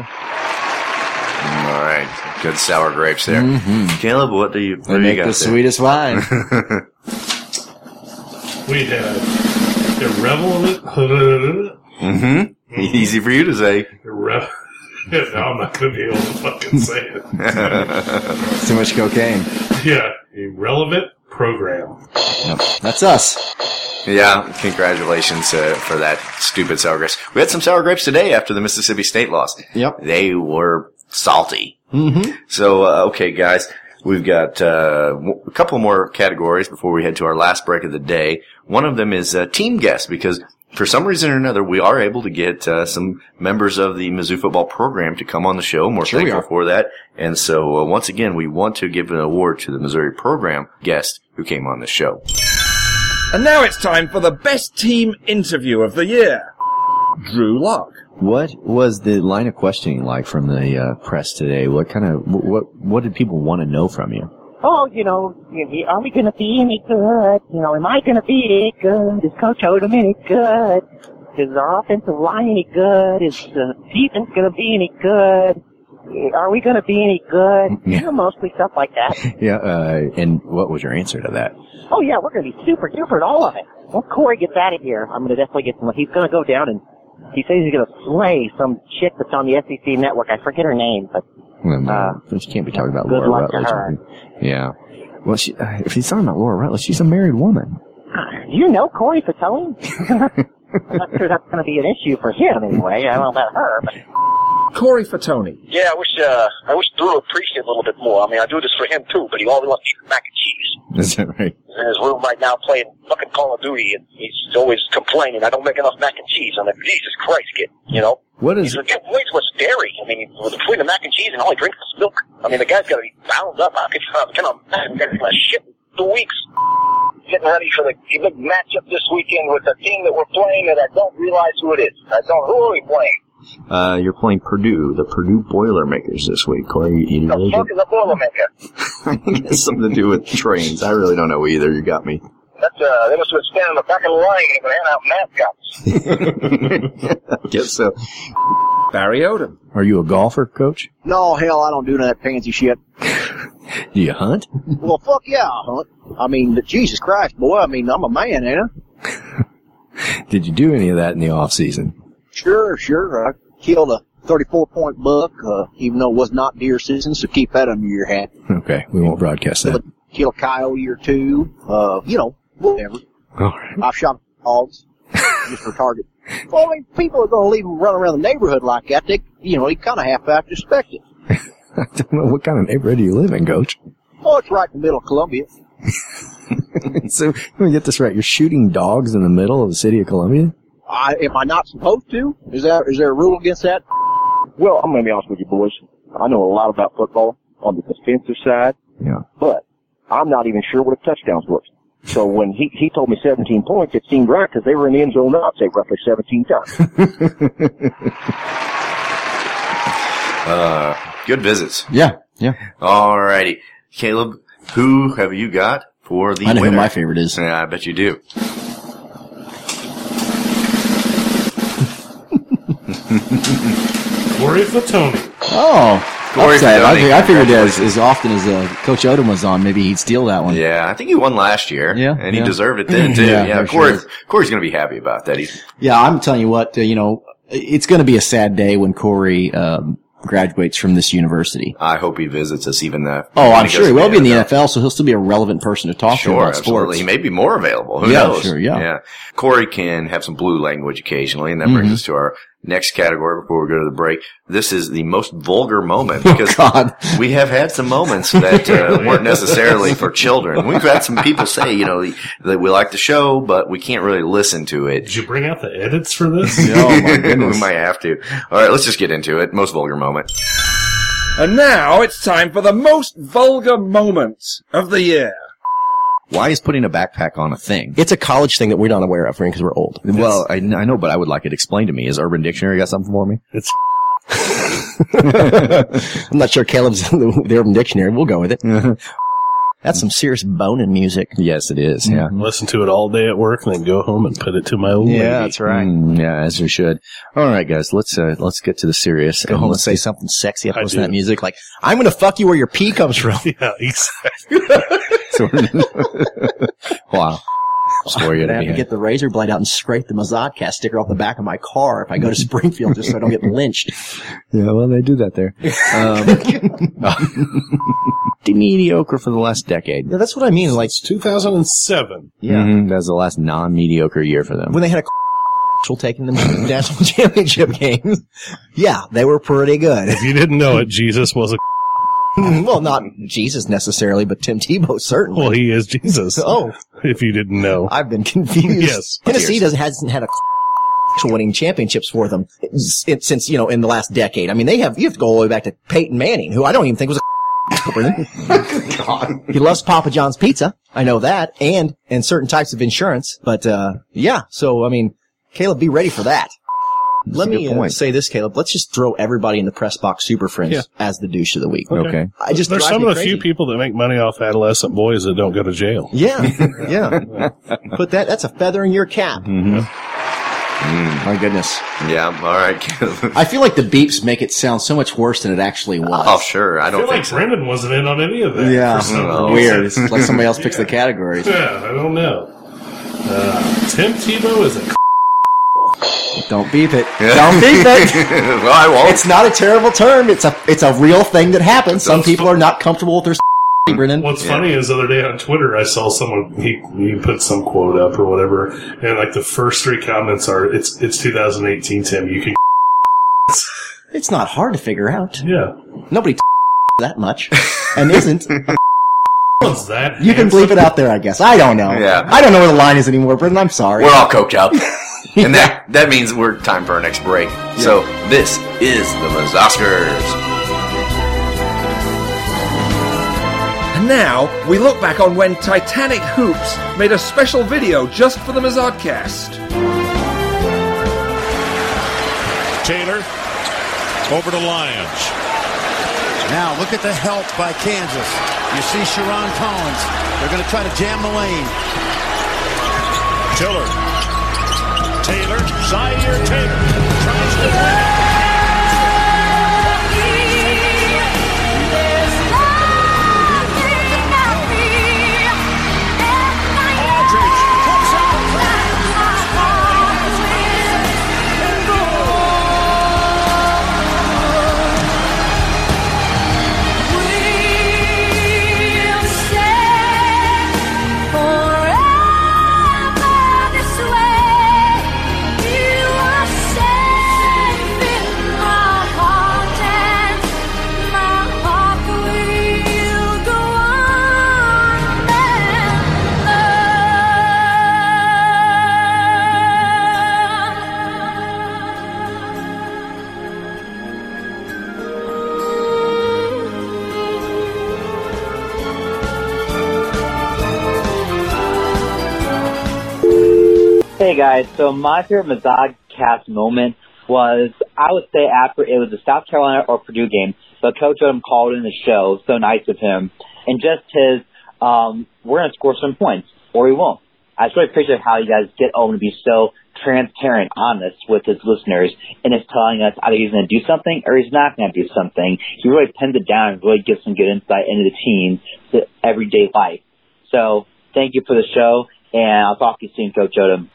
[SPEAKER 6] All right, good sour grapes there,
[SPEAKER 2] Mm-hmm.
[SPEAKER 6] Caleb. What do you? What do you got there?
[SPEAKER 32] wine.
[SPEAKER 4] We have irrelevant.
[SPEAKER 6] mm-hmm. Easy for you to say.
[SPEAKER 4] Irre- no, I'm not going to be able to fucking say it.
[SPEAKER 2] Too much cocaine.
[SPEAKER 4] Yeah, irrelevant program.
[SPEAKER 3] That's us.
[SPEAKER 6] Yeah, congratulations uh, for that stupid sour grapes. We had some sour grapes today after the Mississippi State loss.
[SPEAKER 3] Yep.
[SPEAKER 6] They were salty.
[SPEAKER 3] Mm-hmm.
[SPEAKER 6] So, uh, okay, guys, we've got uh, w- a couple more categories before we head to our last break of the day. One of them is uh, team guests because for some reason or another, we are able to get uh, some members of the Mizzou football program to come on the show. And we're
[SPEAKER 32] Sure we
[SPEAKER 6] thankful
[SPEAKER 32] are.
[SPEAKER 6] for that. And so, uh, once again, we want to give an award to the Missouri program guest who came on the show.
[SPEAKER 1] And now it's time for the best team interview of the year. Drew Locke.
[SPEAKER 2] What was the line of questioning like from the uh, press today? What kind of what what did people want to know from you?
[SPEAKER 8] oh, you know, are we going to be any good? You know, am I going to be any good? Is Coach Odom any good? Is our offensive line any good? Is the defense going to be any good? Are we going to be any good? You know, mostly stuff like that.
[SPEAKER 2] Yeah, uh, and what was your answer to that?
[SPEAKER 8] Oh yeah, we're going to be super duper at all of it. Once Corey gets out of here, I'm going to definitely get some. He's going to go down and he says he's going to slay some chick that's on the SEC network. I forget her name, but
[SPEAKER 2] Well, no, Uh, you can't be talking about
[SPEAKER 8] good
[SPEAKER 2] Laura
[SPEAKER 8] luck to
[SPEAKER 2] Rutledge.
[SPEAKER 8] her.
[SPEAKER 2] Yeah. Well, she, uh, if he's talking about Laura Rutledge, she's a married woman.
[SPEAKER 8] Do you know Corey Fatone? I'm not sure that's going to be an issue for him anyway. I don't know about her, but
[SPEAKER 1] Corey Fatone.
[SPEAKER 26] Yeah, I wish uh, I wish Drew would appreciate a little bit more. I mean, I do this for him too, but he always wants to eat mac and cheese.
[SPEAKER 2] Is that right?
[SPEAKER 26] He's in his room right now playing fucking Call of Duty, and he's always complaining. I don't make enough mac and cheese. I'm like, Jesus Christ, kid. You know,
[SPEAKER 2] What is
[SPEAKER 26] he's like, way too much dairy. I mean, between the mac and cheese and all he drinks is milk. I mean, the guy's got to be bound up. I could I'm gonna I'm gonna shit in two weeks. Getting ready for the big matchup this weekend with the team that we're playing, and I don't realize who it is. I don't. Who are we playing?
[SPEAKER 2] Uh, you're playing Purdue, the Purdue Boilermakers this week, Corey. You, you really
[SPEAKER 26] Fuck is a Boilermaker.
[SPEAKER 2] I think it has something to do with trains. I really don't know either. You got me.
[SPEAKER 26] That's uh, they must have been standing in the back of the line and hand out mascots.
[SPEAKER 2] I guess so.
[SPEAKER 1] Barry Odom.
[SPEAKER 2] Are you a golfer, coach?
[SPEAKER 34] No, hell, I don't do none of that pansy shit.
[SPEAKER 2] Do you hunt?
[SPEAKER 34] well, fuck yeah, I hunt. I mean, but Jesus Christ, boy, I mean, I'm a man, ain't I?
[SPEAKER 2] Did you do any of that in the off season?
[SPEAKER 34] Sure, sure. I killed a 34 point buck, uh, even though it was not deer season, so keep that under your hat.
[SPEAKER 2] Okay, we won't broadcast that.
[SPEAKER 34] Kill a coyote or two, uh, you know, whatever.
[SPEAKER 2] All right.
[SPEAKER 34] I've shot dogs just for target. Well, I mean, people are going to leave them run around the neighborhood like that. They, you know, you kind of have to expect it.
[SPEAKER 2] I don't know what kind of neighborhood do you live in, coach?
[SPEAKER 34] Oh, it's right in the middle of Columbia.
[SPEAKER 2] so let me get this right. You're shooting dogs in the middle of the city of Columbia?
[SPEAKER 34] I, am I not supposed to? Is that is there a rule against that?
[SPEAKER 14] Well, I'm going to be honest with you, boys. I know a lot about football on the defensive side.
[SPEAKER 2] Yeah.
[SPEAKER 14] But I'm not even sure what a touchdown's worth. So when he, he told me 17 points, it seemed right because they were in the end zone, I'd say roughly 17 times.
[SPEAKER 6] Uh, good visits.
[SPEAKER 32] Yeah, yeah.
[SPEAKER 6] All righty, Caleb. Who have you got for the?
[SPEAKER 32] I know who
[SPEAKER 6] winner?
[SPEAKER 32] my favorite is.
[SPEAKER 6] Yeah, I bet you do.
[SPEAKER 4] Corey Fatone.
[SPEAKER 32] Oh,
[SPEAKER 6] Corey
[SPEAKER 32] upset. I,
[SPEAKER 6] Fidoni.
[SPEAKER 32] fig- I figured as, as often as uh, Coach Odom was on, maybe he'd steal that one.
[SPEAKER 6] Yeah, I think he won last year. Yeah, and he
[SPEAKER 32] yeah.
[SPEAKER 6] deserved it then too.
[SPEAKER 32] Yeah,
[SPEAKER 6] yeah,
[SPEAKER 32] for
[SPEAKER 6] Corey,
[SPEAKER 32] sure.
[SPEAKER 6] Corey's going to be happy about that. He's
[SPEAKER 32] Yeah, I'm telling you what, uh, you know, it's going to be a sad day when Corey um,
[SPEAKER 3] graduates from this university.
[SPEAKER 2] I hope he visits us even though.
[SPEAKER 3] Oh, I'm sure he will be in the NFL, so he'll still be a relevant person to talk to
[SPEAKER 2] Sure,
[SPEAKER 3] about
[SPEAKER 2] absolutely.
[SPEAKER 3] sports.
[SPEAKER 2] He may be more available. Who
[SPEAKER 3] Yeah,
[SPEAKER 2] knows?
[SPEAKER 3] sure, yeah.
[SPEAKER 2] Corey can have some blue language occasionally, and that brings
[SPEAKER 3] Mhm.
[SPEAKER 2] us to our next category before we go to the break. This is the most vulgar moment
[SPEAKER 3] Oh,
[SPEAKER 2] because we have had some moments that uh, weren't necessarily for children. We've had some people say, you know, that we like the show, but we can't really listen to it.
[SPEAKER 4] Did you bring out the edits for this?
[SPEAKER 3] oh,
[SPEAKER 2] we might have to. All right, let's just get into it. Most vulgar moment.
[SPEAKER 1] And now it's time for the most vulgar moment of the year.
[SPEAKER 6] Why is putting a backpack on a thing?
[SPEAKER 3] It's a college thing that we're not aware of because we're old.
[SPEAKER 6] Well, I, I know, but I would like it explained to me. Is Urban Dictionary got something for me?
[SPEAKER 4] It's
[SPEAKER 3] I'm not sure Caleb's in the, the Urban Dictionary. We'll go with it. That's some serious boning music. Mm-hmm.
[SPEAKER 6] Yes, it is.
[SPEAKER 3] Yeah.
[SPEAKER 4] Listen to it all day at work and then go home and put it to my old lady.
[SPEAKER 6] Mm, yeah, as we should. All right, guys, let's uh, let's get to the serious.
[SPEAKER 3] Go home and
[SPEAKER 6] let's
[SPEAKER 3] say
[SPEAKER 6] do-
[SPEAKER 3] something sexy.
[SPEAKER 6] I
[SPEAKER 3] I listen
[SPEAKER 6] do.
[SPEAKER 3] to that music like, I'm going to fuck you where your pee comes from.
[SPEAKER 4] yeah, exactly.
[SPEAKER 6] So we're- wow. Swear
[SPEAKER 3] I'm gonna
[SPEAKER 6] you're gonna
[SPEAKER 3] have
[SPEAKER 6] be
[SPEAKER 3] to get the razor blade out and scrape the Mazodcast sticker off the back of my car if I go to Springfield just so I don't get lynched.
[SPEAKER 6] Yeah, well, they do that there. Um, mediocre for the last decade.
[SPEAKER 3] Yeah, that's what I mean. Like
[SPEAKER 4] 2007.
[SPEAKER 6] Yeah, Mm-hmm, that was the last non-mediocre year for them.
[SPEAKER 3] When they had a taking them to the national championship games, yeah, they were pretty good.
[SPEAKER 4] If you didn't know it, Jesus was a.
[SPEAKER 3] well, not Jesus necessarily, but Tim Tebow certainly.
[SPEAKER 4] Well, he is Jesus.
[SPEAKER 3] Oh.
[SPEAKER 4] If you didn't know.
[SPEAKER 3] I've been confused.
[SPEAKER 4] Yes.
[SPEAKER 3] Tennessee doesn't, hasn't had a to winning championships for them since, since, you know, in the last decade. I mean, they have, you have to go all the way back to Peyton Manning, who I don't even think was a God. He loves Papa John's pizza. I know that. And, and certain types of insurance. But, uh, yeah. So, I mean, Caleb, be ready for that. Let
[SPEAKER 6] a good
[SPEAKER 3] me uh,
[SPEAKER 6] point.
[SPEAKER 3] say this, Caleb. Let's just throw everybody in the press box super friends
[SPEAKER 4] Yeah.
[SPEAKER 3] as the douche of the week. I just
[SPEAKER 4] There's
[SPEAKER 3] drive
[SPEAKER 4] some
[SPEAKER 3] me
[SPEAKER 4] of the
[SPEAKER 3] crazy.
[SPEAKER 4] few people that make money off adolescent boys that don't go to jail.
[SPEAKER 3] Yeah, yeah. Put that. That's a feather in your cap.
[SPEAKER 6] Mm.
[SPEAKER 3] My goodness.
[SPEAKER 2] Yeah, all right. Caleb.
[SPEAKER 3] I feel like the beeps make it sound so much worse than it actually was.
[SPEAKER 2] Oh, sure. I
[SPEAKER 4] I,
[SPEAKER 2] don't
[SPEAKER 4] feel
[SPEAKER 2] think
[SPEAKER 4] like
[SPEAKER 2] so.
[SPEAKER 4] Brendan wasn't in on any of that.
[SPEAKER 3] Yeah,
[SPEAKER 4] for some
[SPEAKER 3] Oh,
[SPEAKER 4] reason.
[SPEAKER 3] weird. It's like somebody else picks the categories.
[SPEAKER 4] Yeah, I don't know. Uh, Tim Tebow is a.
[SPEAKER 3] Don't beep it. Don't beep it.
[SPEAKER 2] well, I won't.
[SPEAKER 3] It's not a terrible term. It's a it's a real thing that happens. Some people are not comfortable with their. s- Brennan.
[SPEAKER 4] What's funny is the other day on Twitter, I saw someone he he put some quote up or whatever, and like the first three comments are, "It's it's 2018, Tim. You can."
[SPEAKER 3] It's not hard to figure out.
[SPEAKER 4] Yeah.
[SPEAKER 3] Nobody t- that much, and isn't.
[SPEAKER 4] What's that?
[SPEAKER 3] You can bleep it out there, I guess. I don't know.
[SPEAKER 2] Yeah.
[SPEAKER 3] I don't know where the line is anymore, Brendan. I'm sorry.
[SPEAKER 2] We're all coked up. and that, that means we're time for our next break. So this is the Mazoskers.
[SPEAKER 1] And now we look back on when Titanic Hoops made a special video just for the Mazodcast.
[SPEAKER 24] Taylor over to Lyons.
[SPEAKER 12] Now look at the help by Kansas. You see Sharon Collins. They're going to try to jam the lane.
[SPEAKER 24] Tiller. Taylor. Zaire Taylor. Tries to win it. Aldridge comes out of play.
[SPEAKER 35] Hey guys, so my favorite Mazad cast moment was, I would say after it was the South Carolina or Purdue game, but Coach Odom called in the show, so nice of him, and just his, um, we're going to score some points, or we won't. I just really appreciate how you guys get Odom to be so transparent, honest with his listeners, and is telling us either he's going to do something or he's not going to do something. He really pins it down and really gives some good insight into the team, to everyday life. So, thank you for the show, and I'll talk to you soon, Coach Odom.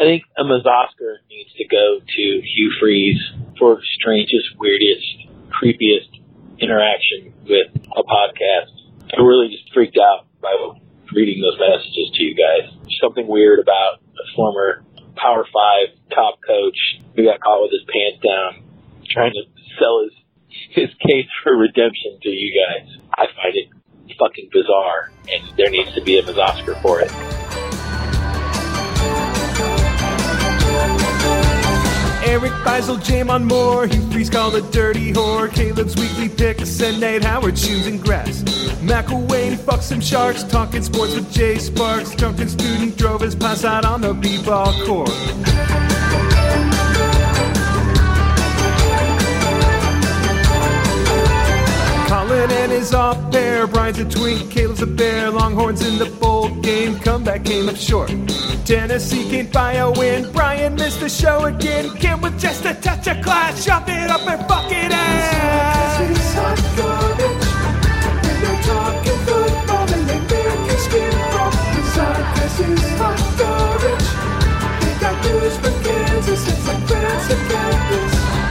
[SPEAKER 19] I think Emma's Oscar needs to go to Hugh Freeze for strangest, weirdest, creepiest interaction with a podcast. I really just freaked out by reading those messages to you guys. Something weird about a former Power Five top coach who got caught with his pants down trying to sell his his case for redemption to you guys. I find it fucking bizarre, and there needs to be a Oscar for it.
[SPEAKER 17] Eric Beisel, Jamon Moore, Hugh Freeze called a dirty whore, Caleb's weekly picks, and Nate Howard tunes and grass. McElwain fucks some sharks, talking sports with Jay Sparks, drunken student drove his pass out on the b-ball court. Colin and his off pair. Brian's a twink, Caleb's a bear. Longhorns in the bowl game. Comeback came up short. Tennessee can't buy a win. Brian missed the show again. Kim with just a touch of class. Shove it up and fuck it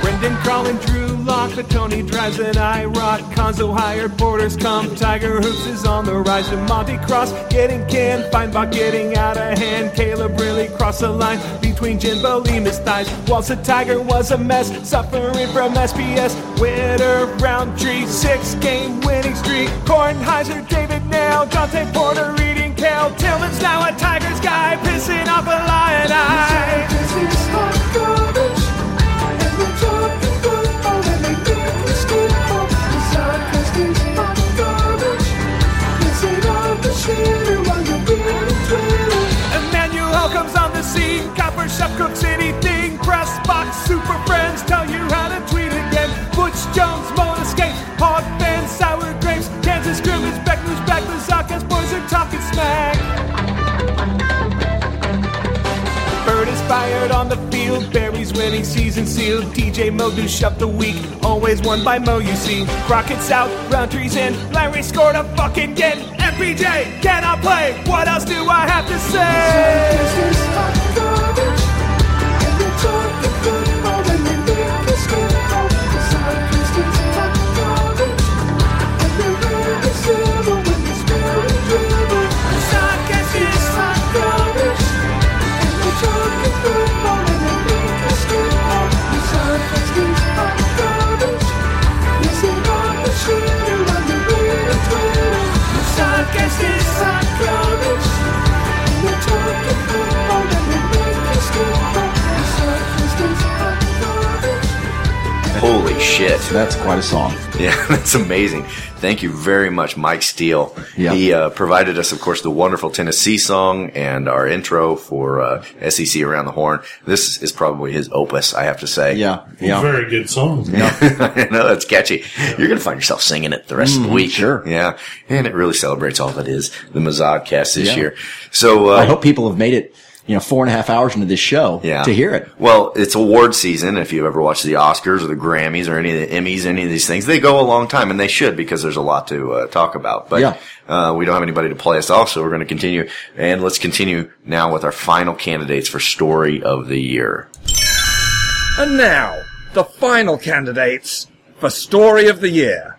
[SPEAKER 17] Brendan Crawlin, Drew Lock, but Tony drives an IROC. Conzo hired borders come. Tiger Hoops is on the rise to Monte Cross. Getting canned, Feinbach getting out of hand. Caleb really crossed the line between Jim Bolima's thighs. Whilst the Tiger was a mess, suffering from SPS. Winner Roundtree, six game winning streak. Kornheiser, David Nail, Dante Porter eating kale. Tillman's now a Tigers guy, pissing off a lion eye. Emmanuel comes on the scene, copper chef cooks anything. Press box, super friends tell you how to tweet again. Butch Jones, Mona escapes, hog fans, sour grapes, Kansas scrimmage, Beckner's back, the Zocas boys are talking smack. Bird is fired on the field. Barry's winning season sealed. DJ Modu shoved the week. Always won by Mo, you see. Crockett's out, Roundtree's in. Larry scored a fucking get. MPJ, can I play? What else do I have to say?
[SPEAKER 6] Holy shit.
[SPEAKER 3] That's quite a song.
[SPEAKER 6] Yeah, that's amazing. Thank you very much, Mike Steele.
[SPEAKER 3] Yeah.
[SPEAKER 6] He uh, provided us, of course, the wonderful Tennessee song and our intro for uh, SEC Around the Horn. This is probably his opus, I have to say.
[SPEAKER 3] Yeah,
[SPEAKER 4] Very good song.
[SPEAKER 6] I know that's catchy. You're going to find yourself singing it the rest of
[SPEAKER 4] Mhm,
[SPEAKER 2] Mm,
[SPEAKER 6] the week. Sure. Yeah. And it really celebrates all that is the Mazad cast this
[SPEAKER 3] Yeah.
[SPEAKER 6] year. So, uh,
[SPEAKER 3] I hope people have made it, you know, four and a half hours into this show
[SPEAKER 6] yeah.
[SPEAKER 3] to hear it.
[SPEAKER 6] Well, it's award season. If you've ever watched the Oscars or the Grammys or any of the Emmys, any of these things, they go a long time, and they should because there's a lot to uh, talk about. But
[SPEAKER 3] Yeah.
[SPEAKER 6] uh, we don't have anybody to play us off, so we're going to continue. And let's continue now with our final candidates for Story of the Year.
[SPEAKER 1] And now, the final candidates for Story of the Year.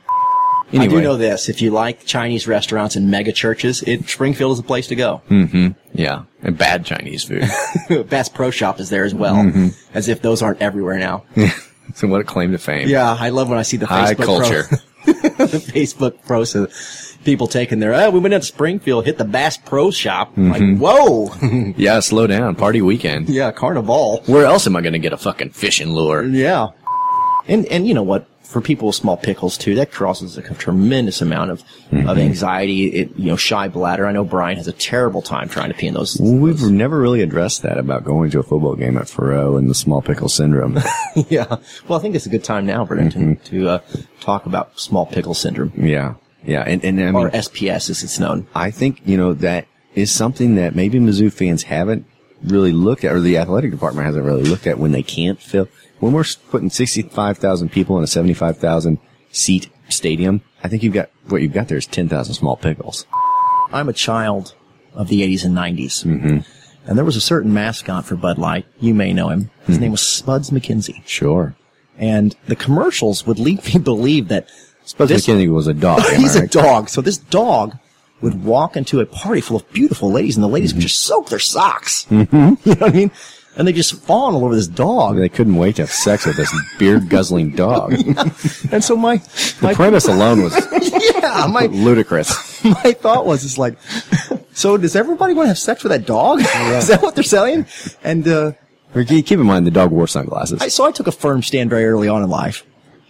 [SPEAKER 3] I do
[SPEAKER 1] Anyway.
[SPEAKER 3] know this. If you like Chinese restaurants and mega churches, it, Springfield is a place to go.
[SPEAKER 2] Mm-hmm. Yeah. And bad Chinese food.
[SPEAKER 3] Bass Pro Shop is there as well.
[SPEAKER 2] Mhm.
[SPEAKER 6] Mm-hmm.
[SPEAKER 3] As if those aren't everywhere now.
[SPEAKER 2] so what a claim to fame.
[SPEAKER 3] Yeah, I love when I see the
[SPEAKER 2] High
[SPEAKER 3] Facebook pro-
[SPEAKER 2] culture.
[SPEAKER 3] the Facebook pros of people taking their, oh, we went out to Springfield, hit the Bass Pro Shop.
[SPEAKER 2] Mhm.
[SPEAKER 3] Like, whoa.
[SPEAKER 2] yeah, slow down. Party weekend.
[SPEAKER 3] Yeah, carnival.
[SPEAKER 2] Where else am I going to get a fucking fishing lure?
[SPEAKER 3] Yeah. And and you know what? For people with small pickles too, that causes a tremendous amount of,
[SPEAKER 36] Mm-hmm.
[SPEAKER 3] of anxiety. It you know, shy bladder. I know Brian has a terrible time trying to pee in those.
[SPEAKER 2] We've never really addressed that about going to a football game at Faroe and the small pickle syndrome.
[SPEAKER 3] yeah. Well, I think it's a good time now, Vernon, to, to uh, talk about small pickle syndrome.
[SPEAKER 2] yeah, yeah, and and I mean,
[SPEAKER 3] Or SPS as it's known.
[SPEAKER 2] I think you know that is something that maybe Mizzou fans haven't really looked at, or the athletic department hasn't really looked at when they can't fill. When we're putting sixty-five thousand people in a seventy-five thousand seat stadium, I think you've got what you've got
[SPEAKER 36] Mm-hmm.
[SPEAKER 2] there is ten thousand small pickles.
[SPEAKER 3] I'm a child of the 80s and 90s. And there was a certain mascot for Bud Light. You may know him. His name was Spuds McKenzie.
[SPEAKER 36] Mm-hmm. Sure.
[SPEAKER 3] And the commercials would lead me to believe that
[SPEAKER 36] Spuds McKenzie was a dog. am I
[SPEAKER 3] he's a
[SPEAKER 36] right?
[SPEAKER 3] dog. So this dog would walk into a party full of beautiful ladies, and the ladies
[SPEAKER 36] Mm-hmm.
[SPEAKER 3] would just soak their socks.
[SPEAKER 36] Mhm.
[SPEAKER 3] Mm-hmm. You know what I mean? And they just fawn all over this dog.
[SPEAKER 36] They couldn't wait to have sex with this beard guzzling dog.
[SPEAKER 3] And so my
[SPEAKER 36] The premise alone was
[SPEAKER 3] yeah, my
[SPEAKER 36] ludicrous.
[SPEAKER 3] my thought was it's like, so does everybody want to have sex with that dog? Is that what they're selling? And uh,
[SPEAKER 36] Keep in mind the dog wore sunglasses.
[SPEAKER 3] I, so I took a firm stand very early on in life,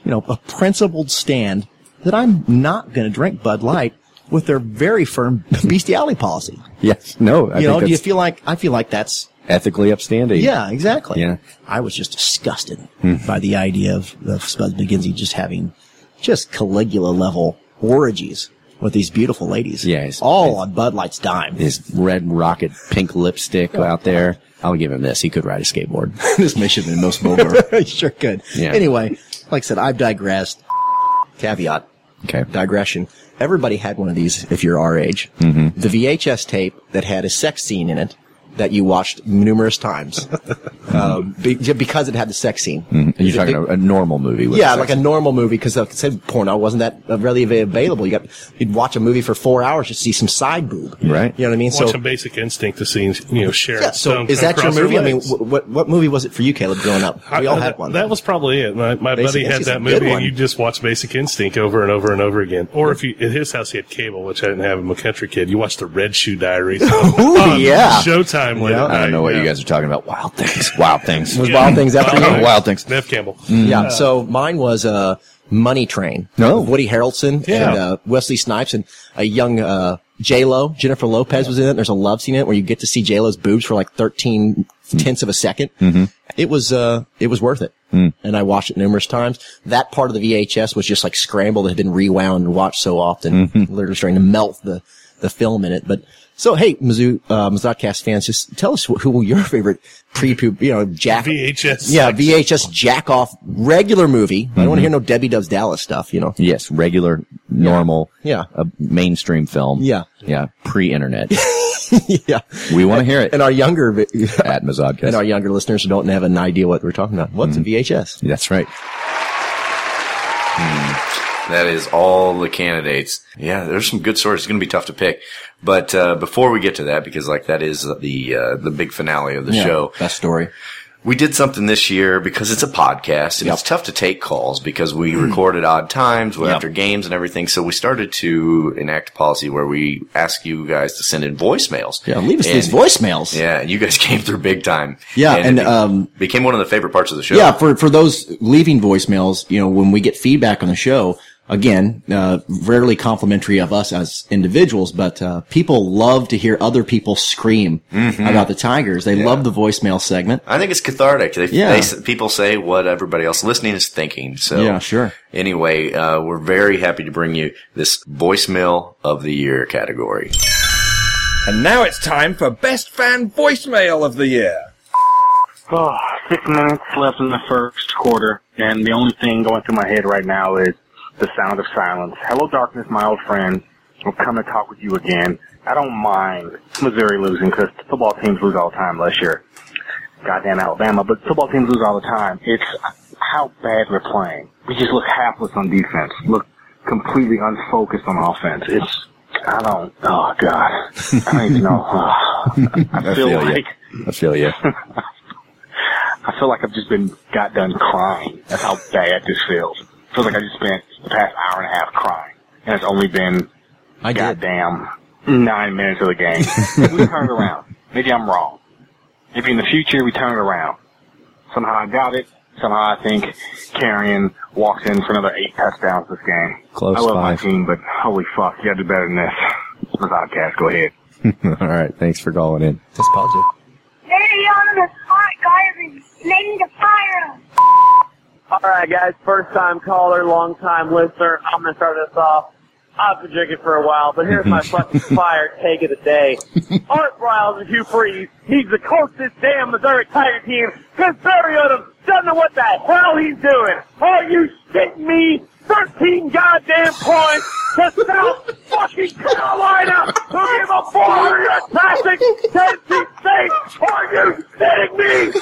[SPEAKER 3] you know, a principled stand that I'm not going to drink Bud Light with their very firm bestiality policy.
[SPEAKER 36] Yes. No. I think
[SPEAKER 3] you know, do you
[SPEAKER 36] that's
[SPEAKER 3] feel like I feel like that's
[SPEAKER 36] ethically upstanding.
[SPEAKER 3] yeah, exactly.
[SPEAKER 36] Yeah. Hmm.
[SPEAKER 3] I was just disgusted by uh, the idea of, of Spuds McGinsey just having just Caligula level orgies with these beautiful ladies. Yes. All on Bud Light's dime.
[SPEAKER 36] His red rocket pink lipstick out there. I'll give him this. He could ride a skateboard.
[SPEAKER 3] this may should have been most vulgar. sure could.
[SPEAKER 36] Yeah.
[SPEAKER 3] Anyway, like I said, I've digressed. Caveat.
[SPEAKER 36] Okay.
[SPEAKER 3] Digression. Everybody had one of these if you're our age.
[SPEAKER 36] Mhm.
[SPEAKER 3] The VHS tape that had a sex scene in it that you watched numerous times um, be, ju- because it had the sex scene.
[SPEAKER 36] Mhm. You're
[SPEAKER 3] The
[SPEAKER 36] talking
[SPEAKER 3] big-
[SPEAKER 36] a, a normal movie. With
[SPEAKER 3] yeah,
[SPEAKER 36] sex.
[SPEAKER 3] like a normal movie because like I said, porno wasn't that uh, really available. You got you'd watch a movie for four hours to see some side boob.
[SPEAKER 36] Right.
[SPEAKER 3] You know what I mean?
[SPEAKER 4] Watching
[SPEAKER 3] so
[SPEAKER 4] Basic Instinct to see, you know, Sharon
[SPEAKER 3] yeah, so
[SPEAKER 4] Stone
[SPEAKER 3] is
[SPEAKER 4] come
[SPEAKER 3] that your
[SPEAKER 4] across her
[SPEAKER 3] movie? I mean,
[SPEAKER 4] legs.
[SPEAKER 3] wh- what what movie was it for you, Caleb, growing up? We all
[SPEAKER 4] I- uh,
[SPEAKER 3] had one.
[SPEAKER 4] That was probably it. My, my
[SPEAKER 3] Basic
[SPEAKER 4] buddy had
[SPEAKER 3] Instinct's a
[SPEAKER 4] that
[SPEAKER 3] good
[SPEAKER 4] movie,
[SPEAKER 3] one.
[SPEAKER 4] and you just watch Basic Instinct over and over and over again. Or if you at his house, he had cable, which I didn't have. I'm a country kid. You watched the Red Shoe Diaries. on
[SPEAKER 36] yeah.
[SPEAKER 4] Showtime. Later
[SPEAKER 36] I don't know what you guys are talking about. Wild things. Wild things. Was Wild
[SPEAKER 3] Things after
[SPEAKER 4] Oh,
[SPEAKER 3] you?
[SPEAKER 36] Wild things.
[SPEAKER 4] Nev Campbell.
[SPEAKER 3] Mm. Yeah. So mine was uh, Money Train. No. Woody Harrelson
[SPEAKER 4] Yeah.
[SPEAKER 3] and uh, Wesley Snipes and a young uh, J Lo, Jennifer Lopez was in it. There's a love scene in it where you get to see J Lo's boobs for like 13 tenths of a second. It was uh, it was worth it,
[SPEAKER 36] Mm-hmm. Mm.
[SPEAKER 3] and I watched it numerous times. That part of the VHS was just like scrambled; it had been rewound and watched so often,
[SPEAKER 36] Mm-hmm.
[SPEAKER 3] literally starting to melt the the film in it. But so, hey, Mizzou, uh, Mizzotcast fans, just tell us wh- who your favorite pre poop, you know, jack
[SPEAKER 4] VHS,
[SPEAKER 3] yeah, VHS jack off regular movie. I don't want to hear no Debbie Does Dallas stuff, you know.
[SPEAKER 36] Yes, regular, normal,
[SPEAKER 3] Yeah.
[SPEAKER 36] a mainstream film.
[SPEAKER 3] Yeah.
[SPEAKER 36] Yeah, pre-internet.
[SPEAKER 3] yeah.
[SPEAKER 36] We want to hear it.
[SPEAKER 3] And our younger vi-
[SPEAKER 36] at Mazodcast.
[SPEAKER 3] and our younger listeners don't have an idea what we're talking about. What's a VHS?
[SPEAKER 36] Mm-hmm. That's right.
[SPEAKER 2] That is all the candidates. Yeah, there's some good stories. It's going to be tough to pick. But uh, before we get to that, because like that is the uh, the big finale of the
[SPEAKER 3] Yeah,
[SPEAKER 2] show.
[SPEAKER 3] Best story.
[SPEAKER 2] We did something this year because it's a podcast and it's tough to take calls because we
[SPEAKER 3] Mm-hmm.
[SPEAKER 2] record at odd times we're
[SPEAKER 1] Yep.
[SPEAKER 2] after games and everything. So we started to enact a policy where we ask you guys to send in voicemails.
[SPEAKER 3] Yeah, leave us these
[SPEAKER 2] And-
[SPEAKER 3] voicemails.
[SPEAKER 2] Yeah, and you guys came through big time.
[SPEAKER 3] Yeah, and,
[SPEAKER 2] it be-
[SPEAKER 3] um,
[SPEAKER 2] became one of the favorite parts of the show.
[SPEAKER 3] Yeah, for for those leaving voicemails, you know, when we get feedback on the show, again, uh, rarely complimentary of us as individuals, but uh, people love to hear other people scream
[SPEAKER 37] Mm-hmm.
[SPEAKER 2] Mhm.
[SPEAKER 3] about the Tigers. They love the voicemail segment.
[SPEAKER 2] I think it's cathartic. They,
[SPEAKER 3] Yeah.
[SPEAKER 2] they s people say what everybody else listening is thinking. So
[SPEAKER 3] Yeah, sure.
[SPEAKER 2] Anyway, uh, we're very happy to bring you this voicemail of the year category.
[SPEAKER 1] And now it's time for Best Fan Voicemail of the Year.
[SPEAKER 15] Oh, six minutes left in the first quarter, and the only thing going through my head right now is the sound of silence. Hello, darkness, my old friend. I'll come and talk with you again. I don't mind Missouri losing because football teams lose all the time last year. Goddamn Alabama, but football teams lose all the time. It's how bad we're playing. We just look hapless on defense. Look completely unfocused on offense. It's I don't. Oh God, I don't even know. I,
[SPEAKER 36] I
[SPEAKER 15] feel,
[SPEAKER 36] feel ya.
[SPEAKER 15] like.
[SPEAKER 36] I feel you.
[SPEAKER 15] I feel like I've just been got done crying. That's how bad this feels. Feels like I just spent the past hour and a half crying, and it's only been
[SPEAKER 3] I
[SPEAKER 15] goddamn nine minutes of the game. Maybe we turn it around. Maybe I'm wrong. Maybe in the future we turn it around. Somehow I doubt it. Somehow I think Carrion walks in for another eight touchdowns this game.
[SPEAKER 36] Close
[SPEAKER 15] I love
[SPEAKER 36] five.
[SPEAKER 15] my team, but holy fuck, you gotta do better than this. Without cash, go ahead.
[SPEAKER 36] All right. Thanks for calling in.
[SPEAKER 3] That's positive.
[SPEAKER 7] Dirty on the hot garbage. Name the fire.
[SPEAKER 26] All right, guys. First time caller, long time listener. I'm going to start this off. I've been drinking for a while, but here's my fucking fire take of the day. Art Briles and Hugh Freeze needs to coach this damn Missouri Tiger team because Barry Odom doesn't know what the hell he's doing. Are you shitting me? 13 goddamn points to South fucking Carolina who give a 400 classic Tennessee State me!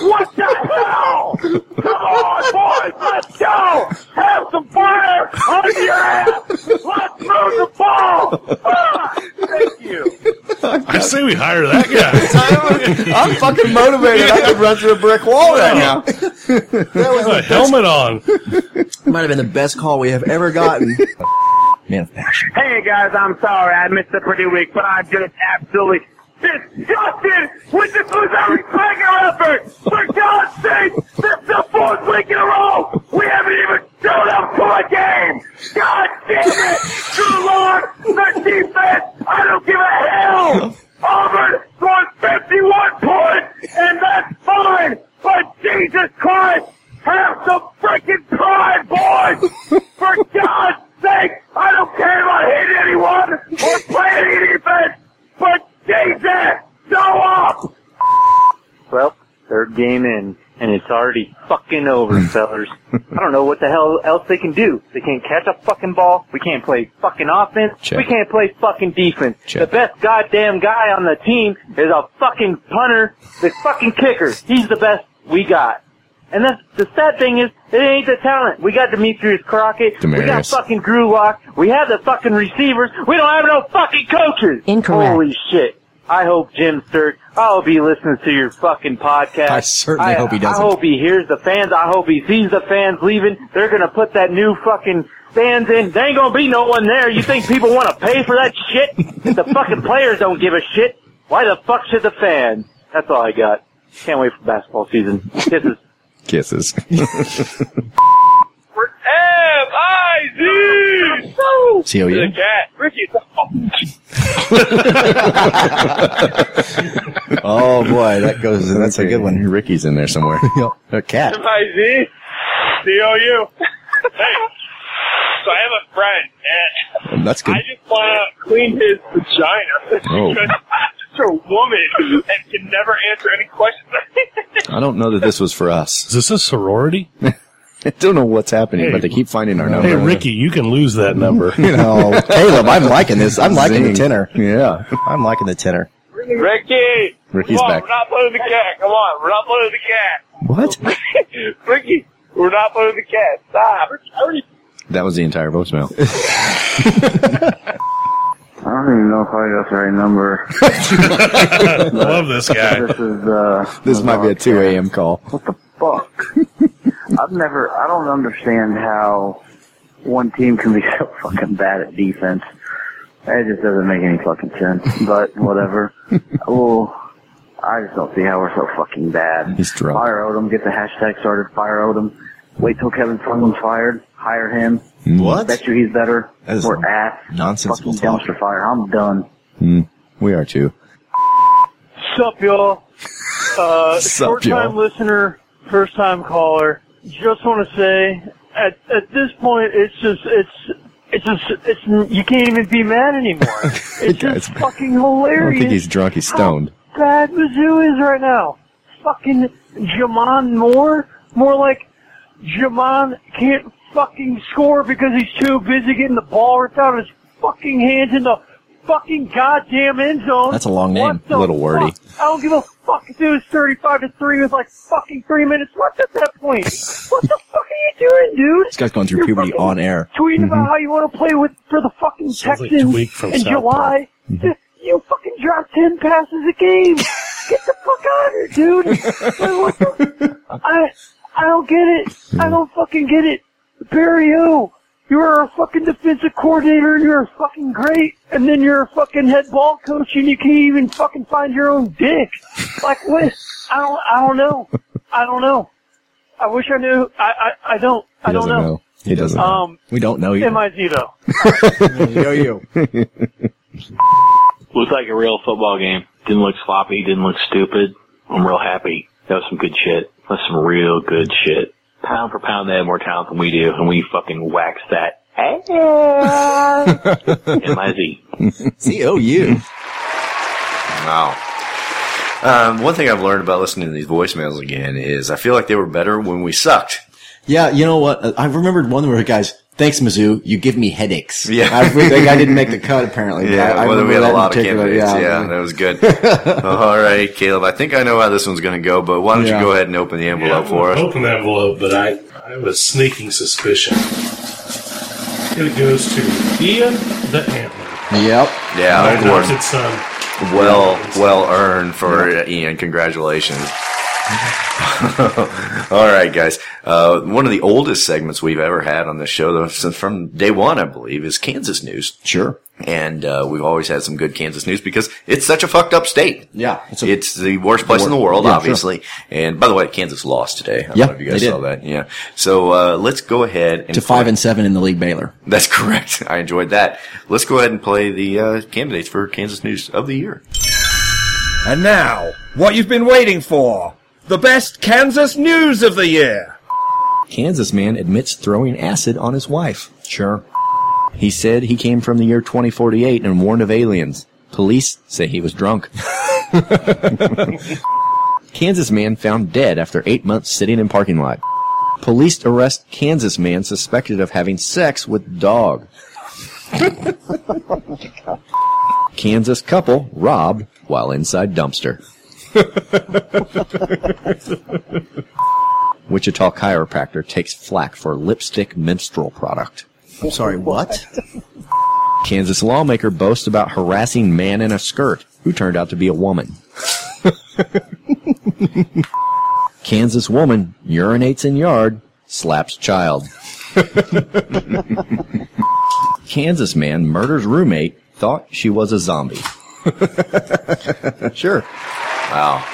[SPEAKER 26] What the hell? Come on, boys, let's go! Have some fire on your ass! Let's move the ball! Ah, thank you.
[SPEAKER 4] I say we hire that guy.
[SPEAKER 38] I'm fucking motivated. I could run through a brick wall right now.
[SPEAKER 4] that was a helmet on.
[SPEAKER 37] Might have been the best call we have ever gotten. Man,
[SPEAKER 26] Hey guys, I'm sorry I missed the Purdue week, but I'm just absolutely disgusted with the Missouri Tiger effort. For God's sake, this is the fourth week in a row we haven't even showed up for a game. God damn it, Drew Lord, the defense. I don't give a hell. Auburn scored 51 points, and that's fine. But Jesus Christ, have some freaking pride, boys. For God's sake, I don't care about hitting anyone or playing any defense. But Jesus, show up.
[SPEAKER 7] Well, third game in, and it's already fucking over, fellas. I don't know what the hell else they can do. They can't catch a fucking ball. We can't play fucking offense.
[SPEAKER 26] Check.
[SPEAKER 7] We can't play fucking defense.
[SPEAKER 26] Check.
[SPEAKER 7] The best goddamn guy on the team is a fucking punter, the fucking kicker. He's the best we got. And that's the sad thing is, it ain't the talent. We got Demetrius Crockett. We got
[SPEAKER 26] Demetrius.
[SPEAKER 7] fucking Drew Lock. We have the fucking receivers. We don't have no fucking coaches.
[SPEAKER 26] Incorrect.
[SPEAKER 7] Holy shit. I hope Jim Sturk, I'll be listening to your fucking podcast. I
[SPEAKER 26] certainly hope he doesn't.
[SPEAKER 7] I hope he hears the fans. I hope he sees the fans leaving. They're gonna put that new fucking stands in. There ain't gonna be no one there. You think people wanna pay for that shit? If the fucking players don't give a shit, why the fuck should the fans? That's all I got. Can't wait for basketball season. Kisses.
[SPEAKER 2] Kisses.
[SPEAKER 26] F I Z.
[SPEAKER 2] C-O-U?
[SPEAKER 26] The cat. Ricky.
[SPEAKER 2] oh boy, that goes. That's a good one. Ricky's in there somewhere. A cat.
[SPEAKER 26] F I Z. C O U. Hey. So I have a friend, and
[SPEAKER 2] Well, that's good.
[SPEAKER 26] I just want to clean his vagina
[SPEAKER 2] Oh.
[SPEAKER 26] because I'm such a woman and can never answer any questions.
[SPEAKER 2] I don't know that this was for us. Is
[SPEAKER 4] this a sorority?
[SPEAKER 2] I don't know what's happening,
[SPEAKER 4] Hey.
[SPEAKER 2] but they keep finding our number.
[SPEAKER 4] Hey, Ricky, you can lose that number.
[SPEAKER 2] you know,
[SPEAKER 4] Caleb, I'm liking
[SPEAKER 2] this. I'm liking the
[SPEAKER 3] tenor.
[SPEAKER 2] Yeah,
[SPEAKER 3] I'm liking the tenor.
[SPEAKER 26] Ricky,
[SPEAKER 3] Ricky's
[SPEAKER 26] come on,
[SPEAKER 3] back.
[SPEAKER 26] We're not playing the cat. Come on, we're not playing the
[SPEAKER 2] What?
[SPEAKER 26] cat. Ricky, we're not playing the cat. Stop. I already
[SPEAKER 2] That was the entire voicemail.
[SPEAKER 39] I don't even know if I got the right number.
[SPEAKER 4] Love this guy.
[SPEAKER 39] This is uh,
[SPEAKER 2] This might be a 2 a.m. call.
[SPEAKER 39] fuck. I've never. I don't understand how one team can be so fucking bad at defense. It just doesn't make any fucking sense. But whatever. well, I just don't see how we're so fucking bad.
[SPEAKER 2] He's drunk.
[SPEAKER 39] Fire Odom. Get the hashtag started. Fire Odom. Wait till Kevin Sumlin's fired. Hire him.
[SPEAKER 2] What?
[SPEAKER 39] Bet you he's better.
[SPEAKER 2] Mm. That is
[SPEAKER 39] we're ass.
[SPEAKER 2] nonsensical
[SPEAKER 39] Fucking dumpster fire. I'm done.
[SPEAKER 2] Mm, we are too.
[SPEAKER 7] Sup, y'all? Uh,
[SPEAKER 2] Sup,
[SPEAKER 7] short time
[SPEAKER 2] y'all.
[SPEAKER 7] listener, first time caller. Just want to say, at at this point, it's just it's it's just it's you can't even be mad anymore. It's just fucking
[SPEAKER 2] I don't
[SPEAKER 7] hilarious.
[SPEAKER 2] think he's drunk. He's stoned.
[SPEAKER 7] how bad Mizzou is right now. Fucking Jamon Moore, more like Jamon can't fucking score because he's too busy getting the ball ripped out of his fucking hands in the fucking goddamn end zone.
[SPEAKER 2] That's a long name.
[SPEAKER 7] What the
[SPEAKER 2] A little wordy.
[SPEAKER 7] fuck? I don't give a fuck if it was 35 to 3 with like fucking 3 minutes left at that point. What the fuck are you doing, dude?
[SPEAKER 3] This guy's going through puberty on air.
[SPEAKER 7] Tweeting
[SPEAKER 2] Mm-hmm.
[SPEAKER 7] about how you want to play with for the fucking
[SPEAKER 3] like
[SPEAKER 7] Texans
[SPEAKER 3] Tweak from
[SPEAKER 7] in
[SPEAKER 3] South Mm-hmm.
[SPEAKER 7] July. Just, You fucking drop 10 passes a game. Get the fuck out of here, dude. Like, what the- I, I don't get it. I don't fucking get it. Barry O, you're a fucking defensive coordinator and you're fucking great. And then you're a fucking head ball coach and you can't even fucking find your own dick. Like what? I don't, I don't know. I don't know. I wish I knew. I, I, I don't, I
[SPEAKER 3] He
[SPEAKER 7] don't
[SPEAKER 3] doesn't
[SPEAKER 7] know.
[SPEAKER 3] know. He doesn't know.
[SPEAKER 7] Um,
[SPEAKER 3] We don't know either.
[SPEAKER 7] Am I Zito?
[SPEAKER 3] know you.
[SPEAKER 19] Looked like a real football game. Didn't look sloppy. Didn't look stupid. I'm real happy. That was some good shit. That's some real good shit. Pound for pound, they have more talent than we do, and we fucking wax that. And Lizzie.
[SPEAKER 38] C O U. Wow. Um, one thing I've learned about listening to these voicemails again is I feel like they were better when we sucked.
[SPEAKER 37] Yeah, you know what? I remembered one where the guy's
[SPEAKER 3] Thanks, Mizzou. You give me headaches.
[SPEAKER 2] Yeah.
[SPEAKER 3] I, re- that guy didn't make the cut apparently. but
[SPEAKER 2] Yeah,
[SPEAKER 3] I, I
[SPEAKER 2] well,
[SPEAKER 3] remember
[SPEAKER 2] we had
[SPEAKER 3] that
[SPEAKER 2] a
[SPEAKER 3] in
[SPEAKER 2] lot of
[SPEAKER 3] particular.
[SPEAKER 2] candidates. Yeah,
[SPEAKER 3] Yeah,
[SPEAKER 2] that was good. All right, Caleb. I think I know how this one's going to go, but why don't
[SPEAKER 4] Yeah.
[SPEAKER 2] you go ahead and open the envelope for us?
[SPEAKER 4] Open the envelope, but I, I have a sneaking suspicion. It goes to Ian the Antler.
[SPEAKER 3] Yep.
[SPEAKER 2] Yeah,
[SPEAKER 4] My
[SPEAKER 2] of course.
[SPEAKER 4] adopted son.
[SPEAKER 2] Well, well earned for uh, Ian. Congratulations. All right, guys. Uh, one of the oldest segments we've ever had on this show, though, since from day one, I believe, is Kansas news.
[SPEAKER 3] Sure.
[SPEAKER 2] And uh, we've always had some good Kansas news because it's such a fucked up state.
[SPEAKER 3] Yeah,
[SPEAKER 2] it's, the worst place in the world,
[SPEAKER 3] Yeah, sure.
[SPEAKER 2] obviously. And by the way, Kansas lost today. I don't
[SPEAKER 3] Yeah,
[SPEAKER 2] know if you guys
[SPEAKER 3] they did.
[SPEAKER 2] saw that. Yeah. So uh, let's go ahead and
[SPEAKER 3] to five and seven in the league, Baylor.
[SPEAKER 2] That's correct. I enjoyed that. Let's go ahead and play the uh, candidates for Kansas news of the year.
[SPEAKER 1] And now, what you've been waiting for the best Kansas news of the year.
[SPEAKER 10] Kansas man admits throwing acid on his wife. Sure. He said he came from the year 2048 and warned of aliens. Police say he was drunk. Kansas man found dead after eight months sitting in parking lot. Police arrest Kansas man suspected of having sex with dog. Kansas couple robbed while inside dumpster. Wichita chiropractor takes flack for lipstick menstrual product.
[SPEAKER 3] I'm sorry, what?
[SPEAKER 10] Kansas lawmaker boasts about harassing man in a skirt who turned out to be a woman. Kansas woman urinates in yard, slaps child. Kansas man murders roommate, thought she was a zombie. sure.
[SPEAKER 2] Wow.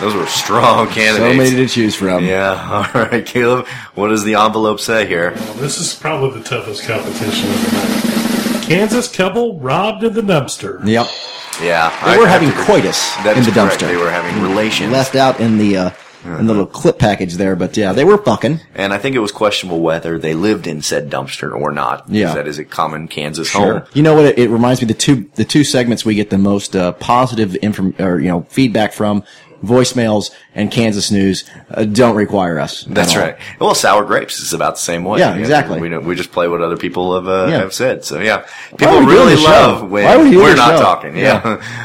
[SPEAKER 2] Those were strong candidates.
[SPEAKER 10] So many to
[SPEAKER 3] choose from.
[SPEAKER 2] Yeah. All right, Caleb. What does the envelope say here?
[SPEAKER 4] This is probably the toughest competition of the night. Kansas couple robbed in the dumpster.
[SPEAKER 3] Yep.
[SPEAKER 2] Yeah.
[SPEAKER 3] They were having coitus
[SPEAKER 2] That
[SPEAKER 3] in
[SPEAKER 2] is
[SPEAKER 3] the
[SPEAKER 2] correct.
[SPEAKER 3] dumpster.
[SPEAKER 2] They were having relations.
[SPEAKER 3] Left out in the uh, in the little clip package there, but yeah, they were fucking.
[SPEAKER 2] And I think it was questionable whether they lived in said dumpster or not. because
[SPEAKER 3] Yeah.
[SPEAKER 2] That is a common Kansas home.
[SPEAKER 3] Oh. You know what? It, it reminds me the two the two segments we get the most uh, positive inform or you know feedback from voicemails and Kansas news uh, don't require us. at
[SPEAKER 2] That's
[SPEAKER 3] all.
[SPEAKER 2] right. Well, sour grapes is about the same way.
[SPEAKER 3] Yeah,
[SPEAKER 2] You know,
[SPEAKER 3] exactly.
[SPEAKER 2] We don't, we just play what other people have uh,
[SPEAKER 3] Yeah.
[SPEAKER 2] have said. So yeah,
[SPEAKER 3] Why
[SPEAKER 2] people
[SPEAKER 3] are we doing
[SPEAKER 2] really
[SPEAKER 3] this show?
[SPEAKER 2] love
[SPEAKER 3] Why are we
[SPEAKER 2] when
[SPEAKER 3] doing
[SPEAKER 2] we're
[SPEAKER 3] this
[SPEAKER 2] not
[SPEAKER 3] show?
[SPEAKER 2] talking. Yeah.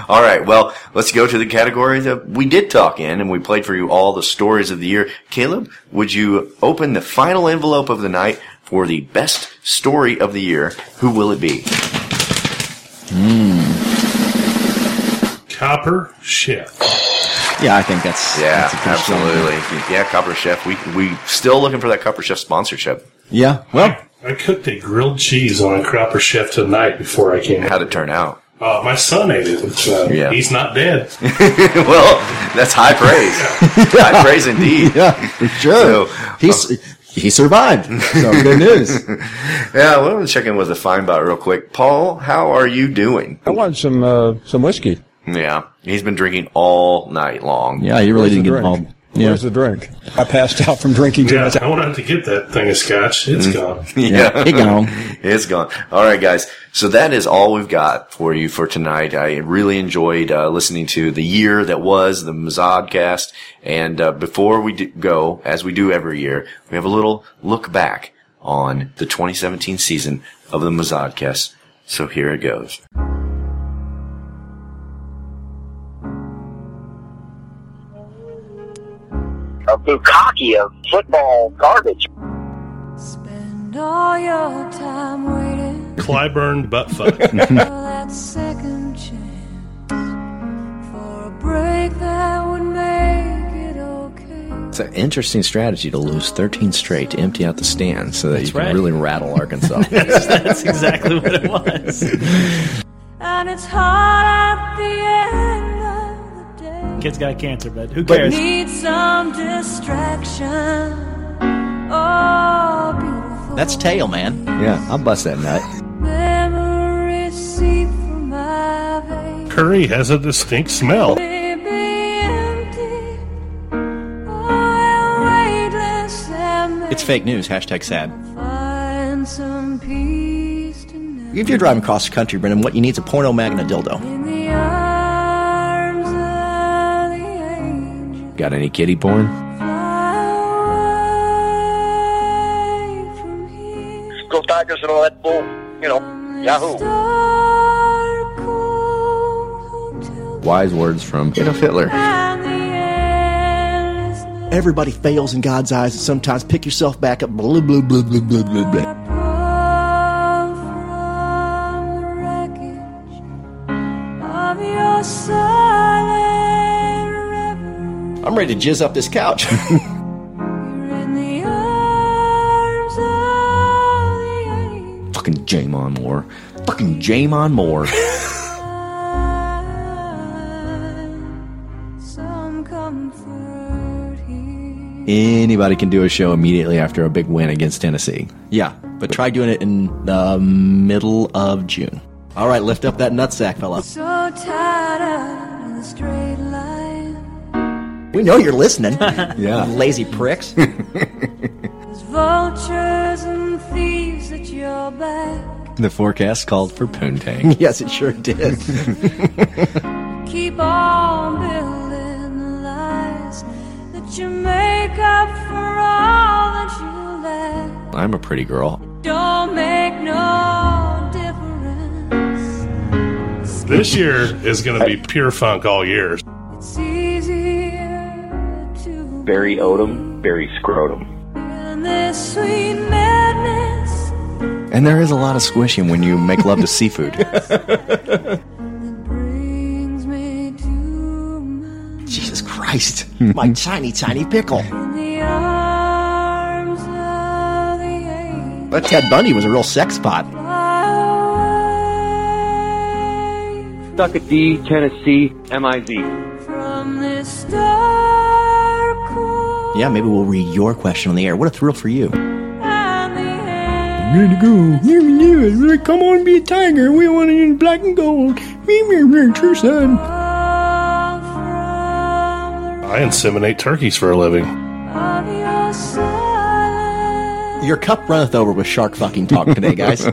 [SPEAKER 2] all right. Well, let's go to the category that we did talk in, and we played for you all the stories of the year. Caleb, would you open the final envelope of the night for the best story of the year? Who will it be?
[SPEAKER 4] Copper shit.
[SPEAKER 3] Yeah, I think that's
[SPEAKER 2] Yeah,
[SPEAKER 3] that's a good shout.
[SPEAKER 2] absolutely. Yeah, Copper Chef. We we still looking for that Copper Chef sponsorship.
[SPEAKER 3] Yeah. Well,
[SPEAKER 4] I cooked a grilled cheese on a Cropper Chef tonight before I came.
[SPEAKER 2] How'd it turn out?
[SPEAKER 4] Uh, my son ate it. So
[SPEAKER 2] Yeah.
[SPEAKER 4] He's not dead.
[SPEAKER 2] well, that's high praise. high praise indeed.
[SPEAKER 3] Yeah, for sure.
[SPEAKER 2] uh,
[SPEAKER 3] He's he survived. So good news.
[SPEAKER 2] Yeah, well, let's check in with the Finebot real quick. Paul, how are you doing?
[SPEAKER 25] I want some uh, some whiskey.
[SPEAKER 2] Yeah, he's been drinking all night long.
[SPEAKER 25] Where's the drink? Where's the drink? I passed out from drinking too
[SPEAKER 4] Yeah,
[SPEAKER 25] much.
[SPEAKER 4] I wanted to get that thing of scotch. It's
[SPEAKER 2] Mm.
[SPEAKER 4] gone.
[SPEAKER 2] Yeah, It's gone. All right, guys. So that is all we've got for you for tonight. I really enjoyed uh, listening to the year that was the Mazodcast. And uh, before we do go, as we do every year, we have a little look back on the 2017 season of the Mazodcast. So here it goes.
[SPEAKER 8] a bukkake of football garbage.
[SPEAKER 11] All your time waiting
[SPEAKER 4] Clyburn butt fuck.
[SPEAKER 11] for that second chance. For a break that would make it okay.
[SPEAKER 10] It's an interesting strategy to lose 13 straight to empty out the stand so that you can
[SPEAKER 11] right.
[SPEAKER 10] really rattle Arkansas.
[SPEAKER 11] That's
[SPEAKER 19] exactly what it was.
[SPEAKER 11] And it's hard at the end.
[SPEAKER 19] Kid's got cancer, but who
[SPEAKER 11] But
[SPEAKER 19] cares?
[SPEAKER 11] need some distraction. Oh, beautiful
[SPEAKER 3] That's tail, man.
[SPEAKER 10] Yeah, I'll bust that nut.
[SPEAKER 11] memories seep from my veins.
[SPEAKER 4] Curry has a distinct smell.
[SPEAKER 11] May be empty, or weightless and may
[SPEAKER 3] It's fake news. Hashtag sad.
[SPEAKER 11] find some peace tonight
[SPEAKER 3] If you're driving across the country, Brendan, what you need is a porno magna dildo.
[SPEAKER 11] in the arms of the angel.
[SPEAKER 10] Got any kitty porn?
[SPEAKER 8] Go back Packers and all that bull, you know, Yahoo.
[SPEAKER 2] Wise words from Hannah Fitler.
[SPEAKER 3] Everybody fails in God's eyes, and sometimes pick yourself back up. Blah, blah, blah, blah, blah, blah, blah.
[SPEAKER 11] of your silent
[SPEAKER 3] I'm ready to jizz up this couch.
[SPEAKER 6] Fucking Jamon Moore. Fucking Jamon Moore.
[SPEAKER 11] some comfort here.
[SPEAKER 10] Anybody can do a show immediately after a big win against Tennessee.
[SPEAKER 3] yeah, but try doing it in the middle of June. All right, lift up that nutsack, fella.
[SPEAKER 11] So tired of the straight line.
[SPEAKER 3] We know you're listening.
[SPEAKER 10] Yeah.
[SPEAKER 3] Lazy pricks.
[SPEAKER 11] There's vultures and thieves at your back.
[SPEAKER 10] The forecast called for Poontang.
[SPEAKER 3] yes, it sure did.
[SPEAKER 11] Keep on building the lies that you make up for all that you lack.
[SPEAKER 10] I'm a pretty girl.
[SPEAKER 11] Don't make no difference.
[SPEAKER 4] This year is going to be pure funk all year.
[SPEAKER 11] It's easier
[SPEAKER 23] Barry Odom, Barry Scrotum.
[SPEAKER 11] than this sweet madness.
[SPEAKER 10] And there is a lot of squishing when you make love to seafood.
[SPEAKER 3] Jesus Christ. My tiny, tiny pickle. But Ted Bundy was a real sex pot.
[SPEAKER 9] Suck a D, Tennessee, M-I-Z.
[SPEAKER 11] From this dark
[SPEAKER 3] Yeah, maybe we'll read your question on the air. What a thrill for you.
[SPEAKER 6] Ready to go. Here we do it. Come on, be a tiger. We want it in black and gold. Me, me, me, true son.
[SPEAKER 4] I inseminate turkeys for a living.
[SPEAKER 11] of your silence.
[SPEAKER 3] Your cup runneth over with shark fucking talk today, guys.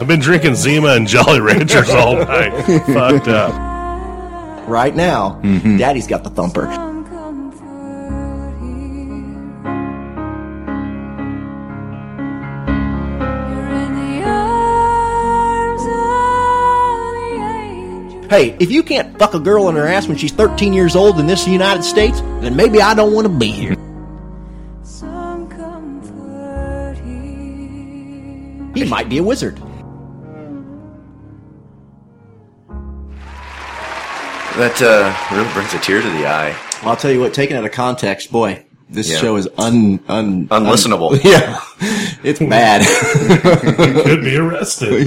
[SPEAKER 4] I've been drinking Zima and Jolly Ranchers all night. Fucked up. Mm-hmm.
[SPEAKER 3] right now, Daddy's got the thumper. Hey, if you can't fuck a girl in her ass when she's 13 years old in this United States, then maybe I don't want to be here. He might be a wizard.
[SPEAKER 2] That uh, really brings a tear to the eye.
[SPEAKER 3] I'll tell you what, taken out of context, boy, this
[SPEAKER 2] Yeah.
[SPEAKER 3] show is un, un
[SPEAKER 2] Unlistenable.
[SPEAKER 3] un- yeah, it's bad.
[SPEAKER 4] Could be arrested.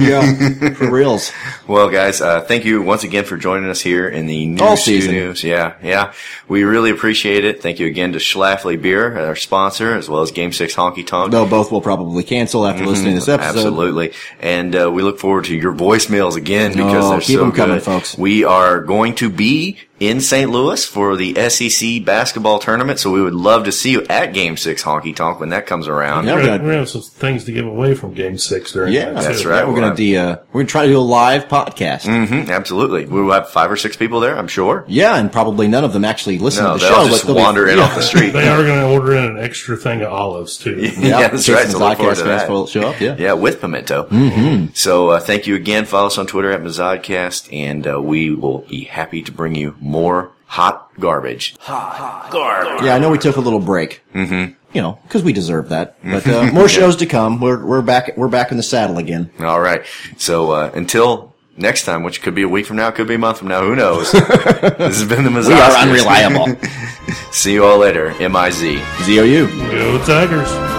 [SPEAKER 3] yeah, for reals.
[SPEAKER 2] Well, guys, uh, thank you once again for joining us here in the new
[SPEAKER 3] All
[SPEAKER 2] Stew
[SPEAKER 3] season.
[SPEAKER 2] news. Yeah, yeah, we really appreciate it. Thank you again to Schlafly Beer, our sponsor, as well as Game Six Honky Tonk. Mm-hmm.
[SPEAKER 3] Though both will probably cancel after listening to this episode.
[SPEAKER 2] Absolutely. And uh, we look forward to your voicemails again because
[SPEAKER 3] Oh,
[SPEAKER 2] they're
[SPEAKER 3] keep
[SPEAKER 2] so
[SPEAKER 3] 'em coming,
[SPEAKER 2] good.
[SPEAKER 3] folks.
[SPEAKER 2] We are going to be in St. Louis for the SEC basketball tournament, so we would love to see you at Game 6 Honky Tonk when that comes around.
[SPEAKER 4] We're gonna- we're gonna have some things to give away from Game Six during.
[SPEAKER 2] Yeah,
[SPEAKER 4] that,
[SPEAKER 2] that's
[SPEAKER 4] too.
[SPEAKER 2] right.
[SPEAKER 3] We're gonna do uh, we're gonna try to do a live podcast.
[SPEAKER 2] hmm absolutely. We will have five or six people there, I'm sure.
[SPEAKER 3] Yeah, and probably none of them actually listen
[SPEAKER 2] No,
[SPEAKER 3] to the
[SPEAKER 2] they'll
[SPEAKER 3] show.
[SPEAKER 2] just
[SPEAKER 3] they'll be-
[SPEAKER 2] wander in
[SPEAKER 3] yeah.
[SPEAKER 2] off the street.
[SPEAKER 4] They are going to order in an extra thing of olives too.
[SPEAKER 2] Yeah, that's right.
[SPEAKER 3] Jason's
[SPEAKER 2] So look forward to
[SPEAKER 3] Podcast
[SPEAKER 2] that.
[SPEAKER 3] fans will show up, yeah. Mm-hmm.
[SPEAKER 2] with pimento. So uh, thank you again. Follow us on Twitter at Mazodcast, and uh, we will be happy to bring you more hot garbage.
[SPEAKER 3] Yeah, I know we took a little break.
[SPEAKER 2] Mm-hmm.
[SPEAKER 3] You know, because we deserve that. But uh, more shows to come. We're we're back we're back in the saddle again.
[SPEAKER 2] All right. So uh, until next time, which could be a week from now, could be a month from now, who knows? this has been the Mazodcast.
[SPEAKER 3] We are unreliable.
[SPEAKER 2] See you all later. M I Z.
[SPEAKER 3] Z O U.
[SPEAKER 4] Go Tigers.